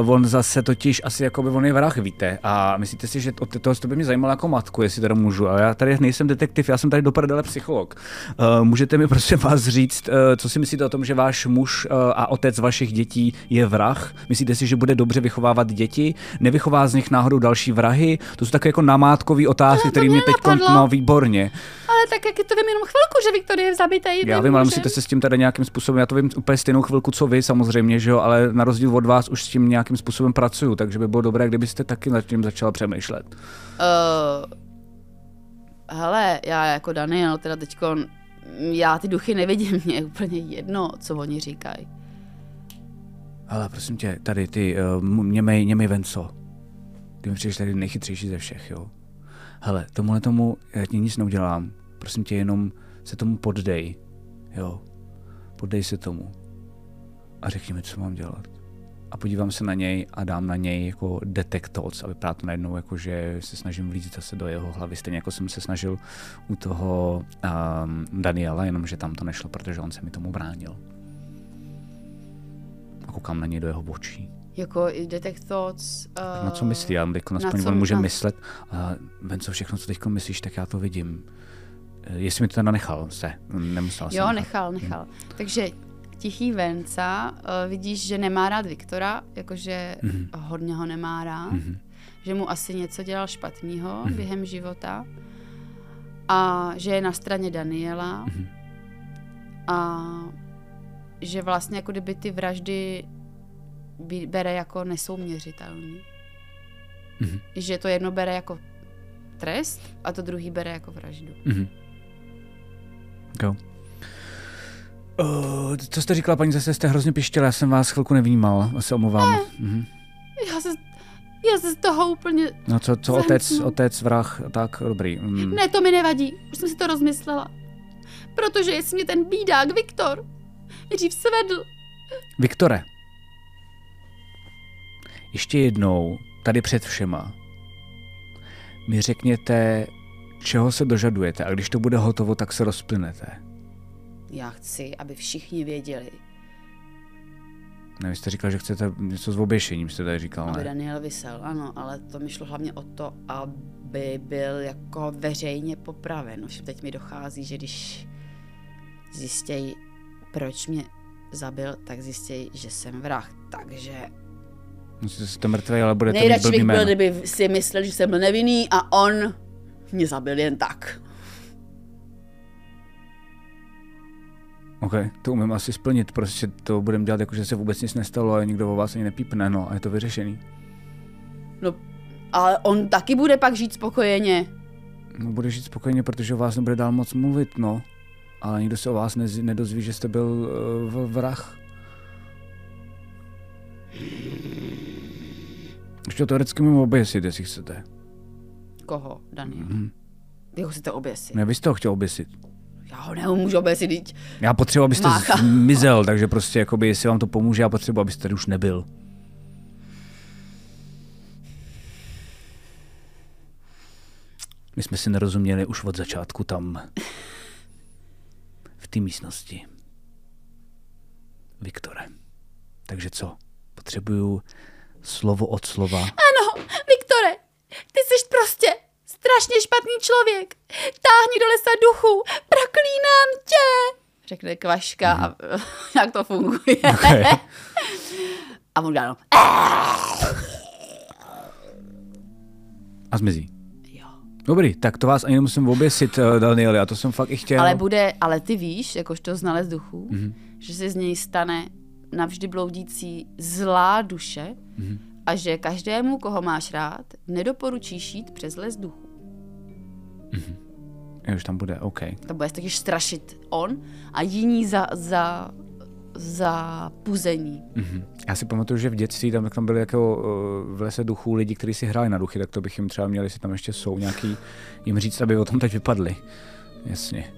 D: uh, on zase totiž asi jako by on je vrah, víte. A myslíte si, že od toho to by mě zajímalo jako matku, jestli teda můžu. A já tady nejsem detektiv, já jsem tady do prdele psycholog. Uh, můžete mi prosím vás říct, uh, co si myslíte o tom, že váš muž uh, a otec vašich dětí je vrah? Myslíte si, že bude dobře vychovávat děti? Nevychová z nich náhodou další vrahy? To jsou takové jako namátkové otázky,
C: to
D: které
C: mě
D: mě teď
C: nenapadlo.
D: no výborně.
C: Ale ale tak jak to vím jenom chvilku, že Viktor je zabitej.
D: Já
C: my
D: vím, ale
C: můžem-
D: musíte se s tím teda nějakým způsobem, já to vím úplně stejnou chvilku, co vy samozřejmě, že jo, ale na rozdíl od vás už s tím nějakým způsobem pracuju, takže by bylo dobré, kdybyste taky nad tím začala přemýšlet.
C: Uh, hele, já jako Daniel, teda teďko, já ty duchy nevidím, mě je úplně jedno, co oni říkají.
D: Ale prosím tě, tady ty uh, němej, němej venco. Ty mi přijdeš tady nejchytřejší ze všech, jo. Hele, tomuhle tomu já ti nic neudělám. Prosím tě, jenom se tomu poddej, jo. Poddej se tomu. A řekni mi, co mám dělat. A podívám se na něj a dám na něj jako detect thoughts a vypadá to najednou jako, že se snažím vlít zase do jeho hlavy, stejně jako jsem se snažil u toho um, Daniela, jenomže tam to nešlo, protože on se mi tomu bránil. A koukám na něj do jeho očí.
C: Jako i detect thoughts. Uh,
D: Na co myslí? Já teď aspoň
C: co-
D: on může
C: na-
D: myslet. A ven, co všechno, co teď myslíš, tak já to vidím. Eh, Jestli mi to teda nechal se, nemusel jsem.
C: Jo, nechal, nechal. Takže tichý Venca, uh, vidíš, že nemá rád Viktora, jakože mm-hmm. hodně ho nemá rád, mm-hmm. že mu asi něco dělal špatného mm-hmm. během života a že je na straně Daniela mm-hmm. a že vlastně jako kdyby ty vraždy by- bere jako nesouměřitelný. Mm-hmm. Že to jedno bere jako trest a to druhý bere jako vraždu.
D: Mhm. Jo. Uh, co jste říkala, paní, zase jste hrozně pištěla, já jsem vás chvilku nevnímal, se omlouvám. Mhm.
C: Já se, já se z toho úplně
D: No co, co
C: Jsem
D: otec,
C: tu.
D: otec, vrah, tak dobrý. Mm.
C: Ne, to mi nevadí, už jsem si to rozmyslela. Protože jestli mě ten bídák Viktor nejdřív svedl,
D: Viktore, ještě jednou, tady před všema, mi řekněte, čeho se dožadujete a když to bude hotovo, tak se rozplynete.
C: já chci, aby všichni věděli,
D: Ne, vy jste říkal, že chcete něco s oběšením, jste tady říkal,
C: aby
D: ne?
C: Daniel vysel, ano, ale to mi šlo hlavně o to, aby byl jako veřejně popraven. Už teď mi dochází, že když zjistějí, proč mě zabil, tak zjistějí, že jsem vrah. Takže
D: Musíte jste mrtvý, ale budete mít
C: nejradši
D: blbý
C: bych byl,
D: jméno.
C: kdyby si myslel, že jsem byl nevinný a on mě zabil jen tak.
D: Ok, to umím asi splnit, prostě to budeme dělat jako, že se vůbec nic nestalo a nikdo o vás ani nepípne, no a je to vyřešený.
C: No, ale on taky bude pak žít spokojeně.
D: No bude žít spokojeně, protože o vás nebude dál moc mluvit, no. Ale nikdo se o vás nez- nedozví, že jste byl uh, vrah. Ještě to vždycky můžu oběsit, jestli chcete.
C: Koho, Daniel? Mm-hmm. Vy ho chcete oběsit. Ne.
D: Ne, vy jste ho chtěl oběsit.
C: Já ho nemůžu oběsit, teď.
D: Já potřebuji, abyste
C: Mácha.
D: zmizel, takže prostě, jakoby, jestli vám to pomůže, já potřebuji, abyste tady už nebyl. My jsme si nerozuměli už od začátku tam, v té místnosti. Viktore, takže co? Potřebuju slovo od slova.
C: Ano, Viktore, ty jsi prostě strašně špatný člověk. Táhni do lesa duchu, proklínám tě. Řekne Kvaška a jak to funguje.
D: Okay.
C: A on dá
D: A zmizí.
C: Jo.
D: Dobrý, tak to vás ani nemusím oběsit, eh, Daniel, já to jsem fakt i chtěl.
C: Ale bude, ale ty víš, jakožto znalec duchů, mm-hmm.
D: Mhm.
C: že se z něj stane navždy bloudící zlá duše mm-hmm.
D: Mhm.
C: a že každému, koho máš rád, nedoporučíš jít přes les duchů.
D: Jo, už tam bude, OK.
C: To bude taky strašit on a jiní za, za, za puzení.
D: Mhm. Já si pamatuju, že v dětství tam, jak tam byly jako eh, v lese duchů lidi, kteří si hráli na duchy, tak to bych jim třeba měl, jestli tam ještě jsou nějaký, jim říct, aby o tom teď vypadli. Jasně.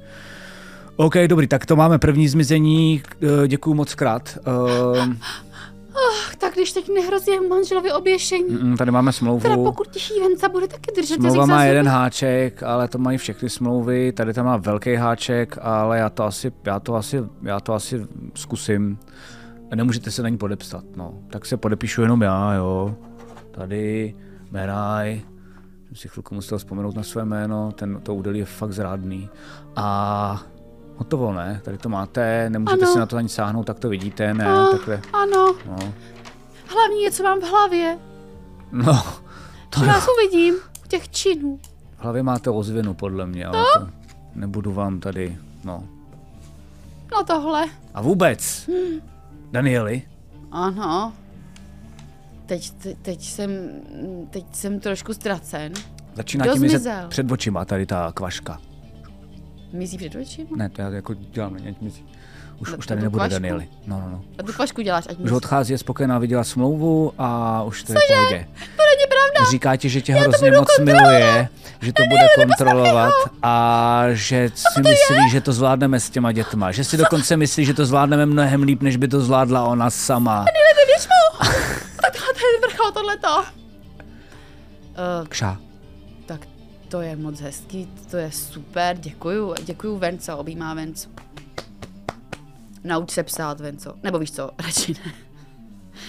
D: OK, dobrý, tak to máme první zmizení, eh, děkuju moc krát. Eh,
C: Ach, tak když teď nehrozí manželovi oběšení,
D: mm, Tady máme smlouvu.
C: teda pokud tichý venca bude taky držet
D: Smlouva
C: jazyk za
D: má
C: zuby.
D: jeden háček, ale to mají všechny smlouvy, tady tam má velký háček, ale já to asi, já to asi, já to asi zkusím. Nemůžete se na ní podepsat, no. Tak se podepíšu jenom já, jo. Tady, Meraj, jsem si chvilku musel vzpomenout na své jméno, ten, to údelí je fakt zrádný. A hotovo, ne? Tady to máte, nemůžete
C: Ano.
D: ano. si na to ani sáhnout, tak to vidíte, ne?
C: Ah,
D: Takhle,
C: Ano,
D: no.
C: hlavní je, co mám v hlavě.
D: No, to
C: Já to vidím, těch činů.
D: V hlavě máte ozvěnu, podle mě, ale to... Nebudu vám tady, no.
C: No tohle.
D: A vůbec, Danieli,
C: Ano. Teď, te, teď, jsem, teď jsem trošku ztracen.
D: začíná
C: Kdo
D: ti mizet
C: zmizel?
D: před očima tady ta kvaška.
C: Mizí před očima?
D: Ne, to já jako dělám na ať mizí. Už,
C: Na
D: už tady
C: tu
D: nebude
C: kvašku?
D: Danieli. No, no, no.
C: A tu kvašku děláš, ať
D: Už
C: mizí.
D: odchází, je spokojená, viděla smlouvu a už to je v pohodě.
C: To není pravda.
D: Říká ti, že tě hrozně moc miluje, že to bude kontrolovat
C: no,
D: a že si myslí, že to zvládneme s těma dětma. Že si dokonce myslí, že to zvládneme mnohem líp, než by to zvládla ona sama.
C: Jdeme většinou. tak tohle to je vrchol, tohleto. Uh,
D: Kša.
C: tak to je moc hezký, to je super, děkuju. Děkuju Venco, objímá Venco. Nauč se psát, Venco. Nebo víš co, radši ne.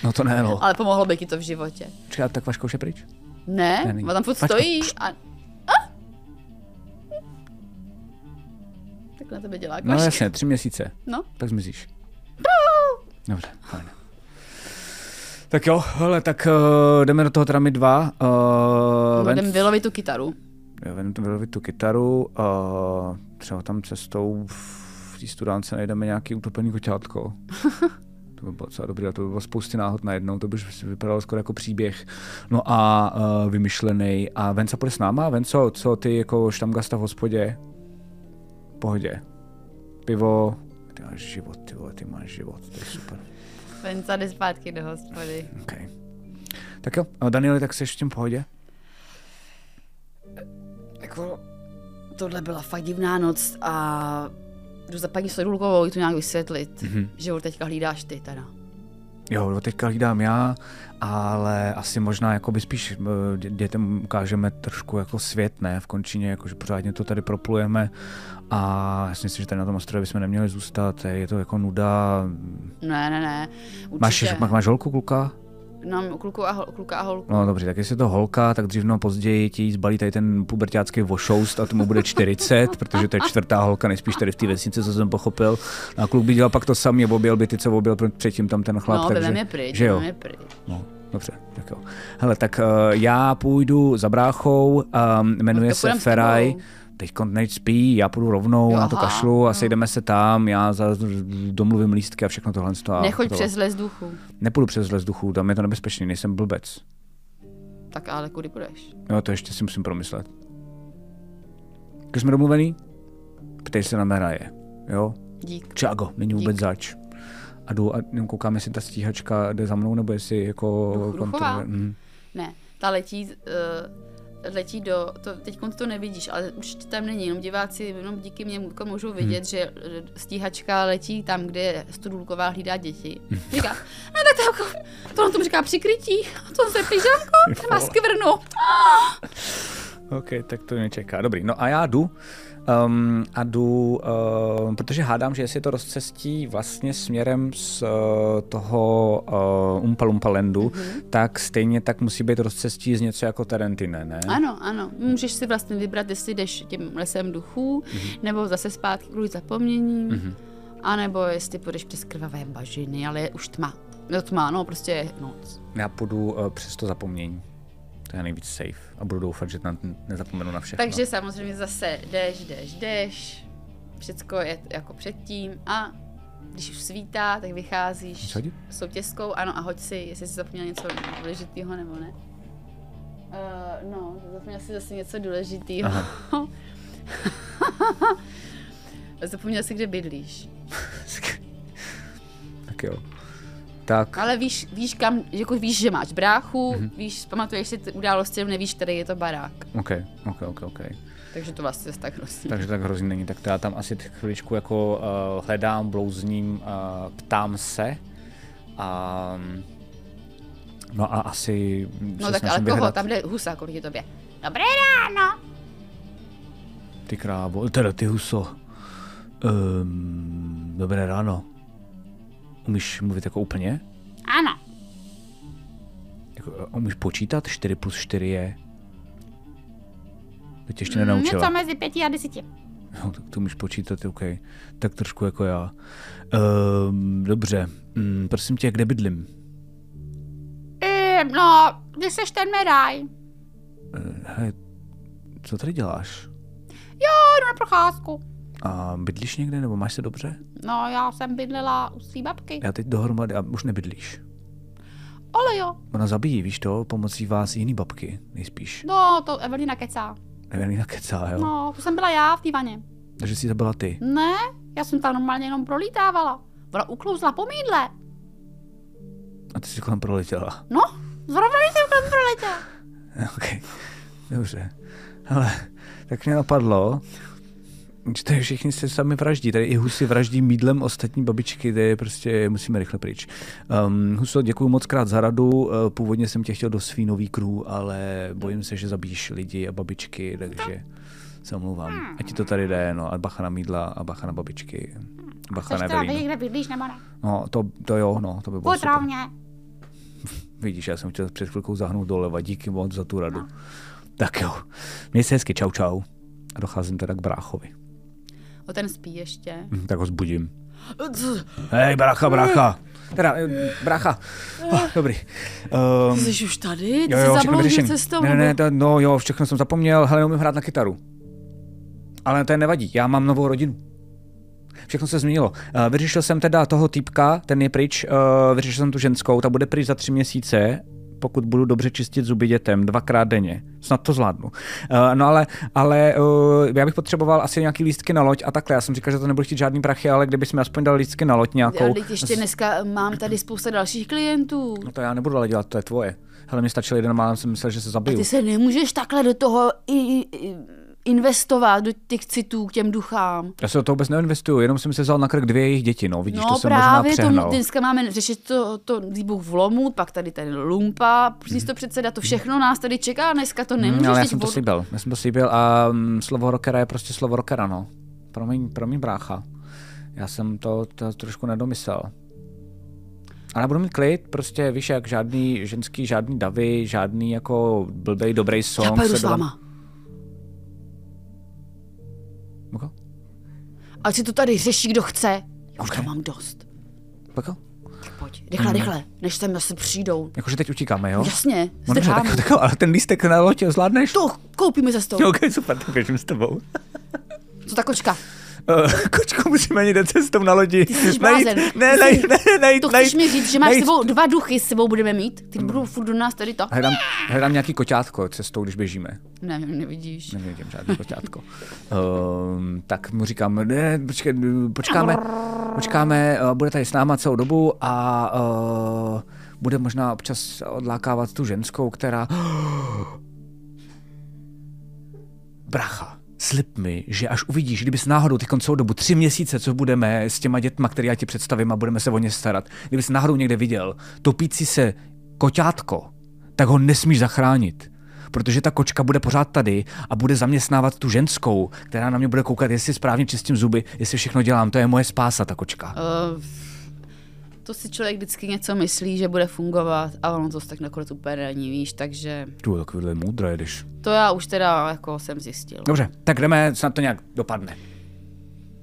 D: No to ne, no.
C: Ale pomohlo by ti to v životě.
D: Čeká, tak Vaško už je pryč.
C: Ne,
D: Ne, není.
C: ona tam furt
D: Vaško,
C: stojí a... a? Tak na tebe dělá
D: No
C: kvaška.
D: jasně, tři měsíce.
C: no.
D: Tak zmizíš. Dobře, fajn. Tak jo, hele, tak uh, jdeme do toho teda my dva. eh, Uh,
C: Budeme vylovit tu kytaru.
D: Já vem tu vylovit tu kytaru a třeba tam cestou v té studánce najdeme nějaký utopený koťátko. To by bylo docela dobrý, a to by bylo spousty náhod najednou, to by už vypadalo skoro jako příběh. No a uh, vymyšlený. A Venca půjde s náma? Venco, co ty jako štamgasta v hospodě? V Pohodě. Pivo. Ty máš život, ty vole, ty máš život, to je super.
C: Venca jde zpátky do hospody.
D: Okay. Tak jo, a Danieli, tak jsi v tím pohodě?
C: Jako, tohle byla fakt divná noc a jdu za paní Sodulkovou jí to nějak vysvětlit,
D: Mhm.
C: mm-hmm. že ho teďka hlídáš ty teda.
D: Jo, do teďka hlídám já, ale asi možná jakoby spíš eh, dě- dětem ukážeme trošku jako svět, ne, v končině, jakože pořádně to tady proplujeme a já si myslím, že tady na tom ostrově bychom neměli zůstat, eh, je to jako nuda.
C: Ne, ne, ne, určitě.
D: Máš, má- máš holku, kluka?
C: Nám kluku a, hol, kluka a holku.
D: No dobře, tak jestli je to holka, tak dřív nebo později ti zbalí tady ten pubertácký vošoust a tomu bude 40, protože to je čtvrtá holka, nejspíš tady v té vesnici, co jsem pochopil. No a kluk by dělal pak to samý, objel by ty, co objel předtím tam ten chlap.
C: no,
D: takže,
C: vem je pryč,
D: že jo?
C: vem je pryč.
D: No, dobře, tak jo. Hele, tak uh, já půjdu za bráchou, um, jmenuje
C: No, tak
D: se
C: půjdem s
D: Feraj.
C: tebou.
D: Teď než spí, já půjdu rovnou
C: Jo,
D: na to
C: aha,
D: kašlu a sejdeme se tam, já za, domluvím lístky a všechno tohle. z toho a
C: Nechoď
D: hotovo.
C: přes les duchu.
D: Nepůjdu přes les duchů, tam je to nebezpečný, nejsem blbec.
C: Tak ale kudy půjdeš?
D: Jo, to ještě si musím promyslet. Když jsme domluvený, ptej se na Meraje, jo?
C: Dík.
D: Čago, není vůbec zač. A jdu a jenom koukám, jestli ta stíhačka jde za mnou, nebo jestli jako...
C: Duch- duchová?
D: kontroluje- Mhm.
C: Ne, ta letí, uh, letí do, to, teď to nevidíš, ale už tam není, jenom diváci jenom díky mě jako můžou vidět, hmm. že eh, stíhačka letí tam, kde studulková hlídá děti. Říká, no tak to jako, to on tomu říká přikrytí, to se pyžamko, má skvrnu.
D: OK, tak to mě čeká. Dobrý, no a já jdu. Um, a jdu, uh, protože hádám, že jestli to rozcestí vlastně směrem z uh, toho uh, Umpa Lumpa Landu, mm-hmm. tak stejně tak musí být rozcestí z něco jako Tarantine, ne?
C: Ano, ano, můžeš si vlastně vybrat, jestli jdeš tím lesem duchů, mm-hmm. nebo zase zpátky kvůli zapomněním, mm-hmm. anebo jestli půjdeš přes krvavé bažiny, ale je už tma. No tma, no prostě je noc.
D: Já půjdu uh, přes to zapomnění. To je nejvíc safe. A budu doufat, že tam nezapomenu na všechno.
C: Takže samozřejmě zase jdeš, jdeš, jdeš, všecko je t- jako předtím a když už svítá, tak vycházíš
D: Co hodit?
C: soutězkou, ano a hoď si, jestli jsi zapomněl něco důležitého nebo ne. Uh, no, zapomněl jsi zase něco důležitého. zapomněl jsi, kde bydlíš.
D: tak jo. Tak,
C: Ale víš, víš kam, jako víš, že máš bráchu, mm-hmm. víš, pamatuješ si ty události, jenom nevíš, který je to barák.
D: OK, OK, OK, OK.
C: Takže to vlastně tak hrozný.
D: Takže tak hrozný není. Tak to já tam asi t- chviličku jako uh, hledám, blouzním, uh, ptám se. A, no a asi
C: No tak ale koho, tam jde husa proti tobě. Dobré ráno!
D: Ty krávo, teda ty huso. Um, dobré ráno. Umíš mluvit jako úplně?
C: Ano,
D: Jako, eh, umíš počítat? 4 plus 4 je... To tě ještě
C: Mm, něco
D: nenaučila.
C: mezi pěti a deseti.
D: No, tak to můžeš počítat, OK. Tak trošku jako já. Um, dobře, um, prosím tě, kde bydlím?
C: Ehm, no, kde seš ten medaj?
D: Hej, co tady děláš?
C: Jo, jdu na procházku.
D: A bydlíš někde, nebo máš se dobře?
C: No, já jsem bydlela u svý babky.
D: Já teď dohromady, a už nebydlíš.
C: Ale jo,
D: Ona zabijí, víš to, pomocí vás jiný babky, nejspíš.
C: no, to Evelina kecá.
D: Evelina kecá, jo.
C: No, to jsem byla já v té vaně.
D: Takže jsi zabila ty.
C: Ne, já jsem tam normálně jenom prolítávala. Ona uklouzla po mídle.
D: A ty jsi kolem proletěla.
C: No, zrovna jsem kolem proletěla.
D: OK, dobře. Hele, tak mě napadlo, že tady všichni se sami vraždí. Tady i husy vraždí mídlem ostatní babičky, tady prostě musíme rychle pryč. Um, Huso, děkuji moc krát za radu. Eh, Původně jsem tě chtěl do svínový krů, ale bojím se, že zabíš lidi a babičky, takže se omlouvám. A ti to tady jde, no, a bacha na mídla a bacha na babičky. a Bacha
C: Chceš
D: na
C: teda vědět,
D: Evelínu.
C: kde bydlíš nebo ne?
D: No, to, to jo, no, to by bylo
C: Buď
D: super.
C: rovně.
D: Vidíš, já jsem chtěl před chvilkou zahnout doleva. Díky moc za tu radu. Tak jo. Měj se hezky. Čau, čau. A docházím teda k bráchovi.
C: O ten spí ještě.
D: Hm, Tak ho zbudím. Hej, brácha, brácha. Teda, eh, brácha. Oh, dobrý. Um,
C: Ty jsi už tady? Ty
D: jo,
C: jsi
D: jo, všechno
C: zabloudil
D: vyřešený.
C: cestou?
D: Ne, ne,
C: nebo-
D: ne, to, no jo, všechno jsem zapomněl. Hele, neumím hrát na kytaru. Ale to je nevadí, já mám novou rodinu. Všechno se změnilo. Eh, Vyřešil jsem teda toho týpka, ten je pryč, eh, vyřešil jsem tu ženskou, ta bude pryč za tři měsíce, pokud budu dobře čistit zuby dětem, dvakrát denně. Snad to zvládnu. Eh, No ale, ale eh, já bych potřeboval asi nějaký lístky na loď a takhle. Já jsem říkal, že to nebudu chtít žádný prachy, ale kdyby mi aspoň dal lístky na loď nějakou.
C: Ale teď ještě dneska eh, mám tady spousta dalších klientů.
D: No to já nebudu ale dělat, to je tvoje. Hele, mě stačil jeden málem, jsem myslel, že se zabiju.
C: Ty se nemůžeš takhle do toho i, i, investovat, do těch citů k těm duchám.
D: Já se do toho vůbec neinvestuju, jenom jsem se vzal na krk dvě jejich děti, no, vidíš,
C: no
D: to jsem
C: právě,
D: možná
C: to,
D: přehnal.
C: dneska máme řešit to, to výbuch v lomu, pak tady ten lumpa, místo předseda, to všechno nás tady čeká, dneska to nemůžeš.
D: Mm, Mhm. ale já
C: teď
D: jsem to
C: od-
D: slíbil, já jsem to slíbil a um, slovo rockera je prostě slovo rockera, no. Promiň, promiň brácha. Já jsem to, to trošku nedomyslel. Ale budu mít klid, prostě víš jak, žádný ženský, žádný davy, žádný jako blbej, dobrý song.
C: já pojedu
D: se
C: s
D: do-
C: váma.
D: Moko?
C: Ať si to tady řeší, kdo chce. Já už
D: Ok.
C: to mám dost.
D: Moko?
C: Tak pojď, rychle, rychle, než sem zase přijdou.
D: Jakože teď utíkáme, jo?
C: Jasně,
D: No dobře,
C: zdrháme.
D: tak, tak, jo, ale ten lístek na lotě zvládneš?
C: To koupíme ze stolu.
D: Ok, super, tak běžím s tebou.
C: Co ta kočka?
D: Eh, Kočku musíme jít cestou na lodi. Ty
C: jsi blázen.
D: ne,
C: Ty
D: najít,
C: jsi-
D: ne, najít,
C: To
D: najít,
C: chceš mi říct, že máš s
D: najít.
C: sebou dva duchy, s sebou budeme mít?
D: Mhm.
C: Ty budou furt do nás tady to?
D: Hledám, hledám nějaký koťátko cestou, když běžíme.
C: Ne, nevidíš.
D: Nevidím žádný koťátko. Um, tak mu říkám, ne, počkej, počkáme, počkáme, eh, bude tady s náma celou dobu a uh, bude možná občas odlákávat tu ženskou, která... Bracha, slib mi, že až uvidíš, kdyby s náhodou ty celou dobu tři měsíce, co budeme s těma dětma, které já ti představím a budeme se o ně starat, kdyby jsi náhodou někde viděl topící se koťátko, tak ho nesmíš zachránit. Protože ta kočka bude pořád tady a bude zaměstnávat tu ženskou, která na mě bude koukat, jestli správně čistím zuby, jestli všechno dělám. To je moje spása, ta kočka.
C: Uh, to si člověk vždycky něco myslí, že bude fungovat a ono to tak nakonec úplně není, víš, takže
D: Tu, takovýhle moudra jedeš.
C: to já už teda jako jsem zjistil.
D: Dobře, tak jdeme, snad to nějak dopadne.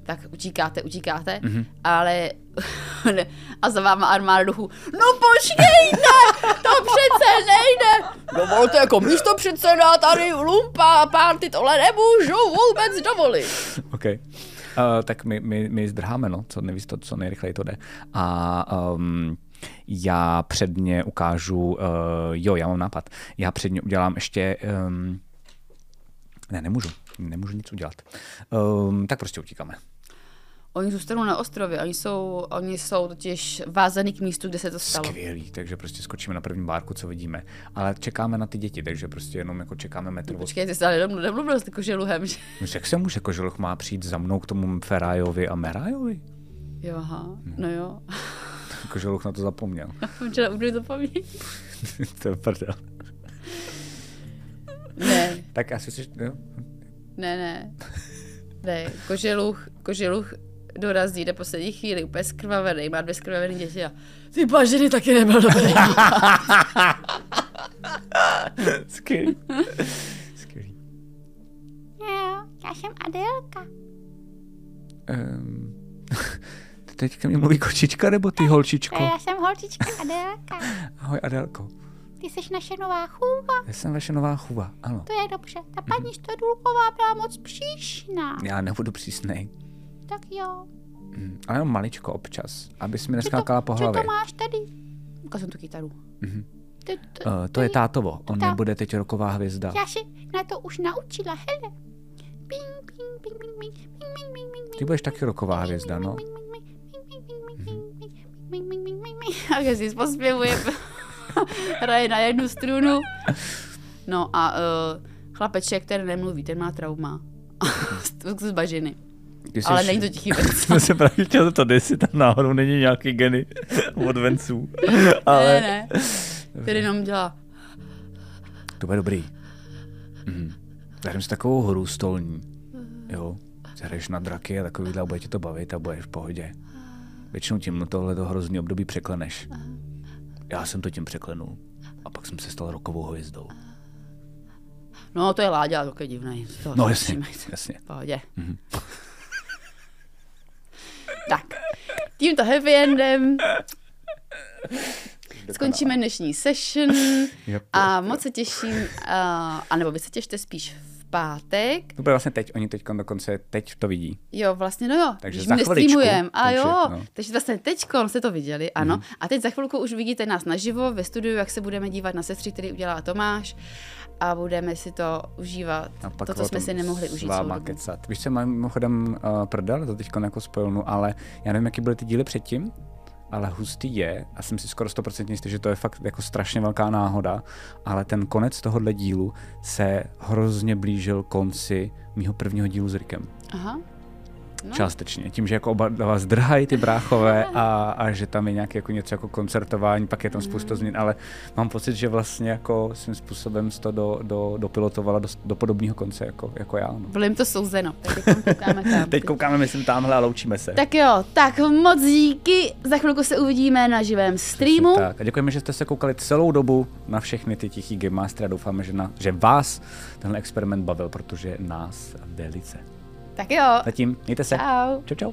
C: Tak utíkáte, utíkáte, mm-hmm. ale ne, a za váma armáda duchů. No počkejte, to přece nejde. Dovolte, jako místo předseda tady lumpa a párty tohle nemůžu vůbec dovolit.
D: OK. Uh, tak my, my, my zdrháme, no, co nevíš, to, co nejrychleji to jde. A um, já předně ukážu, uh, jo, já mám nápad, já předně udělám ještě, um, ne, nemůžu, nemůžu nic udělat. Um, tak prostě utíkáme.
C: Oni zůstanou na ostrově, oni jsou, oni jsou totiž vázaný k místu, kde se to stalo.
D: Skvělý, takže prostě skočíme na první bárku, co vidíme. Ale čekáme na ty děti, takže prostě jenom jako čekáme metr od
C: Počkej, ty jsi ale domlu- nemluvil s tím koželuhem, že?
D: No, Jak se může koželuch má přijít za mnou k tomu Ferajovi a Merajovi?
C: Jo, aha, no jo.
D: Koželuch na to zapomněl.
C: Mám včera úplně zapomněl.
D: to je prdel.
C: Ne,
D: Tak asi si... Jo.
C: ne, ne. Ne, koželuch, koželuch dorazí na poslední chvíli, úplně skrvavený, má dvě skrvavené děti a ty bažiny taky nebyl dobrý.
D: Skvělý. Skvělý.
G: Jo, já jsem Adélka.
D: Um, teď ke mně mluví kočička nebo ty holčičko?
G: Já jsem holčička Adélka.
D: Ahoj Adelko.
G: Ty jsi naše nová chůva,
D: Já jsem vaše nová chuva, ano.
G: to je dobře. Ta paní Štodulková byla moc příšná.
D: Já nebudu přísnej,
G: Tak jo.
D: Hm, ale jenom maličko občas, abys mi
G: Co to,
D: neskákala po
G: co
D: hlavě.
G: to máš tady?
C: Ukazím tu kytaru.
G: To, to,
D: Eh, to je tátovo, on
G: tá-
D: nebude teď roková hvězda.
G: Já se na to už naučila, hele. Ping, ping, ping, ping, ping, ping, ping, ping, ping,
D: Ty
G: ping,
D: budeš taky roková hvězda, no.
G: ping, ping, ping, ping, ping, ping, ping, ping, ping, ping, ping, ping.
C: Takže si pospěvuje, hraje na jednu strunu. No a uh, chlapeček, který nemluví, ten má trauma. Z- z bažiny.
D: Ty
C: Ale není to tichý vec.
D: Jsem se právě chtěl zeptat, jestli tam náhodou není nějaký geny od venců.
C: Ne,
D: Ale...
C: ne. Který jenom dělá.
D: To bude dobrý. Mhm. Zahrajeme si takovou hru stolní. Jo. Zahraješ na draky a takovýhle a bude tě to bavit a budeš v pohodě. Většinou tím tohle to hrozný období překleneš. Já jsem to tím překlenul. A pak jsem se stal rokovou hvězdou.
C: No, to je Láďa, to je divný. To
D: No jasně,
C: nemusíme.
D: jasně.
C: V pohodě.
D: Mhm.
C: tak, tímto happy endem skončíme dnešní session a moc se těším, a, anebo vy se těšte spíš v pátek.
D: To bude vlastně teď, oni teď dokonce teď to vidí.
C: Jo, vlastně, no jo,
D: Takže
C: když
D: za
C: my
D: chviličku,
C: nestreamujeme. A
D: takže,
C: jo,
D: no. Mhm.
C: takže vlastně teďkon jste to viděli, ano. A teď za chvilku už vidíte nás naživo ve studiu, jak se budeme dívat na sestry, který udělá Tomáš a budeme si to užívat.
D: A pak
C: to, co
D: o
C: jsme
D: tom
C: si nemohli užít.
D: S váma
C: celou dobu.
D: kecat. Víš, co mám mimochodem uh, prdel, to teďko jako spojilnu, ale já nevím, jaký byly ty díly předtím, ale hustý je, a jsem si skoro 100% jistý, že to je fakt jako strašně velká náhoda, ale ten konec tohohle dílu se hrozně blížil konci mýho prvního dílu s Rikem.
C: Aha. No.
D: No. Částečně. Tím, že jako oba dva zdrhají ty bráchové a, a že tam je nějaké jako něco jako koncertování, pak je tam spousta
C: Mm.
D: změn, ale mám pocit, že vlastně jako svým způsobem jsi to do, do, dopilotovala do, do podobného konce jako, jako já. No.
C: Bylo jim to souzeno. Tak teď koukáme tam.
D: Teď koukáme, myslím, tamhle a loučíme se.
C: Tak jo, tak moc díky. Za chvilku se uvidíme na živém streamu.
D: Tak a děkujeme, že jste se koukali celou dobu na všechny ty tichý Game Mastery a doufáme, že, na, že vás tenhle experiment bavil, protože nás velice.
C: Tak jo.
D: Zatím, mějte se.
C: Čau.
D: Čau, čau.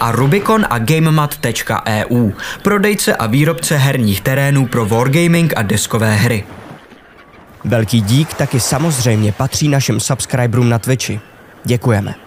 A: a Rubicon a GameMat.eu, prodejce a výrobce herních terénů pro wargaming a deskové hry.
H: Velký dík taky samozřejmě patří našim subscriberům na Twitchi. Děkujeme.